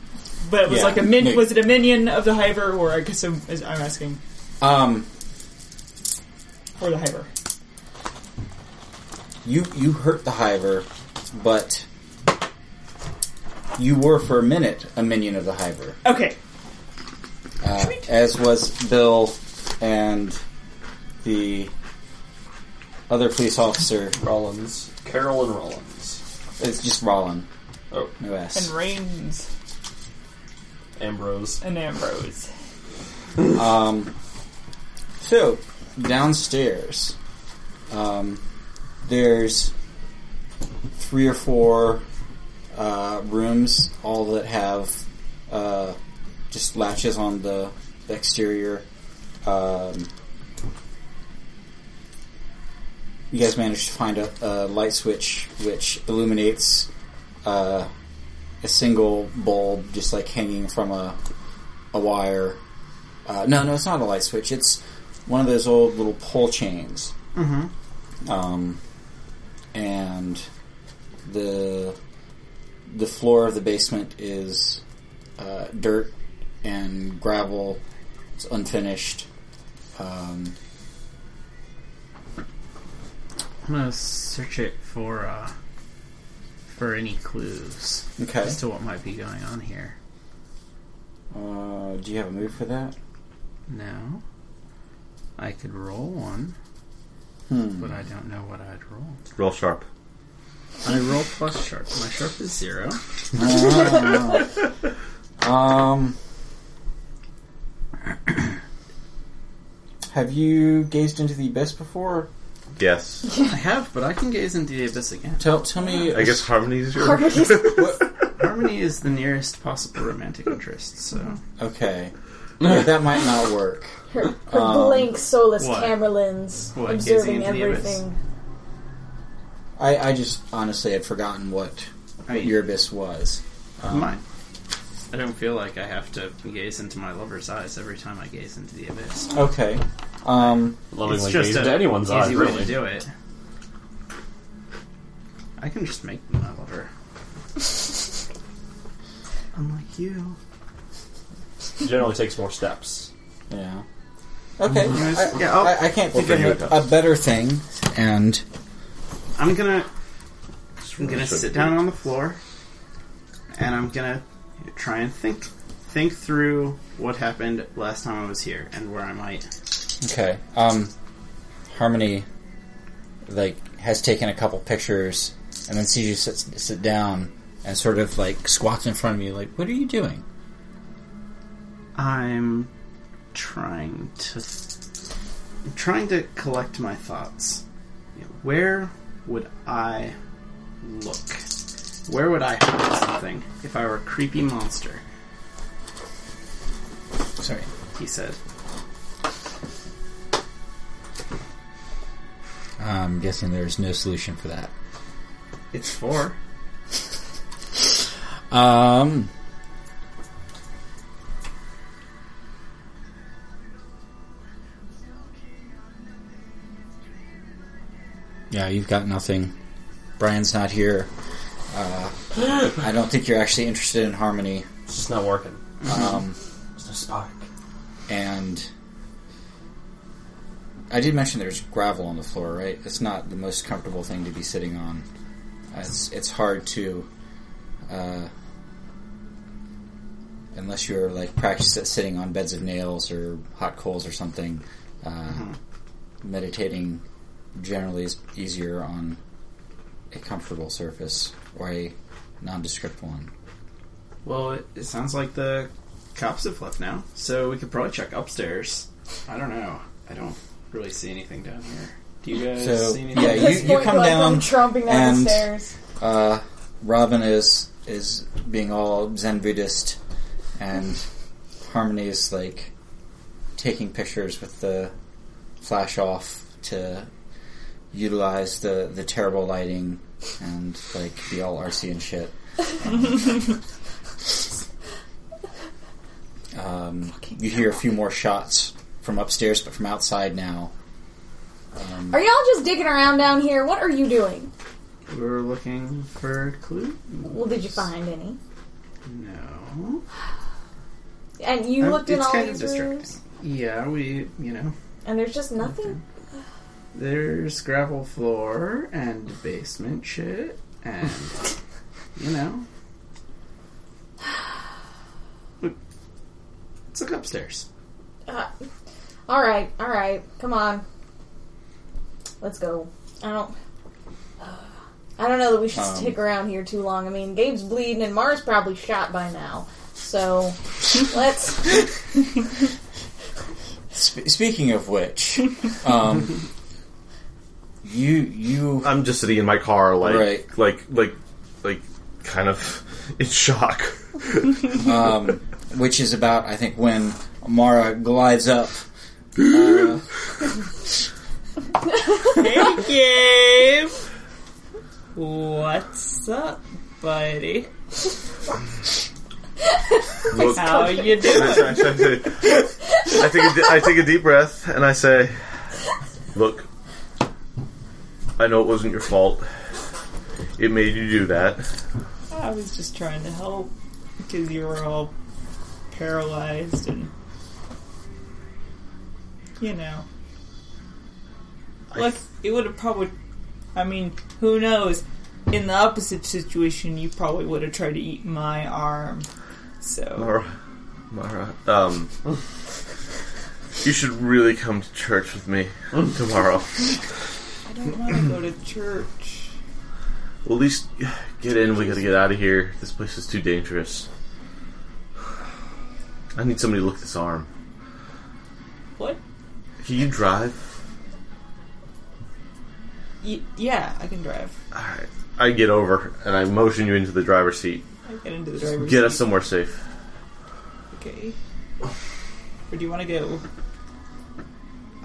[SPEAKER 1] but it was
[SPEAKER 5] Yeah,
[SPEAKER 1] like a min.
[SPEAKER 5] maybe.
[SPEAKER 1] Was it a minion of the hyper, or I guess I'm, is- I'm asking
[SPEAKER 5] um,
[SPEAKER 1] or the hyper?
[SPEAKER 5] you you hurt the hiver, but you were for a minute a minion of the hiver.
[SPEAKER 1] Okay,
[SPEAKER 5] uh, as was Bill and the other police officer.
[SPEAKER 6] Rollins.
[SPEAKER 7] Carolyn Rollins.
[SPEAKER 5] It's just Rollin.
[SPEAKER 7] Oh.
[SPEAKER 5] No
[SPEAKER 1] and
[SPEAKER 5] S.
[SPEAKER 1] Reigns
[SPEAKER 7] Ambrose.
[SPEAKER 1] and Ambrose.
[SPEAKER 5] Um, so downstairs, um, there's three or four uh, rooms, all that have uh, just latches on the exterior. Um, you guys managed to find a, a light switch which illuminates uh, a single bulb, just like hanging from a a wire. Uh, no, no, it's not a light switch. It's one of those old little pole chains.
[SPEAKER 3] Mm-hmm.
[SPEAKER 5] Um, and the the floor of the basement is uh, dirt and gravel. It's unfinished. Um,
[SPEAKER 3] I'm gonna search it for uh, for any clues
[SPEAKER 5] okay.
[SPEAKER 3] as to what might be going on here.
[SPEAKER 5] Uh, do you have a move for that?
[SPEAKER 3] No, I could roll one,
[SPEAKER 5] Hmm.
[SPEAKER 3] but I don't know what I'd roll.
[SPEAKER 8] Roll sharp.
[SPEAKER 3] I roll plus sharp. My sharp is zero.
[SPEAKER 5] Um, have you gazed into the abyss before?
[SPEAKER 8] Yes.
[SPEAKER 3] I have, but I can gaze into the abyss again.
[SPEAKER 5] Tell tell me.
[SPEAKER 8] I guess harmony is your.
[SPEAKER 3] Harmony is the nearest possible romantic interest, so
[SPEAKER 5] Mm-hmm. Okay, Yeah, that might not work.
[SPEAKER 4] Her, her
[SPEAKER 5] Um,
[SPEAKER 4] blank, soulless
[SPEAKER 3] what?
[SPEAKER 4] camera lens,
[SPEAKER 3] What, gazing
[SPEAKER 4] observing
[SPEAKER 3] into the
[SPEAKER 4] everything.
[SPEAKER 5] I, I just honestly had forgotten what,
[SPEAKER 3] I
[SPEAKER 5] what
[SPEAKER 3] mean,
[SPEAKER 5] your abyss was. Um,
[SPEAKER 3] mine. I don't feel like I have to gaze into my lover's eyes every time I gaze into the abyss.
[SPEAKER 5] Okay. Um,
[SPEAKER 7] Lovingly
[SPEAKER 3] it's just
[SPEAKER 7] gazed
[SPEAKER 3] a
[SPEAKER 7] into anyone's
[SPEAKER 3] easy
[SPEAKER 7] eyes,
[SPEAKER 3] way
[SPEAKER 7] really.
[SPEAKER 3] to do it. I can just make them my lover. Unlike you.
[SPEAKER 7] Generally takes more steps.
[SPEAKER 5] yeah. Okay. I,
[SPEAKER 3] Yeah, I'll-
[SPEAKER 5] I, I can't think
[SPEAKER 8] figure
[SPEAKER 5] of
[SPEAKER 8] it
[SPEAKER 5] a, a better thing. And
[SPEAKER 3] I'm gonna I'm gonna sit down on the floor and I'm gonna try and think think through what happened last time I was here and where I might
[SPEAKER 5] okay. Um, Harmony like has taken a couple pictures and then sees you sit sit down and sort of like squats in front of you, like, "What are you doing?"
[SPEAKER 3] I'm trying to I'm trying to collect my thoughts. You know, Where would I look? Where would I hide something if I were a creepy monster?
[SPEAKER 5] Sorry.
[SPEAKER 3] He said.
[SPEAKER 5] I'm Um, guessing there's no solution for that.
[SPEAKER 3] It's four.
[SPEAKER 5] Um. Yeah, you've got nothing. Brian's not here. Uh, I don't think you're actually interested in harmony.
[SPEAKER 6] It's just not working.
[SPEAKER 5] Um,
[SPEAKER 6] There's no spark.
[SPEAKER 5] and I did mention there's gravel on the floor, right? It's not the most comfortable thing to be sitting on. Uh, It's it's hard to, uh, unless you're like practiced at sitting on beds of nails or hot coals or something. Uh, Meditating generally is easier on a comfortable surface or a nondescript one.
[SPEAKER 3] Well, it, it sounds like the cops have left now, so we could probably check upstairs. I don't know. I don't really see anything down here. Do you guys
[SPEAKER 5] So,
[SPEAKER 3] see anything?
[SPEAKER 5] yeah,
[SPEAKER 4] At
[SPEAKER 5] you-
[SPEAKER 4] this point,
[SPEAKER 5] come
[SPEAKER 4] like,
[SPEAKER 5] down
[SPEAKER 4] I'm tromping down
[SPEAKER 5] and-
[SPEAKER 4] the stairs.
[SPEAKER 5] uh, Robin is is being all Zen Buddhist, and Harmony is like taking pictures with the flash off to utilize the the terrible lighting and like be all RC and shit. um, you hear a few more shots from upstairs, but from outside now.
[SPEAKER 4] Are y'all just digging around down here? What are you doing?
[SPEAKER 3] We were looking for clue.
[SPEAKER 4] Well, did you find any?
[SPEAKER 3] No.
[SPEAKER 4] And you
[SPEAKER 3] Um,
[SPEAKER 4] looked in
[SPEAKER 3] it's
[SPEAKER 4] all
[SPEAKER 3] kind
[SPEAKER 4] these
[SPEAKER 3] of distracting.
[SPEAKER 4] rooms,
[SPEAKER 3] Yeah, we, you know,
[SPEAKER 4] and there's just nothing.
[SPEAKER 3] there's gravel floor and basement shit, and you know, Look, let's look upstairs.
[SPEAKER 4] Uh, all right, all right, come on, let's go. I don't. I don't know that we should
[SPEAKER 5] Um,
[SPEAKER 4] stick around here too long. I mean, Gabe's bleeding, and Mars probably shot by now. So let's.
[SPEAKER 5] Sp- speaking of which, um, you you
[SPEAKER 2] I'm just sitting in my car, like,
[SPEAKER 5] Right.
[SPEAKER 2] like, like, like, kind of in shock.
[SPEAKER 5] um, which is about I think when Amara glides up. Uh,
[SPEAKER 1] Hey, Gabe! What's up, buddy?
[SPEAKER 2] Look,
[SPEAKER 1] How you doing?
[SPEAKER 2] I, I- I say- I take a di- I take a deep breath and I say, "Look, I know it wasn't your fault. It made you do that.
[SPEAKER 1] I was just trying to help because you were all paralyzed and you know. Look, it would have probably. I mean, who knows? In the opposite situation, you probably would have tried to eat my arm. So
[SPEAKER 2] Mara, Mara, um, you should really come to church with me tomorrow.
[SPEAKER 1] I don't want to go to church.
[SPEAKER 2] Well, at least get in. We gotta get out of here. This place is too dangerous. I need somebody to look this arm.
[SPEAKER 1] What?
[SPEAKER 2] Can you drive?"
[SPEAKER 1] Y- yeah, I can drive.
[SPEAKER 2] Alright. I get over and I motion you into the driver's seat.
[SPEAKER 1] I get into the driver's
[SPEAKER 2] Get
[SPEAKER 1] seat.
[SPEAKER 2] us somewhere safe.
[SPEAKER 1] Okay. Where do you want to go?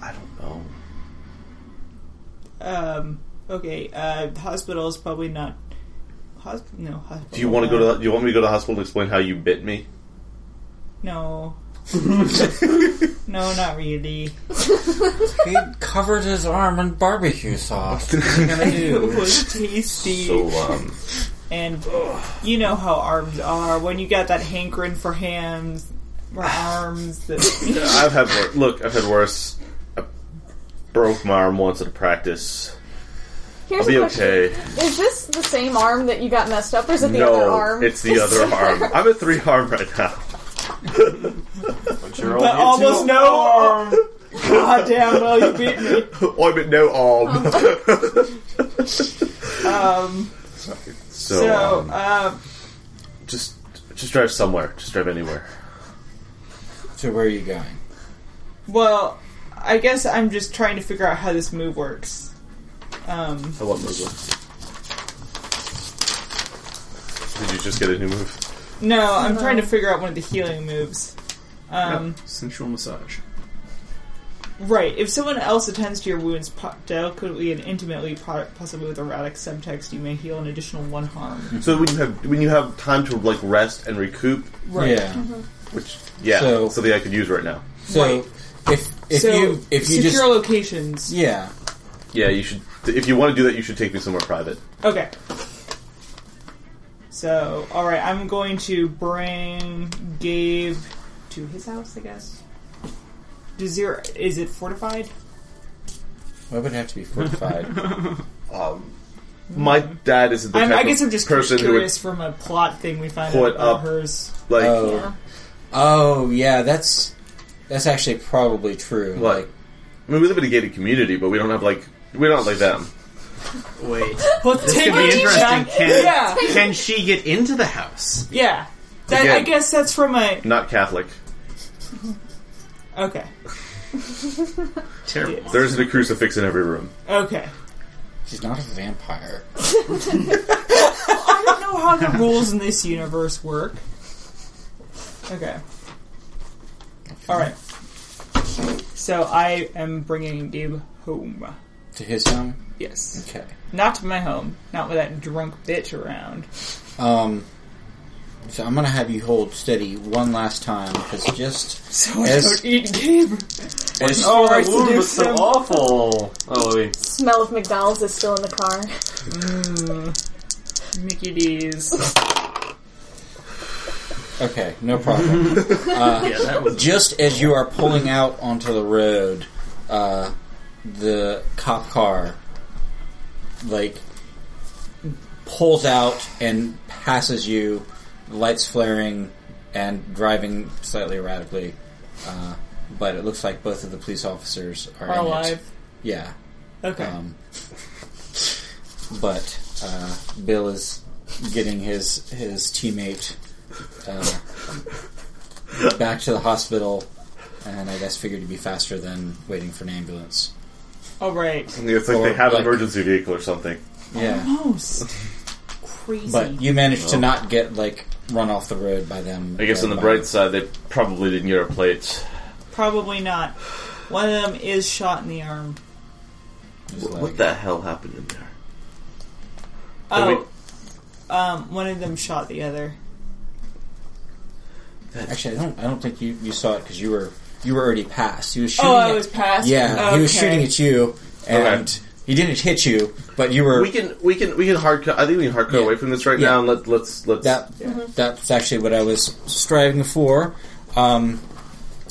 [SPEAKER 2] I don't know.
[SPEAKER 1] Um. Okay. Uh. Hospital is probably not. Hosp- no. Hospital.
[SPEAKER 2] Do you want to go to? The, do you want me to go to the hospital to explain how you bit me?
[SPEAKER 1] No. no, not really.
[SPEAKER 5] he covered his arm in barbecue sauce. What are you gonna
[SPEAKER 1] It
[SPEAKER 5] do?
[SPEAKER 1] was tasty,
[SPEAKER 2] So um,
[SPEAKER 1] and you know how arms are. When you got that hankering for hams or arms, that
[SPEAKER 2] I've had wor- look. I've had worse. I broke my arm once at a practice. I'll
[SPEAKER 4] Here's
[SPEAKER 2] be
[SPEAKER 4] a question.
[SPEAKER 2] okay.
[SPEAKER 4] Is this the same arm that you got messed up, or is it the other
[SPEAKER 2] No,
[SPEAKER 4] arm?
[SPEAKER 2] it's the other arm. I'm at three arm right now.
[SPEAKER 7] But you're
[SPEAKER 1] but
[SPEAKER 7] only
[SPEAKER 1] almost
[SPEAKER 7] two-
[SPEAKER 1] no arm. God damn well, you beat me.
[SPEAKER 2] I'm at no arm.
[SPEAKER 1] Um,
[SPEAKER 8] So,
[SPEAKER 1] So,
[SPEAKER 8] um,
[SPEAKER 1] uh,
[SPEAKER 8] just just drive somewhere. Just drive anywhere.
[SPEAKER 5] So where are you going?
[SPEAKER 1] well, I guess I'm just trying to figure out how this move works. Um,
[SPEAKER 7] I love those.
[SPEAKER 8] Did you just get a new move?
[SPEAKER 1] no, I'm trying to figure out one of the healing moves. Um,
[SPEAKER 3] Sensual massage.
[SPEAKER 1] Right. If someone else attends to your wounds po- delicately and intimately, po- possibly with erratic subtext, you may heal an additional one harm.
[SPEAKER 8] So when you have when you have time to like rest and recoup,
[SPEAKER 1] Right. Mm-hmm.
[SPEAKER 5] Yeah.
[SPEAKER 8] which yeah,
[SPEAKER 5] So-
[SPEAKER 8] something I could use right now.
[SPEAKER 5] So if if
[SPEAKER 1] so
[SPEAKER 5] you if you
[SPEAKER 1] secure
[SPEAKER 5] just
[SPEAKER 1] locations.
[SPEAKER 5] yeah
[SPEAKER 8] Yeah, you should. If you want to do that, you should take me somewhere private.
[SPEAKER 1] Okay. So, all right, I'm going to bring Gabe to his house, I guess. Does your is it fortified?
[SPEAKER 5] Why would it have to be fortified?
[SPEAKER 8] My dad is the
[SPEAKER 1] I'm,
[SPEAKER 8] type
[SPEAKER 1] I guess
[SPEAKER 8] of
[SPEAKER 1] I'm just
[SPEAKER 8] person who would
[SPEAKER 1] curious from a plot thing we find
[SPEAKER 8] put
[SPEAKER 1] out about
[SPEAKER 8] up-
[SPEAKER 1] hers.
[SPEAKER 8] like
[SPEAKER 5] oh,
[SPEAKER 4] Yeah.
[SPEAKER 5] oh yeah, that's that's actually probably true.
[SPEAKER 8] What?
[SPEAKER 5] Like
[SPEAKER 8] I mean, we live in a gated community, but we don't have like we're not like them.
[SPEAKER 3] Wait.
[SPEAKER 1] Well, this
[SPEAKER 3] could be interesting. Can,
[SPEAKER 1] Yeah,
[SPEAKER 3] can she get into the house?
[SPEAKER 1] yeah. That, I
[SPEAKER 8] Again.
[SPEAKER 1] guess that's from a
[SPEAKER 8] Not Catholic.
[SPEAKER 1] okay,
[SPEAKER 3] Terrible.
[SPEAKER 8] There isn't a crucifix in every room.
[SPEAKER 1] okay.
[SPEAKER 5] she's not a vampire.
[SPEAKER 1] I don't know how the rules in this universe work. Okay. All right. So I am bringing Gabe home.
[SPEAKER 5] To his home.
[SPEAKER 1] Yes.
[SPEAKER 5] Okay.
[SPEAKER 1] Not to my home. Not with that drunk bitch around.
[SPEAKER 5] Um. So I'm gonna have you hold steady one last time because just
[SPEAKER 1] So I
[SPEAKER 5] Yes.
[SPEAKER 1] don't eat Gabe.
[SPEAKER 5] as,
[SPEAKER 7] Oh,
[SPEAKER 1] Before I
[SPEAKER 7] that wound
[SPEAKER 1] seduce
[SPEAKER 7] was so
[SPEAKER 1] him.
[SPEAKER 7] awful. Oh, wait.
[SPEAKER 4] Smell of McDonald's is still in the car.
[SPEAKER 1] Mickey D's.
[SPEAKER 5] okay, no problem. Uh,
[SPEAKER 3] Yeah, that was
[SPEAKER 5] just as you are pulling out onto the road, uh, the cop car like pulls out and passes you, lights flaring and driving slightly erratically. Uh, but it looks like both of the police officers are,
[SPEAKER 1] Are
[SPEAKER 5] in it.
[SPEAKER 1] alive.
[SPEAKER 5] Yeah.
[SPEAKER 1] Okay.
[SPEAKER 5] Um, but uh, Bill is getting his his teammate uh, back to the hospital, and I guess figured to be faster than waiting for an ambulance.
[SPEAKER 1] All right.
[SPEAKER 8] It's like
[SPEAKER 5] Or,
[SPEAKER 8] they have
[SPEAKER 5] like-
[SPEAKER 8] an emergency vehicle or something.
[SPEAKER 1] Oh,
[SPEAKER 5] Yeah,
[SPEAKER 1] Almost. Crazy.
[SPEAKER 5] but you managed to not get like run off the road by them.
[SPEAKER 8] I guess on the bright side, they probably didn't get our plates.
[SPEAKER 1] Probably not. One of them is shot in the arm.
[SPEAKER 5] Like,
[SPEAKER 8] the hell happened in there?
[SPEAKER 1] Oh. Um, one of them shot the other.
[SPEAKER 5] actually, I don't. I don't think you, you saw it because you were you were already past. He was shooting.
[SPEAKER 1] Oh, I
[SPEAKER 5] at-
[SPEAKER 1] was past.
[SPEAKER 5] Yeah,
[SPEAKER 1] okay.
[SPEAKER 5] he was shooting at you, and
[SPEAKER 8] Okay.
[SPEAKER 5] he didn't hit you, but you were
[SPEAKER 8] We can we can we can hard cut. I think we can hard cut
[SPEAKER 5] Yeah.
[SPEAKER 8] away from this right
[SPEAKER 5] Yeah.
[SPEAKER 8] now and let let's let's.
[SPEAKER 5] That
[SPEAKER 4] Mm-hmm.
[SPEAKER 5] that's actually what I was striving for. Um,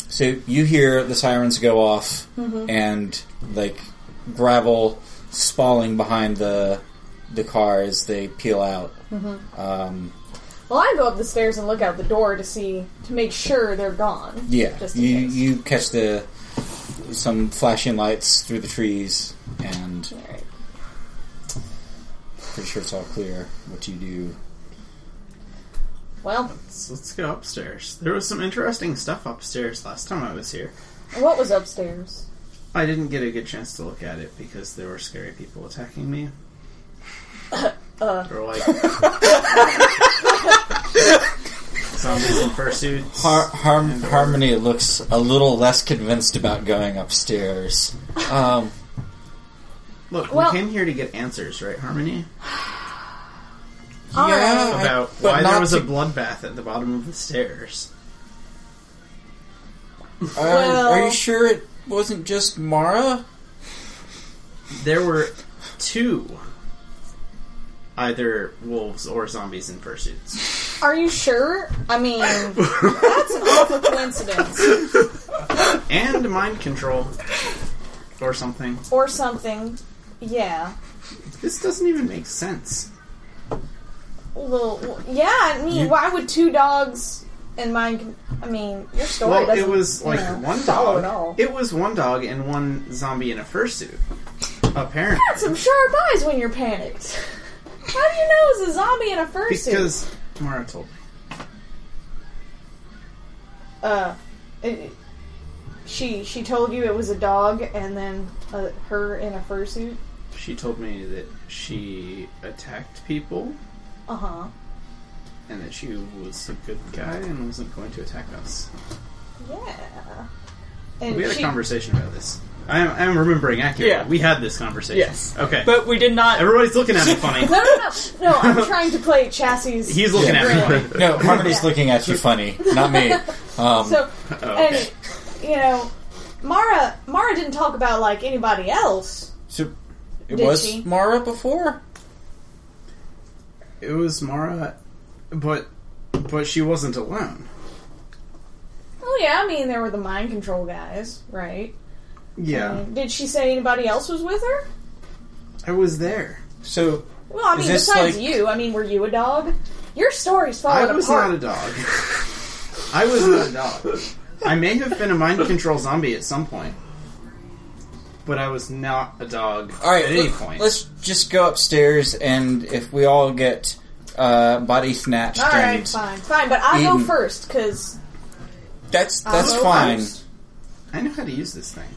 [SPEAKER 5] so you hear the sirens go off
[SPEAKER 4] Mm-hmm.
[SPEAKER 5] and like gravel spalling behind the the car as they peel out.
[SPEAKER 4] Mm-hmm.
[SPEAKER 5] Um,
[SPEAKER 4] Well, I go up the stairs and look out the door to see to make sure they're gone.
[SPEAKER 5] yeah,
[SPEAKER 4] Just in
[SPEAKER 5] you
[SPEAKER 4] case.
[SPEAKER 5] you catch the some flashing lights through the trees, and
[SPEAKER 4] All right.
[SPEAKER 5] pretty sure it's all clear. What do you do?
[SPEAKER 4] Well,
[SPEAKER 3] So let's go upstairs. There was some interesting stuff upstairs last time I was here.
[SPEAKER 4] what was upstairs?
[SPEAKER 3] I didn't get a good chance to look at it because there were scary people attacking me.
[SPEAKER 5] Uh.
[SPEAKER 3] There were like zombies in fursuits.
[SPEAKER 5] Har-
[SPEAKER 3] uh,
[SPEAKER 5] Harm- Harmony looks a little less convinced about going upstairs. Um,
[SPEAKER 3] Look,
[SPEAKER 4] Well-
[SPEAKER 3] we came here to get answers, right, Harmony?
[SPEAKER 4] All right.
[SPEAKER 5] Yeah,
[SPEAKER 3] About
[SPEAKER 5] but
[SPEAKER 3] why
[SPEAKER 5] not
[SPEAKER 3] there was a
[SPEAKER 5] to-
[SPEAKER 3] bloodbath at the bottom of the stairs.
[SPEAKER 5] Um, Are,
[SPEAKER 4] Well-
[SPEAKER 5] are you sure it wasn't just Mara?
[SPEAKER 3] There were two either wolves or zombies in fursuits.
[SPEAKER 4] Are you sure? I mean, that's an awful coincidence
[SPEAKER 3] And mind control. Or something.
[SPEAKER 4] or something. Yeah.
[SPEAKER 3] This doesn't even make sense.
[SPEAKER 4] Well, yeah. I mean, why would two dogs and mine? I mean, your story
[SPEAKER 3] Well,
[SPEAKER 4] doesn't.
[SPEAKER 3] it was
[SPEAKER 4] you
[SPEAKER 3] like
[SPEAKER 4] know,
[SPEAKER 3] one
[SPEAKER 4] follow
[SPEAKER 3] dog.
[SPEAKER 4] At all.
[SPEAKER 3] It was one dog and one zombie in a fursuit. Apparently.
[SPEAKER 4] Got some sharp eyes when you're panicked. How do you know it's a zombie in a fursuit?
[SPEAKER 3] Because Mara told me.
[SPEAKER 4] uh, it, she she told you it was a dog, and then uh, her in a fursuit.
[SPEAKER 3] She told me that she attacked people
[SPEAKER 4] Uh huh.
[SPEAKER 3] and that she was a good guy and wasn't going to attack us.
[SPEAKER 4] Yeah. And
[SPEAKER 3] we had
[SPEAKER 4] she,
[SPEAKER 3] a conversation about this. I'm, I'm remembering accurately.
[SPEAKER 1] Yeah.
[SPEAKER 3] We had this conversation.
[SPEAKER 1] Yes.
[SPEAKER 3] Okay.
[SPEAKER 1] But we did not.
[SPEAKER 3] Everybody's looking at me funny.
[SPEAKER 4] No, no, no, no! I'm trying to play chassis.
[SPEAKER 3] He's looking at me funny.
[SPEAKER 5] No, Harmony's looking at you funny, not me. Um,
[SPEAKER 4] So,
[SPEAKER 3] Oh, okay.
[SPEAKER 4] and you know, Mara Mara didn't talk about like anybody else.
[SPEAKER 5] so it
[SPEAKER 4] Did
[SPEAKER 5] was
[SPEAKER 4] she?
[SPEAKER 5] Mara before?
[SPEAKER 3] It was Mara, but but she wasn't alone.
[SPEAKER 4] Oh yeah, I mean there were the mind control guys, right?
[SPEAKER 3] Yeah.
[SPEAKER 4] Did she say anybody else was with her?
[SPEAKER 3] I was there.
[SPEAKER 5] So
[SPEAKER 4] Well, I
[SPEAKER 5] Is
[SPEAKER 4] mean
[SPEAKER 5] this
[SPEAKER 4] besides
[SPEAKER 5] like-
[SPEAKER 4] you, I mean were you a dog? Your story's falling
[SPEAKER 3] I was
[SPEAKER 4] apart.
[SPEAKER 3] not a dog. I was not a dog. I may have been a mind control zombie at some point, but I was not a dog
[SPEAKER 5] all right,
[SPEAKER 3] at any
[SPEAKER 5] let-
[SPEAKER 3] point.
[SPEAKER 5] let's just go upstairs, and if we all get uh, body snatched,
[SPEAKER 4] All
[SPEAKER 5] and
[SPEAKER 4] right, fine, fine, but I go
[SPEAKER 5] Eden.
[SPEAKER 4] first because
[SPEAKER 5] that's that's
[SPEAKER 4] go
[SPEAKER 5] fine.
[SPEAKER 4] first.
[SPEAKER 3] I know how to use this thing.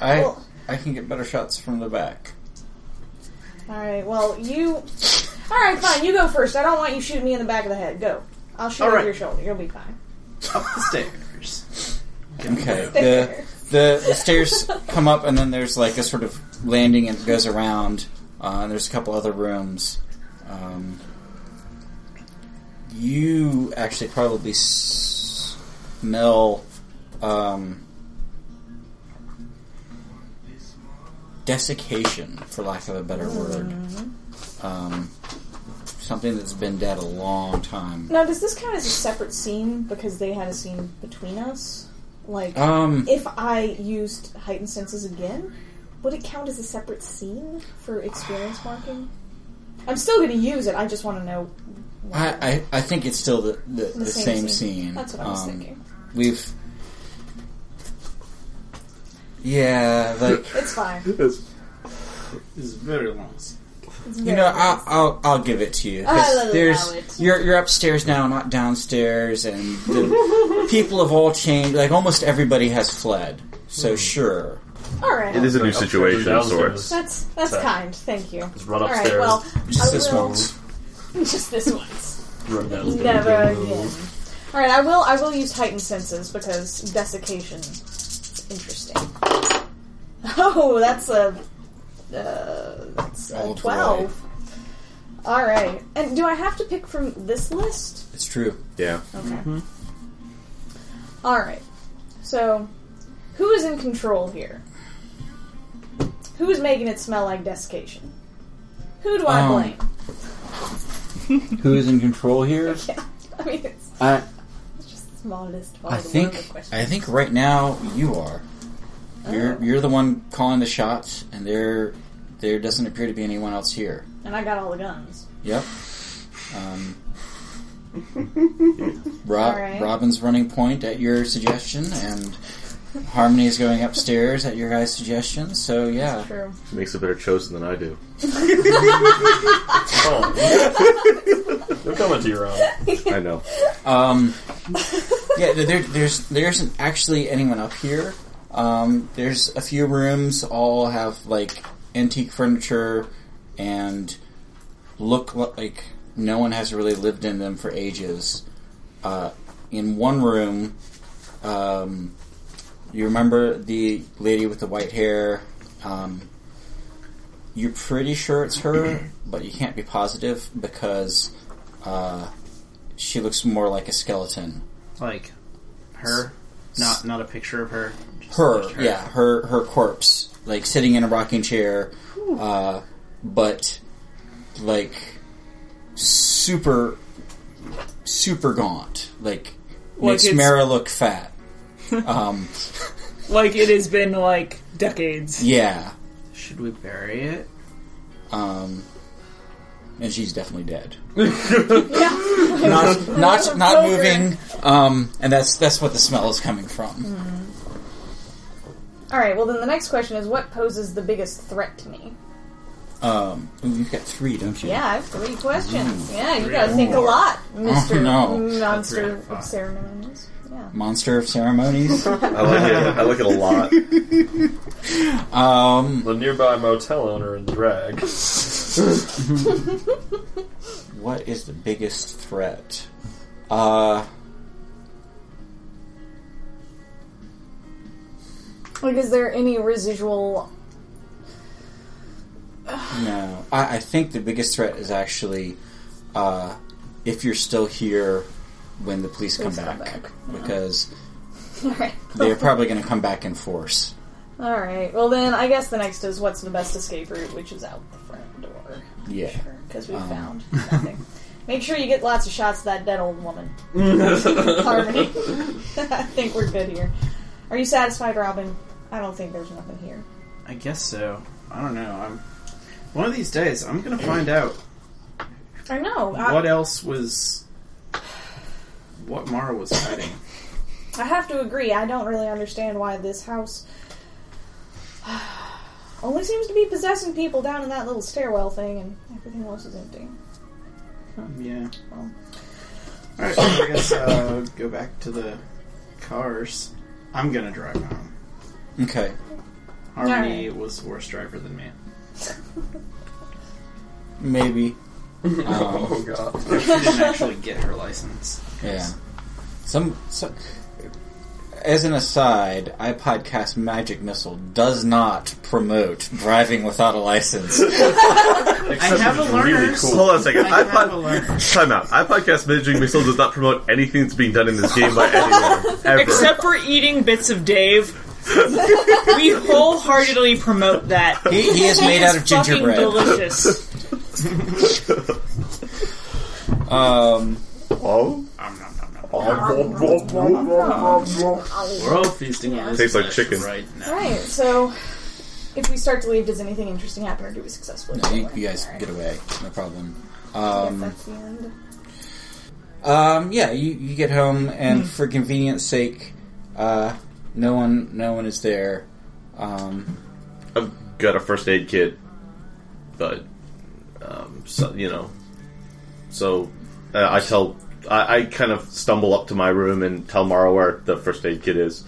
[SPEAKER 5] I
[SPEAKER 4] Well-
[SPEAKER 5] I can get better shots from the back.
[SPEAKER 4] All right, well you. All right, fine, you go first. I don't want you shooting me in the back of the head. Go. I'll shoot
[SPEAKER 3] All
[SPEAKER 4] over
[SPEAKER 3] right.
[SPEAKER 4] your shoulder. You'll be fine.
[SPEAKER 3] Up the stairs.
[SPEAKER 5] Okay. The, the the stairs come up, and then there's like a sort of landing, and it goes around. Uh, and there's a couple other rooms. Um, you actually probably s- smell um, desiccation, for lack of a better word. Um, something that's been dead a long time.
[SPEAKER 4] Now, does this count as a separate scene because they had a scene between us? Like,
[SPEAKER 5] Um,
[SPEAKER 4] if I used heightened senses again, would it count as a separate scene for experience marking? I'm still going to use it. I just want to know.
[SPEAKER 5] I, I, I think it's still the, the, the, same, scene.
[SPEAKER 4] That's what I was
[SPEAKER 5] Um,
[SPEAKER 4] thinking.
[SPEAKER 5] We've. Yeah, like
[SPEAKER 4] It's fine.
[SPEAKER 3] This is very long.
[SPEAKER 4] It's
[SPEAKER 5] you
[SPEAKER 4] very
[SPEAKER 5] know,
[SPEAKER 4] nice.
[SPEAKER 5] I'll I'll, I'll give it to you. 'cause
[SPEAKER 4] I'll allow
[SPEAKER 5] there's
[SPEAKER 4] it.
[SPEAKER 5] you're you're upstairs now, not downstairs, and the people have all changed. Like almost everybody has fled. So sure,
[SPEAKER 4] All right.
[SPEAKER 8] It is a new situation of
[SPEAKER 7] Downstairs.
[SPEAKER 8] sorts.
[SPEAKER 4] that's that's
[SPEAKER 7] Sorry.
[SPEAKER 4] kind. Thank you.
[SPEAKER 7] Just run
[SPEAKER 4] All right.
[SPEAKER 7] upstairs.
[SPEAKER 4] Well,
[SPEAKER 5] just
[SPEAKER 4] I
[SPEAKER 5] this
[SPEAKER 4] will-
[SPEAKER 5] once.
[SPEAKER 4] just this once.
[SPEAKER 7] Run down the
[SPEAKER 4] Never
[SPEAKER 7] window.
[SPEAKER 4] again. All right, I will. I will use heightened senses because desiccation is interesting. Oh, that's a uh, that's
[SPEAKER 5] Oh, boy.
[SPEAKER 4] a twelve. All right, and do I have to pick from this list?
[SPEAKER 5] It's true.
[SPEAKER 8] Yeah.
[SPEAKER 4] Okay. All right. So, who is in control here? Who is making it smell like desiccation? Who do I
[SPEAKER 5] Um,
[SPEAKER 4] blame?
[SPEAKER 5] Who is in control here?
[SPEAKER 4] Yeah, I mean it's
[SPEAKER 5] I
[SPEAKER 4] just the smallest.
[SPEAKER 5] I
[SPEAKER 4] possible
[SPEAKER 5] think
[SPEAKER 4] question.
[SPEAKER 5] I think right now you are.
[SPEAKER 4] Oh.
[SPEAKER 5] You're you're the one calling the shots, and there there doesn't appear to be anyone else here.
[SPEAKER 4] and I got all the guns.
[SPEAKER 5] Yep. Um, Rob,
[SPEAKER 4] All right.
[SPEAKER 5] Robin's running point at your suggestion, and Harmony is going upstairs at your guys' suggestion. So yeah,
[SPEAKER 4] True.
[SPEAKER 8] Makes a better chosen than I do.
[SPEAKER 7] Oh. They're coming to your uh, own.
[SPEAKER 8] I know.
[SPEAKER 5] um, yeah, there, there's there isn't actually anyone up here. Um, there's a few rooms, all have like antique furniture and look li- like no one has really lived in them for ages. Uh, in one room, um, you remember the lady with the white hair. Um, you're pretty sure it's her, but you can't be positive because uh, she looks more like a skeleton.
[SPEAKER 3] Like her, not not a picture of her. just
[SPEAKER 5] Her,
[SPEAKER 3] just
[SPEAKER 5] yeah, her her corpse, like sitting in a rocking chair, uh, but like super super gaunt, like
[SPEAKER 1] Like
[SPEAKER 5] makes
[SPEAKER 1] it's-
[SPEAKER 5] Mara look fat. um,
[SPEAKER 1] Like it has been like decades.
[SPEAKER 5] yeah,
[SPEAKER 3] Should we bury it?
[SPEAKER 5] um, and she's definitely dead. not not not moving, um, and that's that's what the smell is coming from.
[SPEAKER 4] All right. Well, then the next question is, what poses the biggest threat to me?
[SPEAKER 1] Mm.
[SPEAKER 5] Um, ooh, you've got three, don't you?
[SPEAKER 4] Yeah, I have three questions. Yeah, you gotta think a lot, Mister
[SPEAKER 5] Oh, no.
[SPEAKER 3] Three out
[SPEAKER 4] Monster
[SPEAKER 3] of
[SPEAKER 4] of
[SPEAKER 3] five.
[SPEAKER 4] Ceremonies. Yeah.
[SPEAKER 5] Monster of ceremonies.
[SPEAKER 7] I like it. I like it a lot.
[SPEAKER 5] um,
[SPEAKER 7] The nearby motel owner in drag.
[SPEAKER 5] what is the biggest threat? Uh,
[SPEAKER 4] Like, is there any residual?
[SPEAKER 5] no, I, I think the biggest threat is actually uh, if you're still here when the police, come,
[SPEAKER 4] Police come
[SPEAKER 5] back,
[SPEAKER 4] back,
[SPEAKER 5] because
[SPEAKER 4] All right.
[SPEAKER 5] they're probably going to come back in force.
[SPEAKER 4] All right. Well, then I guess the next is what's the best escape route, which is out the front door.
[SPEAKER 5] Yeah. Um.
[SPEAKER 4] Because we found nothing. Make sure you get lots of shots of that dead old woman. Harmony. I think we're good here. Are you satisfied, Robin? I don't think there's nothing here.
[SPEAKER 3] I guess so. I don't know. I'm one of these days. I'm gonna find out
[SPEAKER 4] I know. I,
[SPEAKER 3] what else was what Mara was hiding.
[SPEAKER 4] I have to agree. I don't really understand why this house only seems to be possessing people down in that little stairwell thing, and everything else is empty.
[SPEAKER 3] Yeah. All right. I guess uh, go back to the cars. I'm gonna drive home.
[SPEAKER 5] Okay.
[SPEAKER 3] Harmony was worse driver than me.
[SPEAKER 5] Maybe. Um,
[SPEAKER 7] Oh god.
[SPEAKER 3] She didn't actually get her license.
[SPEAKER 5] yeah. Some, some. As an aside, I podcast Magic Missile does not promote driving without a license.
[SPEAKER 3] I have a learner.
[SPEAKER 8] Hold on a second. I
[SPEAKER 3] I have a
[SPEAKER 8] pod-
[SPEAKER 3] learner.
[SPEAKER 8] time out. I podcast Magic Missile does not promote anything that's being done in this game by anyone ever.
[SPEAKER 1] Except for eating bits of Dave. we wholeheartedly promote that.
[SPEAKER 5] He, he is made out of
[SPEAKER 1] It's fucking
[SPEAKER 5] gingerbread.
[SPEAKER 1] delicious.
[SPEAKER 5] Um,
[SPEAKER 8] oh,
[SPEAKER 3] Om nom nom nom.
[SPEAKER 4] All
[SPEAKER 3] We're all feasting on this.
[SPEAKER 8] Tastes like
[SPEAKER 3] flesh
[SPEAKER 8] chicken.
[SPEAKER 3] right now.
[SPEAKER 4] right. So, if we start to leave, does anything interesting happen, or do we successfully?
[SPEAKER 5] no,
[SPEAKER 4] get
[SPEAKER 5] you,
[SPEAKER 4] away?
[SPEAKER 5] you guys
[SPEAKER 4] All right.
[SPEAKER 5] get away, no problem.
[SPEAKER 4] I guess
[SPEAKER 5] Um,
[SPEAKER 4] that's the end.
[SPEAKER 5] Um, yeah, you, you get home,
[SPEAKER 1] Hmm.
[SPEAKER 5] and for convenience sake, uh, no one no one is there. Um,
[SPEAKER 2] I've got a first aid kit, but um, so, you know, so uh, I tell I, I kind of stumble up to my room and tell Mara where the first aid kit is.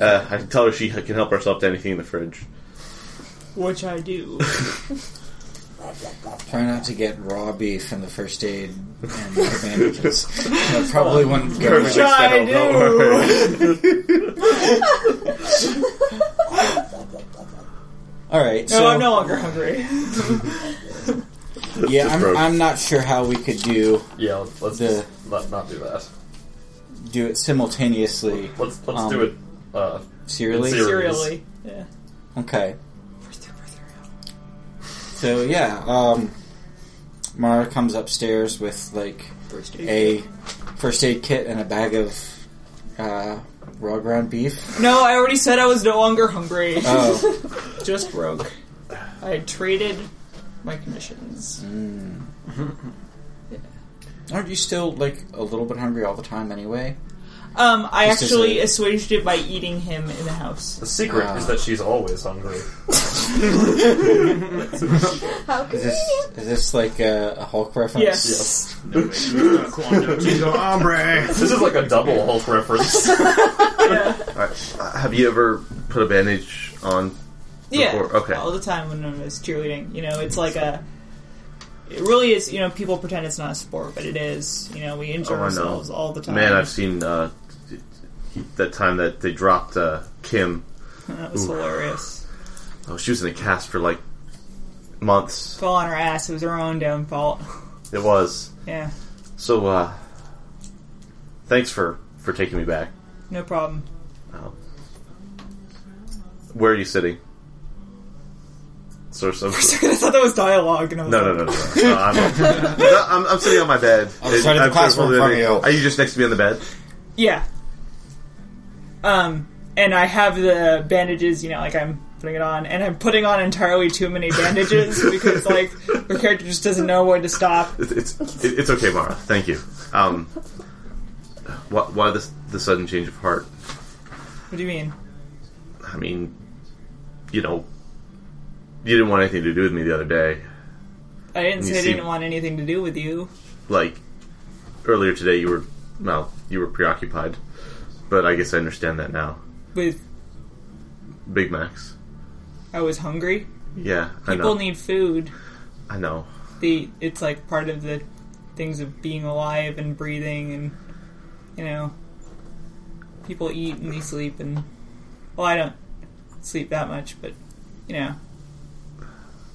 [SPEAKER 2] Uh, I can tell her she can help herself to anything in the fridge.
[SPEAKER 1] Which I do.
[SPEAKER 5] try not to get raw beef in the first aid and the bandages. that probably wouldn't go.
[SPEAKER 8] Perfect.
[SPEAKER 5] well.
[SPEAKER 1] I
[SPEAKER 8] Settle, don't worry.
[SPEAKER 5] All right,
[SPEAKER 1] No,
[SPEAKER 5] so
[SPEAKER 1] I'm no longer hungry.
[SPEAKER 5] yeah,
[SPEAKER 8] Just
[SPEAKER 5] I'm,
[SPEAKER 8] broke.
[SPEAKER 5] I'm not sure how we could do
[SPEAKER 7] Yeah, let's, let's
[SPEAKER 5] The-
[SPEAKER 7] let not do that.
[SPEAKER 5] do it simultaneously.
[SPEAKER 7] Let's let's
[SPEAKER 5] Um,
[SPEAKER 7] do it. Uh,
[SPEAKER 5] serially.
[SPEAKER 7] Serial.
[SPEAKER 1] Serially. Yeah.
[SPEAKER 5] Okay. So yeah, um, Mara comes upstairs with like
[SPEAKER 1] First
[SPEAKER 5] a first aid kit and a bag of uh, raw ground beef.
[SPEAKER 1] No, I already said I was no longer hungry.
[SPEAKER 5] Oh,
[SPEAKER 1] Just broke. I had traded my conditions.
[SPEAKER 5] aren't you still like a little bit hungry all the time anyway? Mm.
[SPEAKER 1] Um, I
[SPEAKER 5] Just as
[SPEAKER 1] actually
[SPEAKER 5] a-
[SPEAKER 1] assuaged it by eating him in the house.
[SPEAKER 7] the secret
[SPEAKER 5] Ah.
[SPEAKER 3] uh.
[SPEAKER 7] is that she's always hungry.
[SPEAKER 4] How could
[SPEAKER 5] Is this is this like a, a Hulk reference?
[SPEAKER 1] Yes.
[SPEAKER 3] No way. Quantum Jingo Hombre.
[SPEAKER 7] This is like a double Hulk reference.
[SPEAKER 2] Uh, Have you ever put a bandage on?
[SPEAKER 1] Yeah.
[SPEAKER 2] Before- okay.
[SPEAKER 1] All the time when I was cheerleading, you know, it's like a. It really is. You know, people pretend it's not a sport, but it is. You know, we injure
[SPEAKER 2] Oh, I know.
[SPEAKER 1] ourselves all the time.
[SPEAKER 2] Man, I've seen uh, that time that they dropped uh, Kim.
[SPEAKER 1] that was hilarious.
[SPEAKER 2] Oh, she was in a cast for like months.
[SPEAKER 1] Fell on her ass. It was her own damn fault.
[SPEAKER 2] It was
[SPEAKER 1] Yeah.
[SPEAKER 2] so. Uh, thanks for for taking me back. Um,
[SPEAKER 1] No problem.
[SPEAKER 2] Where are you sitting? Source of.
[SPEAKER 1] I thought that was dialogue, and I was
[SPEAKER 2] No,
[SPEAKER 1] like,
[SPEAKER 2] no, no, no. no. No, I'm, no, I'm, I'm sitting on my bed.
[SPEAKER 5] I was trying to
[SPEAKER 2] I'm
[SPEAKER 5] classroom
[SPEAKER 2] sitting-
[SPEAKER 5] from you.
[SPEAKER 2] Are you just next to me on the bed?
[SPEAKER 1] Yeah. Um, and I have the bandages, you know, like I'm putting it on, and I'm putting on entirely too many bandages because, like, her character just doesn't know when to stop.
[SPEAKER 2] It's it's, it- it's okay, Mara. Thank you. Um, why, why this the sudden change of heart?
[SPEAKER 1] What do you mean?
[SPEAKER 2] I mean, you know, you didn't want anything to do with me the other day.
[SPEAKER 1] I didn't
[SPEAKER 2] You
[SPEAKER 1] say I
[SPEAKER 2] see-
[SPEAKER 1] didn't want anything to do with you.
[SPEAKER 2] Like earlier today, you were well, you were preoccupied, but I guess I understand that now.
[SPEAKER 1] With
[SPEAKER 2] Big Macs.
[SPEAKER 1] I was hungry.
[SPEAKER 2] Yeah, I know.
[SPEAKER 1] People need food.
[SPEAKER 2] I know.
[SPEAKER 1] The it's like part of the things of being alive and breathing and you know people eat and they sleep and well I don't sleep that much but you know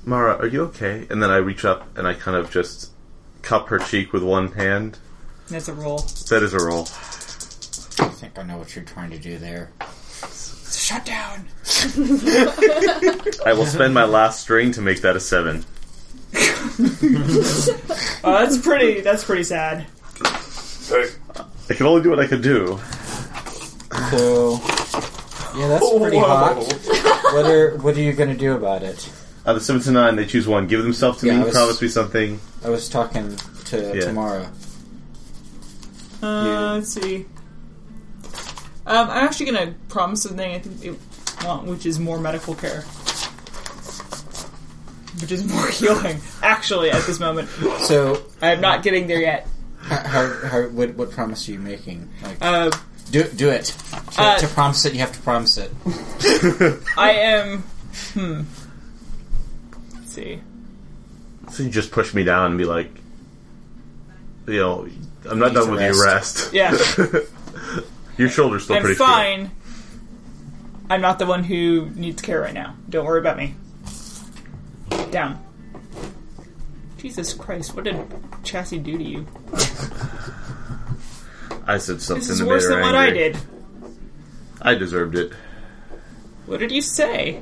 [SPEAKER 2] Mara, are you okay? And then I reach up and I kind of just cup her cheek with one hand.
[SPEAKER 1] that's a rule.
[SPEAKER 2] That is a roll.
[SPEAKER 5] I think I know what you're trying to do there.
[SPEAKER 1] Shut down.
[SPEAKER 2] I will spend my last string to make that a seven.
[SPEAKER 1] Oh, that's pretty. That's pretty sad.
[SPEAKER 2] I can only do what I can do.
[SPEAKER 5] So, yeah, that's pretty hot. What are What are you going to do about it?
[SPEAKER 2] Out of seven to nine, they choose one. Give themselves to
[SPEAKER 5] Yeah, I
[SPEAKER 2] me.
[SPEAKER 5] was-
[SPEAKER 2] Promise me something.
[SPEAKER 5] I was talking to
[SPEAKER 2] Yeah.
[SPEAKER 5] Tamara.
[SPEAKER 1] Uh, Let's see. Um, I'm actually gonna promise something I think they want, which is more medical care, which is more healing. Actually, at this moment,
[SPEAKER 5] So,
[SPEAKER 1] I am not getting there yet.
[SPEAKER 5] how, how, how, what, what promise are you making? Like,
[SPEAKER 1] Uh,
[SPEAKER 5] do do it. To,
[SPEAKER 1] uh,
[SPEAKER 5] to promise it, you have to promise it.
[SPEAKER 1] I am. Hmm. Let's see.
[SPEAKER 2] So you just push me down and be like, you know, I'm not
[SPEAKER 5] Needs
[SPEAKER 2] done
[SPEAKER 5] a
[SPEAKER 2] with your rest.
[SPEAKER 1] Yeah,
[SPEAKER 2] Your shoulder's still
[SPEAKER 1] I'm
[SPEAKER 2] pretty sore.
[SPEAKER 1] fine. I'm not the one who needs care right now. Don't worry about me. Down. Jesus Christ! What did chassis do to you?
[SPEAKER 2] I said something.
[SPEAKER 1] This is
[SPEAKER 2] that
[SPEAKER 1] worse
[SPEAKER 2] made her
[SPEAKER 1] than what I
[SPEAKER 2] angry.
[SPEAKER 1] did.
[SPEAKER 2] I deserved it.
[SPEAKER 1] What did you say?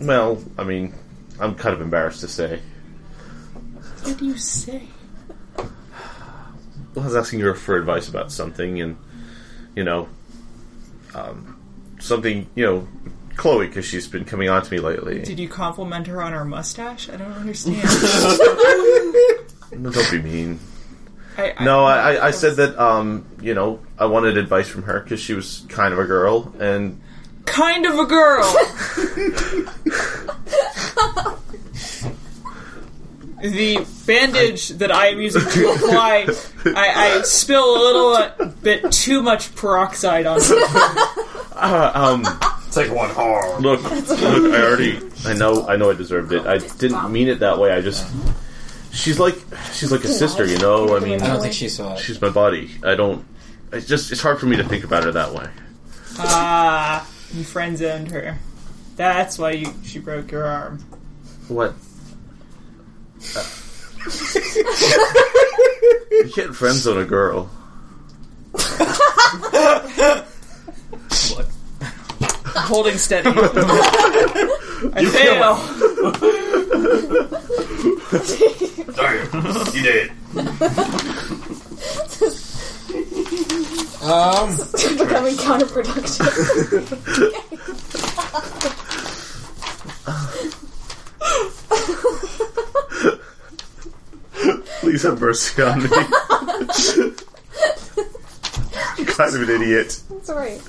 [SPEAKER 2] Well, I mean, I'm kind of embarrassed to say.
[SPEAKER 1] What do you say?
[SPEAKER 2] I was asking her for advice about something, and you know, um, something you know, Chloe, because she's been coming on to me lately.
[SPEAKER 1] Did you compliment her on her mustache? I don't understand.
[SPEAKER 2] No, Don't be mean.
[SPEAKER 1] I, I,
[SPEAKER 2] No, I, I- I said that um, you know I wanted advice from her because she was kind of a girl, and
[SPEAKER 1] Kind of a girl. the bandage that I am using to apply, I, I spill a little uh, bit too much peroxide on it.
[SPEAKER 7] Take one hard.
[SPEAKER 2] Um, look, look, I already, I know, I know, I deserved it. I didn't mean it that way. I just, she's like, she's like a sister, you know. I mean,
[SPEAKER 5] I don't think she saw it.
[SPEAKER 2] she's my body. I don't. It's just, it's hard for me to think about it that way.
[SPEAKER 1] Ah, you friend zoned her. That's why you, she broke your arm.
[SPEAKER 2] What? you can't friend zone a girl.
[SPEAKER 1] Holding steady. I fail.
[SPEAKER 7] Damn, you did.
[SPEAKER 5] Um,
[SPEAKER 4] becoming counterproductive.
[SPEAKER 2] Please have mercy on me. I'm kind of an idiot.
[SPEAKER 4] That's alright.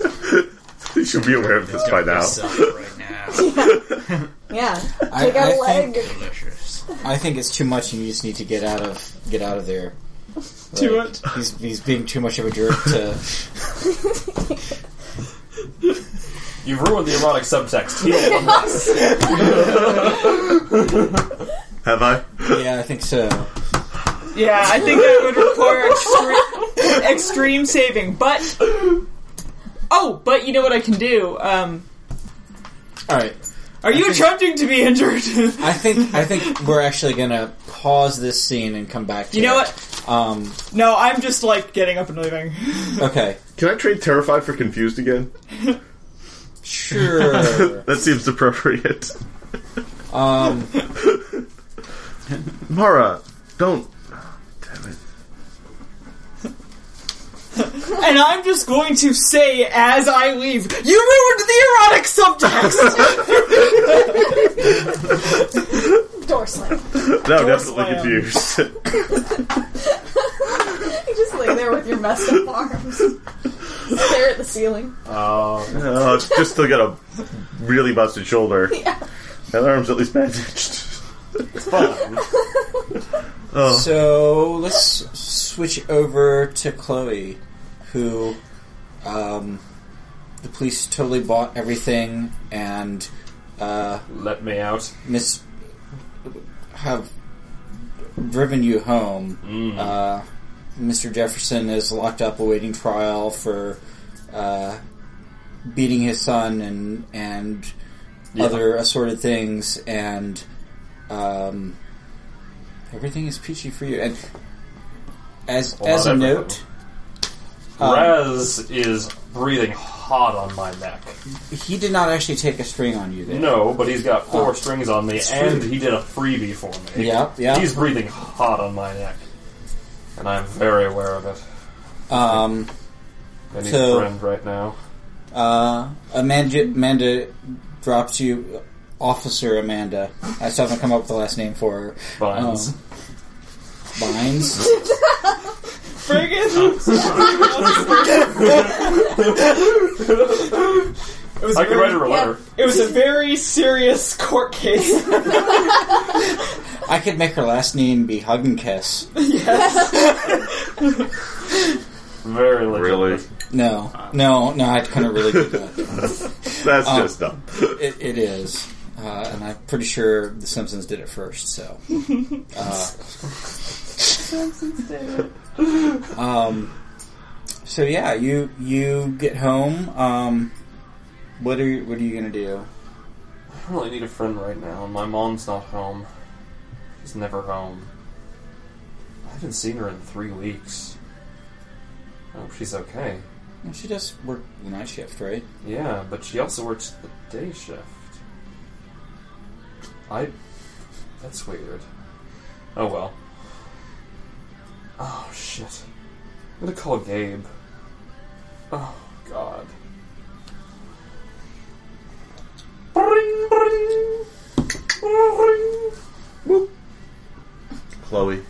[SPEAKER 2] You should be aware of this by now.
[SPEAKER 3] right now.
[SPEAKER 4] Yeah.
[SPEAKER 5] I,
[SPEAKER 4] Take out
[SPEAKER 5] I
[SPEAKER 4] a
[SPEAKER 5] think
[SPEAKER 4] leg.
[SPEAKER 3] Delicious.
[SPEAKER 5] I think it's too much, and you just need to get out of get out of there.
[SPEAKER 1] Too
[SPEAKER 5] Like,
[SPEAKER 1] much?
[SPEAKER 5] He's he's being too much of a jerk to.
[SPEAKER 7] You've ruined the erotic subtext. Heal.
[SPEAKER 2] Have I?
[SPEAKER 5] Yeah, I think so.
[SPEAKER 1] Yeah, I think that would require extreme, extreme saving. But oh, but you know what I can do? Um,
[SPEAKER 5] All right,
[SPEAKER 1] are you attempting to be injured?
[SPEAKER 5] I think I think we're actually gonna pause this scene and come back. to
[SPEAKER 1] you know
[SPEAKER 5] it.
[SPEAKER 1] what?
[SPEAKER 5] Um.
[SPEAKER 1] No, I'm just like getting up and leaving.
[SPEAKER 5] Okay.
[SPEAKER 2] Can I trade terrified for confused again?
[SPEAKER 5] Sure.
[SPEAKER 2] That seems appropriate.
[SPEAKER 5] um.
[SPEAKER 2] Mara, don't. Damn it.
[SPEAKER 1] And I'm just going to say as I leave, you ruined the erotic subtext.
[SPEAKER 4] Door slam.
[SPEAKER 2] No, definitely
[SPEAKER 1] slam.
[SPEAKER 2] confused.
[SPEAKER 4] You just lay there with your messed up arms. Stare at the ceiling.
[SPEAKER 2] Oh, it's just still got a really busted shoulder. That arm's at least bandaged.
[SPEAKER 5] So let's switch over to Chloe, who um, the police totally bought everything and uh,
[SPEAKER 7] Let me out.
[SPEAKER 5] mis- have driven you home.
[SPEAKER 7] Mm.
[SPEAKER 5] Uh, Mr. Jefferson is locked up awaiting trial for uh, beating his son and and other assorted things, and um, everything is peachy for you. And as as a
[SPEAKER 7] of
[SPEAKER 5] note, um,
[SPEAKER 7] Raz is breathing hot on my neck.
[SPEAKER 5] he did not actually take a string on you there.
[SPEAKER 7] No, but he's got four
[SPEAKER 5] Oh.
[SPEAKER 7] strings on me,
[SPEAKER 5] true.
[SPEAKER 7] and he did a freebie for me.
[SPEAKER 5] Yeah, yeah.
[SPEAKER 7] He's breathing hot on my neck, and I'm very aware of it.
[SPEAKER 5] Um,
[SPEAKER 7] I need
[SPEAKER 5] So-
[SPEAKER 7] a friend right now.
[SPEAKER 5] Uh, Amanda, Amanda drops you, Officer Amanda. I still haven't come up with the last name for her.
[SPEAKER 7] Vines.
[SPEAKER 5] Um, Bynes.
[SPEAKER 1] It was,
[SPEAKER 7] I
[SPEAKER 1] a
[SPEAKER 7] could write
[SPEAKER 1] very,
[SPEAKER 7] her a letter.
[SPEAKER 1] it was a very serious court case.
[SPEAKER 5] I could make her last name be Hug and Kiss.
[SPEAKER 7] Very legit.
[SPEAKER 2] Really?
[SPEAKER 5] No,
[SPEAKER 7] Uh.
[SPEAKER 5] no, no. I couldn't really do that.
[SPEAKER 2] That's just dumb.
[SPEAKER 5] It, it is, uh, and I'm pretty sure The Simpsons did it first. So, uh, um, so yeah, you you get home. Um, what are you, what are you gonna do?
[SPEAKER 7] I really need a friend right now, and my mom's not home. She's never home. I haven't seen her in three weeks. I hope she's okay.
[SPEAKER 5] Well, she does work the night shift, right?
[SPEAKER 7] Yeah, but she also works the day shift. I. That's weird. Oh well. Oh shit. I'm gonna call Gabe. Oh god. Bring, bring, bring. Boop.
[SPEAKER 2] Chloe,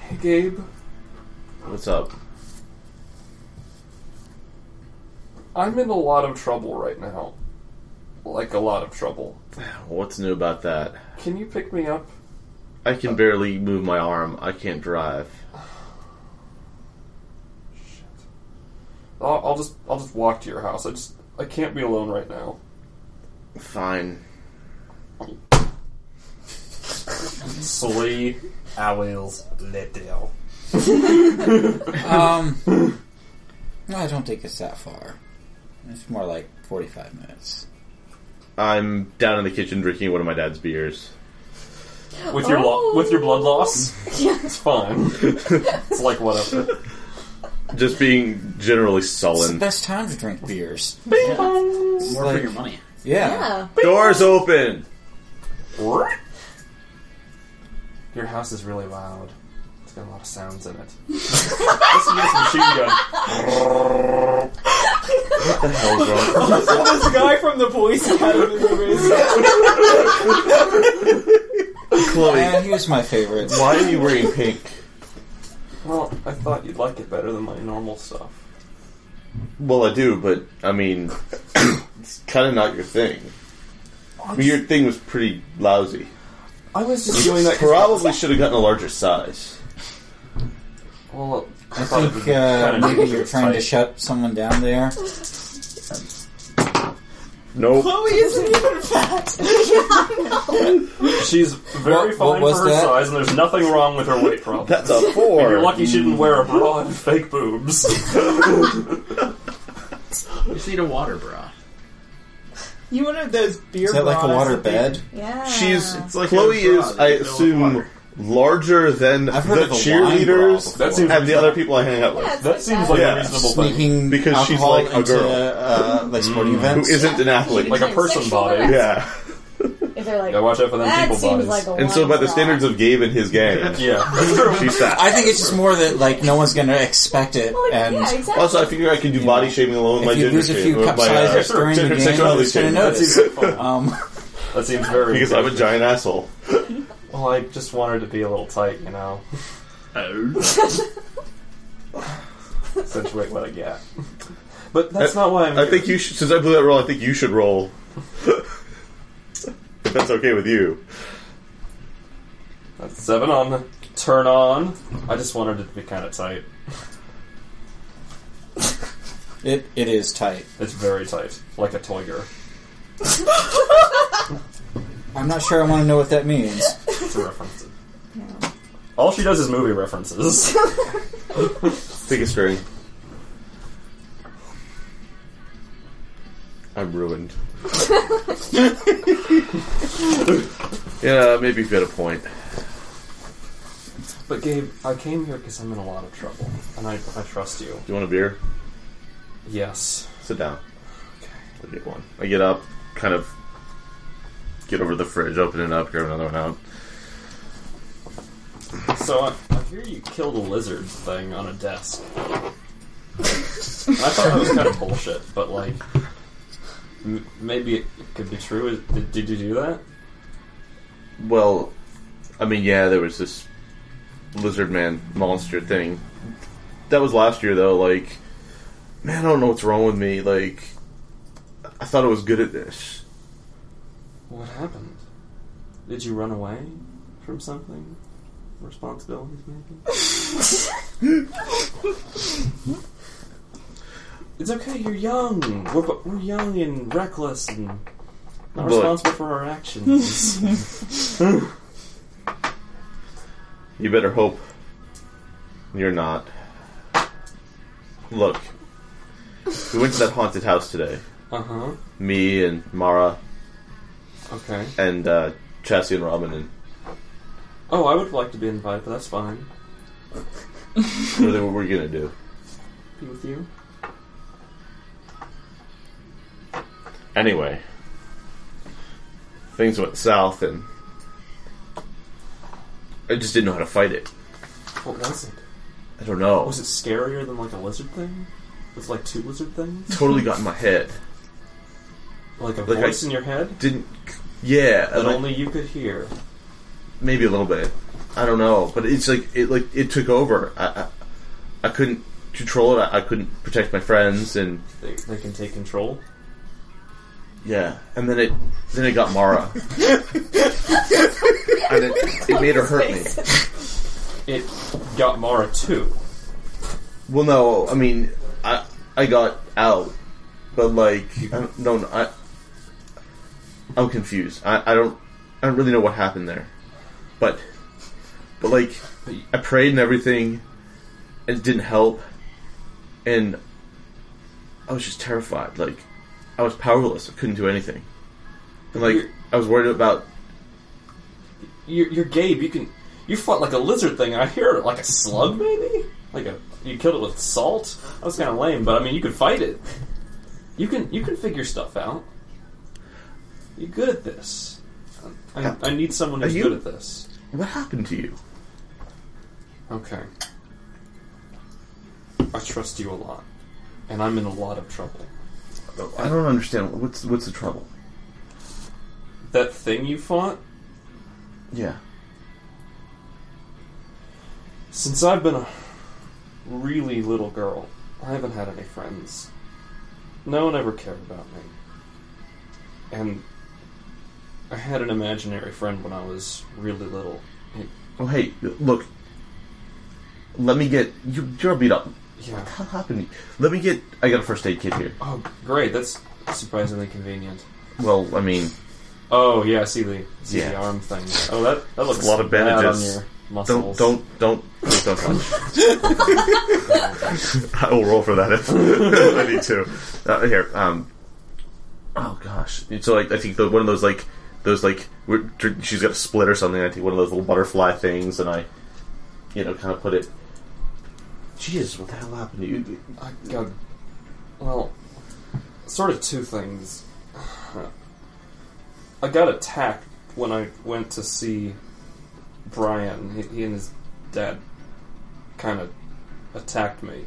[SPEAKER 7] Hey Gabe,
[SPEAKER 2] what's up?
[SPEAKER 7] I'm in a lot of trouble right now. Like a lot of trouble.
[SPEAKER 2] What's new about that?
[SPEAKER 7] Can you pick me up?
[SPEAKER 2] I can barely move my arm. I can't drive.
[SPEAKER 7] I'll, I'll just I'll just walk to your house. I just I can't be alone right now.
[SPEAKER 2] Fine.
[SPEAKER 7] Three hours later.
[SPEAKER 3] Hmm.
[SPEAKER 5] Um, no, I don't think it's that far. It's more like forty-five minutes.
[SPEAKER 2] I'm down in the kitchen drinking one of my dad's beers.
[SPEAKER 7] With your lo-
[SPEAKER 4] Oh.
[SPEAKER 7] with your blood loss,
[SPEAKER 4] Yeah.
[SPEAKER 7] it's fine. it's like whatever.
[SPEAKER 2] Just being generally
[SPEAKER 5] It's the
[SPEAKER 2] sullen.
[SPEAKER 5] best time to drink beers.
[SPEAKER 3] More
[SPEAKER 5] Like-
[SPEAKER 3] for your money.
[SPEAKER 5] Yeah.
[SPEAKER 4] Yeah.
[SPEAKER 2] Doors open!
[SPEAKER 7] Your house is really loud. It's got a lot of sounds in it. Listen to this machine gun.
[SPEAKER 1] this guy from the police academy is
[SPEAKER 2] Chloe,
[SPEAKER 5] And here's my favorite.
[SPEAKER 2] why are you wearing pink?
[SPEAKER 7] Well, I thought you'd like it better than my normal stuff.
[SPEAKER 2] Well, I do, but I mean, it's kind of not your thing. I mean, your thing was pretty lousy.
[SPEAKER 7] I was just doing that. 'cause-
[SPEAKER 2] Probably should have gotten a larger size.
[SPEAKER 7] Well,
[SPEAKER 5] I
[SPEAKER 7] thought it
[SPEAKER 5] think
[SPEAKER 7] was
[SPEAKER 5] uh,
[SPEAKER 7] kinda
[SPEAKER 5] maybe
[SPEAKER 7] neat.
[SPEAKER 5] you're trying to shut someone down there.
[SPEAKER 2] Nope.
[SPEAKER 1] Chloe isn't even fat.
[SPEAKER 7] She's very
[SPEAKER 5] What- what
[SPEAKER 7] fine
[SPEAKER 5] was
[SPEAKER 7] for her
[SPEAKER 5] that?
[SPEAKER 7] size, and there's nothing wrong with her weight problem.
[SPEAKER 2] That's a
[SPEAKER 7] You're
[SPEAKER 2] four.
[SPEAKER 7] lucky she didn't wear a bra and fake boobs.
[SPEAKER 3] You just need a water bra.
[SPEAKER 1] You one of those beer
[SPEAKER 5] Is that like a
[SPEAKER 1] bras
[SPEAKER 5] water
[SPEAKER 1] that they-
[SPEAKER 5] bed?
[SPEAKER 4] Yeah.
[SPEAKER 2] She's
[SPEAKER 3] like
[SPEAKER 2] Chloe
[SPEAKER 3] a bra
[SPEAKER 2] is,
[SPEAKER 3] that
[SPEAKER 2] I
[SPEAKER 3] you fill with
[SPEAKER 2] assume,
[SPEAKER 3] water.
[SPEAKER 2] larger than the
[SPEAKER 5] I've heard of a wine bra
[SPEAKER 2] cheerleaders
[SPEAKER 7] That seems
[SPEAKER 2] and the other people I hang out
[SPEAKER 4] Yeah,
[SPEAKER 2] with.
[SPEAKER 4] it's
[SPEAKER 7] That seems like
[SPEAKER 2] Yeah.
[SPEAKER 7] a reasonable thing.
[SPEAKER 5] Sneaking
[SPEAKER 2] Because she's
[SPEAKER 5] alcohol
[SPEAKER 2] like a
[SPEAKER 5] into,
[SPEAKER 2] girl.
[SPEAKER 5] uh, like sporting
[SPEAKER 2] Who
[SPEAKER 5] events.
[SPEAKER 2] isn't an athlete?
[SPEAKER 7] Like a
[SPEAKER 4] Like
[SPEAKER 7] person
[SPEAKER 4] sexual
[SPEAKER 7] body.
[SPEAKER 4] harassment.
[SPEAKER 2] yeah.
[SPEAKER 4] If they're like,
[SPEAKER 7] Yeah, watch out for them
[SPEAKER 4] that
[SPEAKER 7] people
[SPEAKER 4] seems
[SPEAKER 7] bodies.
[SPEAKER 4] like a
[SPEAKER 2] And so, by the
[SPEAKER 4] wine
[SPEAKER 2] standards
[SPEAKER 4] bra.
[SPEAKER 2] of Gabe and his gang,
[SPEAKER 7] yeah, that's true.
[SPEAKER 2] she's fat.
[SPEAKER 5] I think it's just more that like no one's going to expect it,
[SPEAKER 4] Well,
[SPEAKER 5] and
[SPEAKER 4] yeah, exactly.
[SPEAKER 2] Also, I figure I can do body shaming alone with my
[SPEAKER 5] if you
[SPEAKER 2] gender
[SPEAKER 5] lose a
[SPEAKER 2] shape-
[SPEAKER 5] few
[SPEAKER 2] with
[SPEAKER 5] cup
[SPEAKER 2] my, uh,
[SPEAKER 5] sizes during the
[SPEAKER 2] gender
[SPEAKER 5] game,
[SPEAKER 2] sexuality
[SPEAKER 5] nobody's going to
[SPEAKER 2] shaming.
[SPEAKER 7] That
[SPEAKER 5] notice.
[SPEAKER 7] seems fun.
[SPEAKER 5] Um,
[SPEAKER 7] That seems very.
[SPEAKER 2] Because I'm a giant asshole.
[SPEAKER 7] well, I Oh. just wanted to be a little tight, you know. accentuate what I get. But that's not why I'm.
[SPEAKER 2] I
[SPEAKER 7] here.
[SPEAKER 2] think you should, since I blew that roll, I think you should roll. if that's okay with you.
[SPEAKER 7] That's seven on the turn on. I just wanted it to be kind of tight.
[SPEAKER 5] It it is tight.
[SPEAKER 7] It's very tight, like a tiger.
[SPEAKER 5] I'm not sure I want to know what that means.
[SPEAKER 7] It's a reference. All she does is movie references.
[SPEAKER 2] Take a string. I'm ruined. yeah, maybe you've got a point.
[SPEAKER 7] but Gabe, I came here because I'm in a lot of trouble, and I, I trust you.
[SPEAKER 2] Do you want a beer?
[SPEAKER 7] Yes.
[SPEAKER 2] Sit down. I get one. I get up, kind of get over the fridge, open it up, grab another one out.
[SPEAKER 7] So I, I hear you killed a lizard thing on a desk. I thought that was kind of bullshit, but like, m- maybe it could be true. Is- Did, did you do that?
[SPEAKER 2] Well, I mean, yeah, there was this lizard man monster thing. That was last year, though. Like, man, I don't know what's wrong with me. Like, I thought I was good at this.
[SPEAKER 7] What happened? Did you run away from something? Responsibilities, maybe? it's okay, you're young. We're, bo- we're young and reckless and not
[SPEAKER 2] Look.
[SPEAKER 7] responsible for our actions.
[SPEAKER 2] You better hope you're not. Look, we went to that haunted house today.
[SPEAKER 7] uh huh.
[SPEAKER 2] Me and Mara
[SPEAKER 7] Okay.
[SPEAKER 2] and uh, Chassie and Robin, and
[SPEAKER 7] Oh, I would like to be invited, but that's fine.
[SPEAKER 2] what are they- what we're gonna do?
[SPEAKER 7] Be with you.
[SPEAKER 2] Anyway, things went south, and I just didn't know how to fight it.
[SPEAKER 7] What was it?
[SPEAKER 2] I don't know.
[SPEAKER 7] Was it scarier than like a lizard thing? With like two lizard things?
[SPEAKER 2] totally got in my head.
[SPEAKER 7] Like a
[SPEAKER 2] Like I-
[SPEAKER 7] voice in your head
[SPEAKER 2] Didn't. Yeah,
[SPEAKER 7] that
[SPEAKER 2] and I-
[SPEAKER 7] only you could hear.
[SPEAKER 2] maybe a little bit. I don't know, but it's like it like it took over. I I, I couldn't control it. I, I couldn't protect my friends, and
[SPEAKER 7] They, they can take control.
[SPEAKER 2] yeah, and then it then it got Mara, and it, it made her hurt me.
[SPEAKER 7] It got Mara too.
[SPEAKER 2] Well, no, I mean, I I got out, but like, I don't, no, no, I I'm confused. I, I don't I don't really know what happened there, but but like, I prayed and everything, and it didn't help, and I was just terrified. Like, I was powerless. I couldn't do anything, and like, I was worried about
[SPEAKER 7] You're, you're Gabe. You can. You fought like a lizard thing. I hear it like a slug, maybe. Like a you killed it with salt. That was kind of lame, but I mean you could fight it. You can you can figure stuff out. You're good at this. I, I need someone who's
[SPEAKER 2] Are you-
[SPEAKER 7] good at this.
[SPEAKER 2] what happened to you.
[SPEAKER 7] Okay. I trust you a lot, and I'm in a lot of trouble.
[SPEAKER 2] I don't understand. What's what's the trouble?
[SPEAKER 7] That thing you fought.
[SPEAKER 2] Yeah.
[SPEAKER 7] Since I've been a really little girl, I haven't had any friends. No one ever cared about me. And I had an imaginary friend when I was really little. It,
[SPEAKER 2] Oh, hey, look. Let me get. You, you're beat up.
[SPEAKER 7] yeah.
[SPEAKER 2] What happened? Let me get. I got a first aid kit here.
[SPEAKER 7] Oh, great. That's surprisingly convenient.
[SPEAKER 2] Well, I mean,
[SPEAKER 7] Oh, yeah. I see the, see the
[SPEAKER 2] Yeah.
[SPEAKER 7] arm thing. Oh, that, that looks
[SPEAKER 2] A lot of
[SPEAKER 7] bad
[SPEAKER 2] bandages.
[SPEAKER 7] on your muscles.
[SPEAKER 2] don't, don't, don't, please don't touch. I will roll for that if I need to. Uh, here, um. Oh gosh. So like, I think the, one of those like, those like, we're, she's got a split or something. I take one of those little butterfly things, and I, you know, kind of put it. Jesus, what the hell happened to you?
[SPEAKER 7] I got well, sort of two things. I got attacked when I went to see Brian. He, he and his dad kind of attacked me.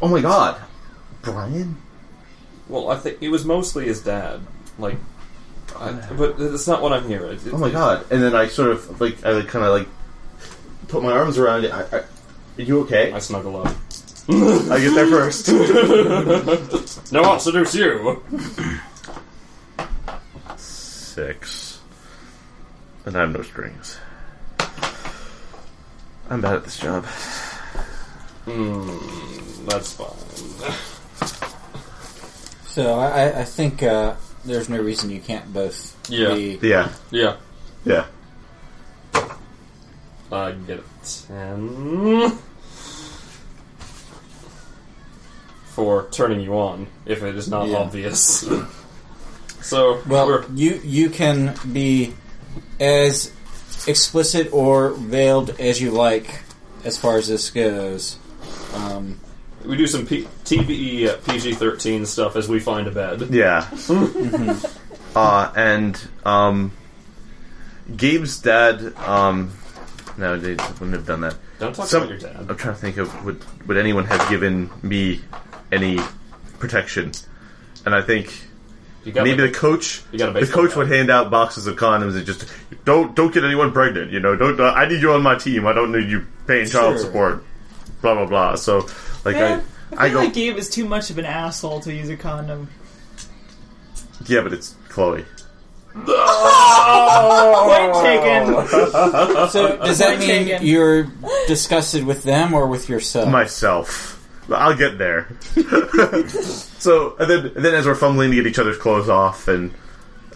[SPEAKER 2] Oh my god, Brian.
[SPEAKER 7] Well, I think it was mostly his dad. Like, I, but that's not what I'm here. It, it-
[SPEAKER 2] oh my god and then i sort of like i kind of like put my arms around it I, I, are you okay
[SPEAKER 7] I snuggle up.
[SPEAKER 2] yes. I get there first.
[SPEAKER 7] Now I'll seduce you.
[SPEAKER 2] Six. And I have no strings. I'm bad at this job.
[SPEAKER 7] That's fine.
[SPEAKER 5] So I, I- I think uh, there's no reason you can't both
[SPEAKER 7] Yeah.
[SPEAKER 5] be.
[SPEAKER 2] Yeah.
[SPEAKER 7] Yeah.
[SPEAKER 2] Yeah.
[SPEAKER 7] I get a 10. For turning you on, if it is not
[SPEAKER 5] Yeah.
[SPEAKER 7] obvious. so,
[SPEAKER 5] Well,
[SPEAKER 7] we're,
[SPEAKER 5] you you can be as explicit or veiled as you like as far as this goes. Um,
[SPEAKER 7] we do some P- TBE uh, PG 13 stuff as we find a bed.
[SPEAKER 2] Yeah. uh, and um, Gabe's dad. Um, no, they wouldn't have done that.
[SPEAKER 7] Don't talk
[SPEAKER 2] Some-
[SPEAKER 7] about your dad.
[SPEAKER 2] I'm trying to think of would would anyone have given me any protection? And I think
[SPEAKER 7] You got,
[SPEAKER 2] maybe
[SPEAKER 7] like,
[SPEAKER 2] the coach.
[SPEAKER 7] you got a
[SPEAKER 2] The
[SPEAKER 7] baseball
[SPEAKER 2] coach
[SPEAKER 7] bat.
[SPEAKER 2] would hand out boxes of condoms and just don't don't get anyone pregnant. You know, don't. uh, I need you on my team. I don't need you paying child
[SPEAKER 5] Sure.
[SPEAKER 2] support. Blah blah blah. So like
[SPEAKER 1] Man, I
[SPEAKER 2] I I
[SPEAKER 1] feel
[SPEAKER 2] go
[SPEAKER 1] like Gabe is too much of an asshole to use a condom.
[SPEAKER 2] yeah, but it's Chloe.
[SPEAKER 1] Point taken.
[SPEAKER 5] so
[SPEAKER 7] Uh,
[SPEAKER 5] does that
[SPEAKER 1] Point
[SPEAKER 5] mean
[SPEAKER 1] taken.
[SPEAKER 5] you're disgusted with them or with yourself?
[SPEAKER 2] myself. But I'll get there. so and then, and then as we're fumbling to get each other's clothes off, and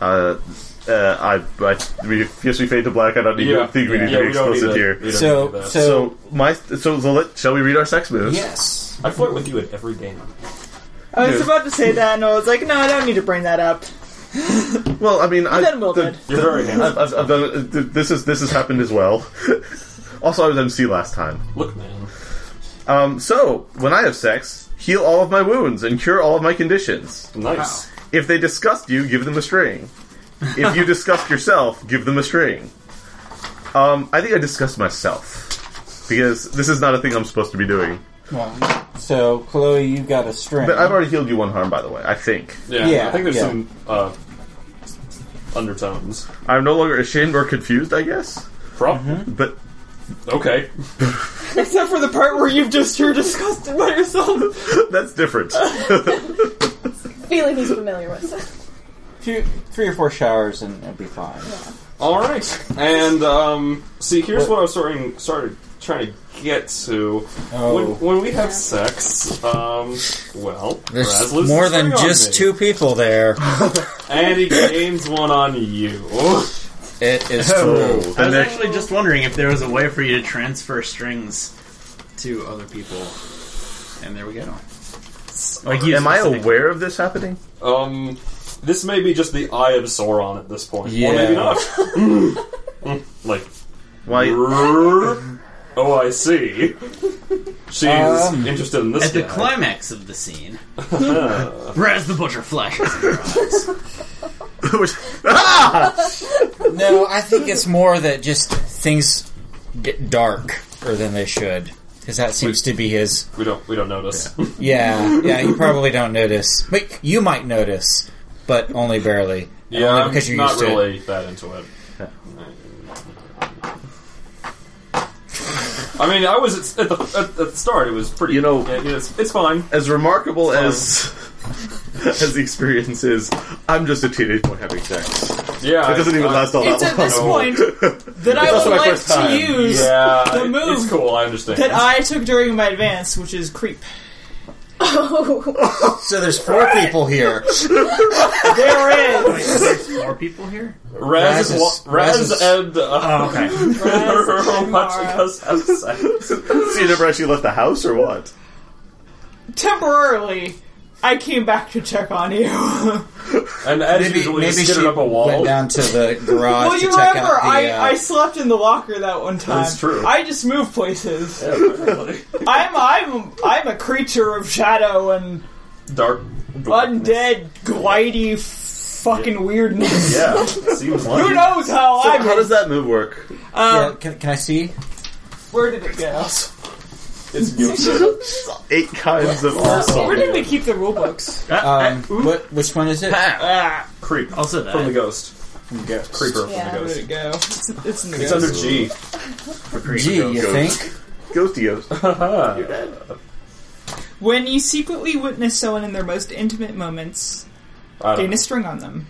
[SPEAKER 2] uh, uh, I, I we, yes, we fade to black. I don't need,
[SPEAKER 7] Yeah.
[SPEAKER 2] think we need
[SPEAKER 7] Yeah,
[SPEAKER 2] to be
[SPEAKER 7] we don't need
[SPEAKER 2] explicit
[SPEAKER 7] to- we
[SPEAKER 2] here.
[SPEAKER 7] don't need to
[SPEAKER 5] so
[SPEAKER 7] do that.
[SPEAKER 5] so
[SPEAKER 2] So my so, so let, shall we read our sex moves?
[SPEAKER 5] yes.
[SPEAKER 7] I flirt with you at every game.
[SPEAKER 1] I was
[SPEAKER 2] Dude.
[SPEAKER 1] about to say that, and I was like, no, I don't need to bring that up.
[SPEAKER 2] Well, I mean, I,
[SPEAKER 1] Then Will
[SPEAKER 2] the-
[SPEAKER 1] did.
[SPEAKER 7] You're very handsome.
[SPEAKER 2] I've, I've, I've done th- this is this has happened as well. also, I was MC last time.
[SPEAKER 7] Look, man.
[SPEAKER 2] Um, so when I have sex, heal all of my wounds and cure all of my conditions.
[SPEAKER 7] Nice.
[SPEAKER 2] If they disgust you, give them a string. If you disgust yourself, give them a string. Um, I think I disgust myself because this is not a thing I'm supposed to be doing.
[SPEAKER 5] Well, so Chloe, you got a string.
[SPEAKER 2] But I've already healed you one harm, by the way. I think
[SPEAKER 7] Yeah,
[SPEAKER 5] Yeah,
[SPEAKER 7] I think there's
[SPEAKER 5] yeah.
[SPEAKER 7] some uh, undertones.
[SPEAKER 2] I'm no longer ashamed or confused. I guess,
[SPEAKER 7] Prob-
[SPEAKER 2] but
[SPEAKER 7] Okay.
[SPEAKER 1] Except for the part where you've just you're disgusted by yourself.
[SPEAKER 2] that's different.
[SPEAKER 4] Feeling he's familiar with.
[SPEAKER 5] Two, three or four showers and it'll be fine.
[SPEAKER 7] All right, and um, see, here's what, I was starting started trying to get to.
[SPEAKER 5] Oh.
[SPEAKER 7] When, when we have sex, um, well, Raz loses
[SPEAKER 5] more
[SPEAKER 7] his
[SPEAKER 5] than
[SPEAKER 7] ring on
[SPEAKER 5] just
[SPEAKER 7] me,
[SPEAKER 5] two people there.
[SPEAKER 7] and he gains one on you.
[SPEAKER 5] It is
[SPEAKER 2] Oh,
[SPEAKER 5] true.
[SPEAKER 2] the
[SPEAKER 3] I was
[SPEAKER 2] next-
[SPEAKER 3] actually just wondering if there was a way for you to transfer strings to other people. And there we go. Like you
[SPEAKER 2] am I aware of this happening?
[SPEAKER 7] Um, this may be just the eye of Sauron at this point,
[SPEAKER 5] Yeah.
[SPEAKER 7] or maybe not. like,
[SPEAKER 2] Why?
[SPEAKER 7] "Rrrr, oh, I see. She's
[SPEAKER 5] Um,
[SPEAKER 7] interested in this
[SPEAKER 3] At the
[SPEAKER 7] guy.
[SPEAKER 3] climax of the scene, Raz the Butcher flashes.
[SPEAKER 5] No, I think it's more that just things get darker than they should. Because that seems to be his.
[SPEAKER 7] we don't we don't notice.
[SPEAKER 5] Yeah, yeah, you probably don't notice. But you might notice, but only barely.
[SPEAKER 7] Yeah,
[SPEAKER 5] only
[SPEAKER 7] I'm
[SPEAKER 5] because you're
[SPEAKER 7] not
[SPEAKER 5] used to it.
[SPEAKER 7] really that into it. I mean, I was at, at, the, at, at the start. It was pretty.
[SPEAKER 2] You know-
[SPEAKER 7] yeah, it's, it's fine.
[SPEAKER 2] As remarkable as as the experience is, I'm just a teenage boy having sex. It
[SPEAKER 7] Yeah,
[SPEAKER 2] doesn't even
[SPEAKER 7] I-
[SPEAKER 2] last all
[SPEAKER 1] It's
[SPEAKER 2] that
[SPEAKER 1] at
[SPEAKER 2] long.
[SPEAKER 1] this point that I
[SPEAKER 2] Oh, also
[SPEAKER 1] would
[SPEAKER 2] my
[SPEAKER 1] like
[SPEAKER 2] first time.
[SPEAKER 1] to use
[SPEAKER 7] Yeah,
[SPEAKER 1] the
[SPEAKER 7] it-
[SPEAKER 1] move
[SPEAKER 7] It's cool. I understand.
[SPEAKER 1] that I took during my advance, which is creep.
[SPEAKER 5] So there's four people here.
[SPEAKER 1] There is.
[SPEAKER 3] There's more people here?
[SPEAKER 7] Raz,
[SPEAKER 5] Raz
[SPEAKER 7] is,
[SPEAKER 5] is-
[SPEAKER 7] wa- Raz,
[SPEAKER 5] Raz is-
[SPEAKER 7] and
[SPEAKER 2] Oh,
[SPEAKER 7] uh,
[SPEAKER 3] okay.
[SPEAKER 1] Raz and Mara.
[SPEAKER 7] us have sex.
[SPEAKER 2] so you never actually left the house, or what?
[SPEAKER 1] Temporarily, I came back to check on you.
[SPEAKER 7] And as
[SPEAKER 5] Maybe,
[SPEAKER 7] usual, you
[SPEAKER 5] maybe
[SPEAKER 7] skidded
[SPEAKER 5] she
[SPEAKER 7] up a wall.
[SPEAKER 5] went down to the garage
[SPEAKER 1] well,
[SPEAKER 5] to
[SPEAKER 1] you
[SPEAKER 5] check
[SPEAKER 1] remember
[SPEAKER 5] out the.
[SPEAKER 1] I,
[SPEAKER 5] uh,
[SPEAKER 1] I slept in the locker that one time.
[SPEAKER 7] That's true.
[SPEAKER 1] I just move places.
[SPEAKER 7] Everybody.
[SPEAKER 1] I'm I'm I'm a creature of shadow and
[SPEAKER 7] Dark.
[SPEAKER 1] undead, glidy, f- fucking weirdness.
[SPEAKER 7] Yeah, seems like
[SPEAKER 1] Who knows how I'm?
[SPEAKER 2] How does that move work?
[SPEAKER 5] yeah, can, can I see?
[SPEAKER 1] Where did it go?
[SPEAKER 7] it's good.
[SPEAKER 2] Eight kinds of awesome.
[SPEAKER 1] Where did they keep the rule books?
[SPEAKER 5] Um, what, which one is it?
[SPEAKER 1] Ah,
[SPEAKER 7] creep
[SPEAKER 3] Also that.
[SPEAKER 7] from the ghost.
[SPEAKER 5] Ghost.
[SPEAKER 7] Creeper
[SPEAKER 4] Yeah.
[SPEAKER 7] from
[SPEAKER 1] where
[SPEAKER 7] the
[SPEAKER 1] did
[SPEAKER 7] ghost.
[SPEAKER 1] it go? It's, it's in the
[SPEAKER 7] It's
[SPEAKER 1] ghost.
[SPEAKER 7] under G.
[SPEAKER 5] Gee, you
[SPEAKER 2] Ghost.
[SPEAKER 5] think?
[SPEAKER 2] Ghosty ghost.
[SPEAKER 7] Haha.
[SPEAKER 1] When you secretly witness someone in their most intimate moments,
[SPEAKER 6] I don't
[SPEAKER 1] gain
[SPEAKER 5] Uh,
[SPEAKER 6] know.
[SPEAKER 1] a string on them.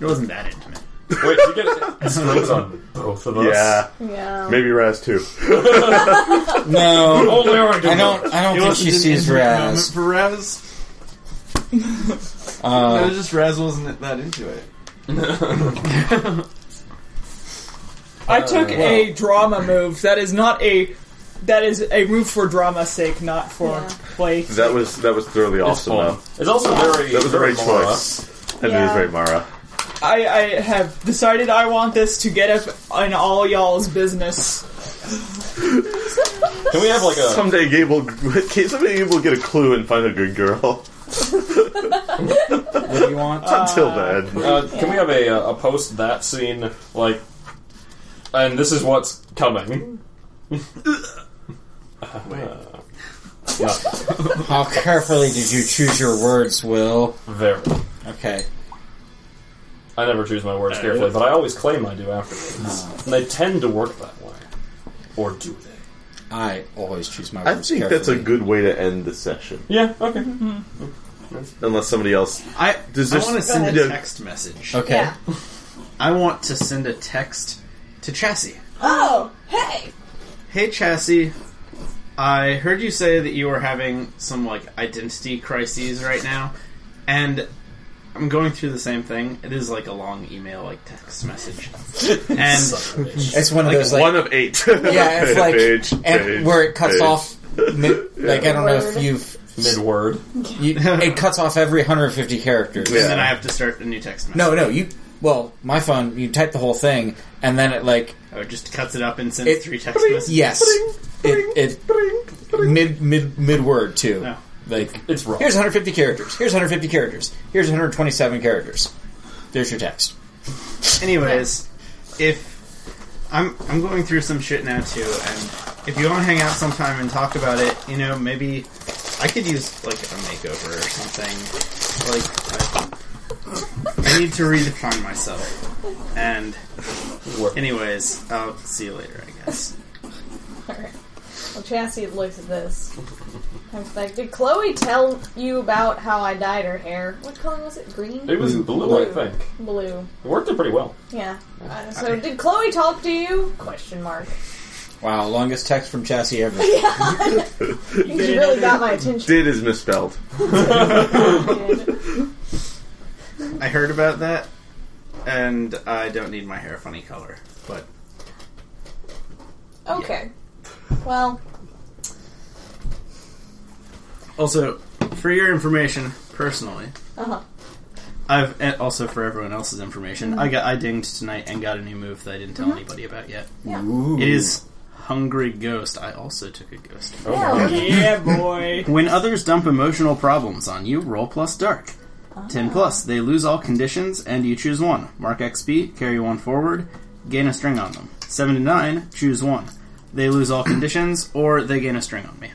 [SPEAKER 3] It wasn't that intimate.
[SPEAKER 6] Wait, you get strings on both of us?
[SPEAKER 2] Yeah,
[SPEAKER 4] Yeah.
[SPEAKER 2] maybe Raz too.
[SPEAKER 5] No,
[SPEAKER 6] Only argument.
[SPEAKER 5] I don't. I don't think she sees
[SPEAKER 3] Raz.
[SPEAKER 5] Raz.
[SPEAKER 3] For Raz, it
[SPEAKER 5] Uh,
[SPEAKER 3] was just Raz wasn't that into it.
[SPEAKER 1] I
[SPEAKER 5] uh,
[SPEAKER 1] took a drama move. That is not a. That is a move for drama's sake, not for
[SPEAKER 4] Yeah.
[SPEAKER 1] play.
[SPEAKER 2] That was that was thoroughly
[SPEAKER 6] It's
[SPEAKER 2] awesome.
[SPEAKER 6] fun.
[SPEAKER 2] Though.
[SPEAKER 6] It's also very.
[SPEAKER 2] That was the
[SPEAKER 6] very
[SPEAKER 2] right
[SPEAKER 6] Mara.
[SPEAKER 2] choice. That is
[SPEAKER 4] Yeah.
[SPEAKER 2] very Mara.
[SPEAKER 1] I, I have decided I want this to get up in all y'all's business.
[SPEAKER 6] Can we have like a?
[SPEAKER 2] Someday Gabe will someday Gabe will get a clue and find a good girl.
[SPEAKER 5] what do you want?
[SPEAKER 2] Until then,
[SPEAKER 6] Uh, Can we have a uh, a post that scene like? And this is what's coming. Not
[SPEAKER 5] How carefully did you choose your words, Will?
[SPEAKER 6] very.
[SPEAKER 5] Okay.
[SPEAKER 6] I never choose my words carefully, but I always claim I do afterwards. And they tend to work that way, or do they?
[SPEAKER 5] I always choose my
[SPEAKER 2] I
[SPEAKER 5] words.
[SPEAKER 2] think that's a
[SPEAKER 5] carefully.
[SPEAKER 2] good way to end the session.
[SPEAKER 6] Yeah. Okay.
[SPEAKER 2] Unless somebody else
[SPEAKER 3] I,
[SPEAKER 2] Does
[SPEAKER 3] I
[SPEAKER 2] this-
[SPEAKER 3] want to send
[SPEAKER 2] Yeah.
[SPEAKER 3] a text message.
[SPEAKER 5] Okay.
[SPEAKER 4] Yeah.
[SPEAKER 3] I want to send a text to Chassis.
[SPEAKER 4] Oh, hey!
[SPEAKER 3] Hey Chassis, I heard you say that you were having some like identity crises right now, and I'm going through the same thing. It is like a long email, like text message, and
[SPEAKER 5] It's one of those like
[SPEAKER 2] one of eight.
[SPEAKER 5] yeah, it's like
[SPEAKER 2] Page,
[SPEAKER 5] and
[SPEAKER 2] page,
[SPEAKER 5] where it cuts
[SPEAKER 2] page.
[SPEAKER 5] off. Mid, like I don't know if
[SPEAKER 4] Word.
[SPEAKER 5] you've.
[SPEAKER 6] Mid word.
[SPEAKER 5] You, it cuts off every 150 characters.
[SPEAKER 2] Yeah.
[SPEAKER 3] then I have to start a new text message.
[SPEAKER 5] No, no, you. Well, my phone, you type the whole thing, and then it like
[SPEAKER 3] Oh, it just cuts it up and sends
[SPEAKER 5] It-
[SPEAKER 3] three text messages.
[SPEAKER 5] yes, it, it mid mid mid word too.
[SPEAKER 3] No.
[SPEAKER 5] Like
[SPEAKER 6] It's wrong.
[SPEAKER 5] here's 150 characters. Here's 150 characters. Here's 127 characters. There's your text.
[SPEAKER 3] Anyways, if I'm I'm going through some shit now too, and if you want to hang out sometime and talk about it, you know, maybe I could use like a makeover or something. Like I, I need to redefine myself. And
[SPEAKER 6] Work.
[SPEAKER 3] anyways, I'll see you later, I guess.
[SPEAKER 4] Alright. Well, Chassis looks at this. I was like, did Chloe tell you about how I dyed her hair? What color was it? Green?
[SPEAKER 6] It was blue, I think.
[SPEAKER 4] Blue.
[SPEAKER 6] It worked it pretty well.
[SPEAKER 4] Yeah. Uh, so, did Chloe talk to you? Question mark.
[SPEAKER 5] Wow, longest text from Chassis ever.
[SPEAKER 4] You really got my attention.
[SPEAKER 2] Did is misspelled.
[SPEAKER 3] I heard about that, and I don't need my hair funny color, but
[SPEAKER 4] Okay. Well,
[SPEAKER 3] Also, for your information, personally,
[SPEAKER 4] uh-huh.
[SPEAKER 3] I've and also for everyone else's information, I got I dinged tonight and got a new move that I didn't tell anybody about yet.
[SPEAKER 5] Ooh.
[SPEAKER 3] It is hungry ghost. I also took a ghost.
[SPEAKER 6] Oh,
[SPEAKER 4] Yeah,
[SPEAKER 6] my.
[SPEAKER 4] okay.
[SPEAKER 1] Yeah, boy.
[SPEAKER 3] When others dump emotional problems on you, roll plus dark. 10 plus, they lose all conditions and you choose one. Mark XP, carry one forward, gain a string on them. 7 to 9, choose one. They lose all conditions or they gain a string on me.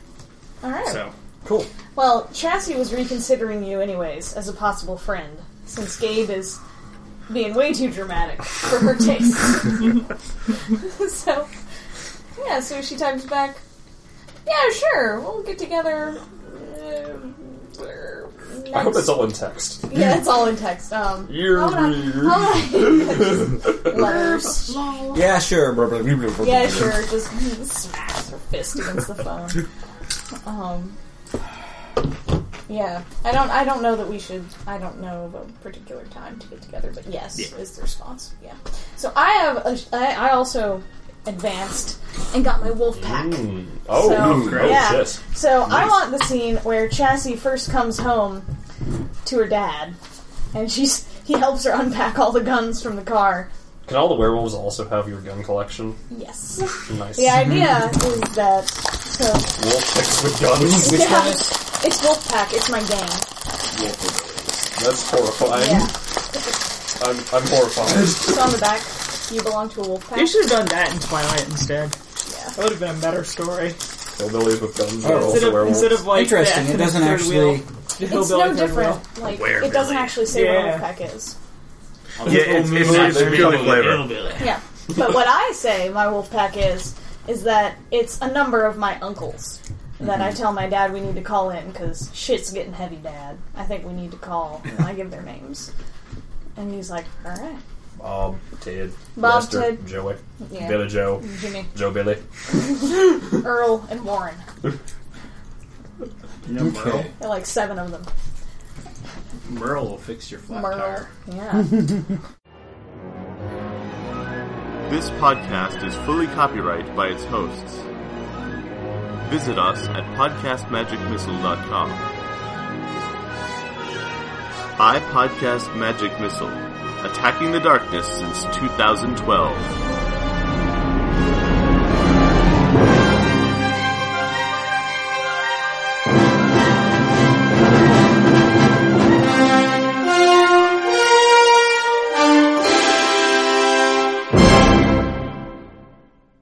[SPEAKER 4] Alright.
[SPEAKER 3] So,
[SPEAKER 6] Cool.
[SPEAKER 4] Oh. Well, Chassis was reconsidering you anyways as a possible friend, since Gabe is being way too dramatic for her taste. so, yeah, so she types back, yeah, sure, we'll get together. Uh, er,
[SPEAKER 6] I hope
[SPEAKER 4] next-
[SPEAKER 6] it's all in text.
[SPEAKER 4] yeah, it's all in text. Um,
[SPEAKER 6] You're
[SPEAKER 4] how would I- how would I- letters.
[SPEAKER 5] Yeah, sure. blah, blah, blah, blah, blah,
[SPEAKER 4] Yeah,
[SPEAKER 5] blah.
[SPEAKER 4] sure. Just smacks her fist against the phone. Um. Yeah, I don't. I don't know that we should. I don't know of a particular time to get together, but yes is the response. Yeah. So I have. A, I, I also advanced and got my wolf pack.
[SPEAKER 6] Oh,
[SPEAKER 4] So,
[SPEAKER 6] oh
[SPEAKER 4] yeah.
[SPEAKER 6] shit.
[SPEAKER 4] So I want the scene where Chassis first comes home to her dad, and she's he helps her unpack all the guns from the car.
[SPEAKER 6] Can all the werewolves also have your gun collection?
[SPEAKER 4] Yes.
[SPEAKER 6] Nice.
[SPEAKER 4] The idea is that so
[SPEAKER 6] Wolf picks with guns.
[SPEAKER 5] Which
[SPEAKER 4] Yeah.
[SPEAKER 5] one is?
[SPEAKER 4] It's Wolfpack. It's my gang.
[SPEAKER 6] That's horrifying.
[SPEAKER 4] Yeah.
[SPEAKER 6] I'm, I'm horrified.
[SPEAKER 4] It's on the back. You belong to a wolf
[SPEAKER 1] They
[SPEAKER 4] pack.
[SPEAKER 1] should have done that in Twilight instead.
[SPEAKER 4] Yeah.
[SPEAKER 1] That would have been a better story.
[SPEAKER 6] Hillbillies with guns are
[SPEAKER 1] Instead
[SPEAKER 6] also
[SPEAKER 1] of,
[SPEAKER 6] werewolves.
[SPEAKER 1] instead of like
[SPEAKER 5] Interesting.
[SPEAKER 1] the
[SPEAKER 5] It doesn't
[SPEAKER 1] third
[SPEAKER 5] actually.
[SPEAKER 1] Wheel, the
[SPEAKER 4] It's
[SPEAKER 1] hillbilly
[SPEAKER 4] no
[SPEAKER 1] third wheel.
[SPEAKER 4] different. Like it doesn't actually say
[SPEAKER 1] Yeah.
[SPEAKER 4] what Wolfpack is.
[SPEAKER 2] Yeah, um, it's, it's, it's purely flavor.
[SPEAKER 4] Yeah. But what I say my wolf pack is is that it's a number of my uncles. And
[SPEAKER 5] Mm-hmm.
[SPEAKER 4] then I tell my dad we need to call in because shit's getting heavy, Dad. I think we need to call. And I give their names. And he's like, all right.
[SPEAKER 7] Bob, Ted,
[SPEAKER 4] Bob,
[SPEAKER 7] Lester,
[SPEAKER 4] Ted.
[SPEAKER 7] Joey,
[SPEAKER 4] Yeah. Mm.
[SPEAKER 7] Billy Joe,
[SPEAKER 4] Jimmy,
[SPEAKER 7] Joe Billy.
[SPEAKER 4] Earl, and Warren.
[SPEAKER 3] You know, Merle.
[SPEAKER 5] Okay.
[SPEAKER 4] There are like seven of them.
[SPEAKER 3] Merle will fix your flat
[SPEAKER 4] Merle.
[SPEAKER 3] tire.
[SPEAKER 4] Yeah.
[SPEAKER 2] This podcast is fully copyrighted by its hosts. Visit us at podcastmagicmissile.com. I Podcast Magic Missile, attacking the darkness since 2012.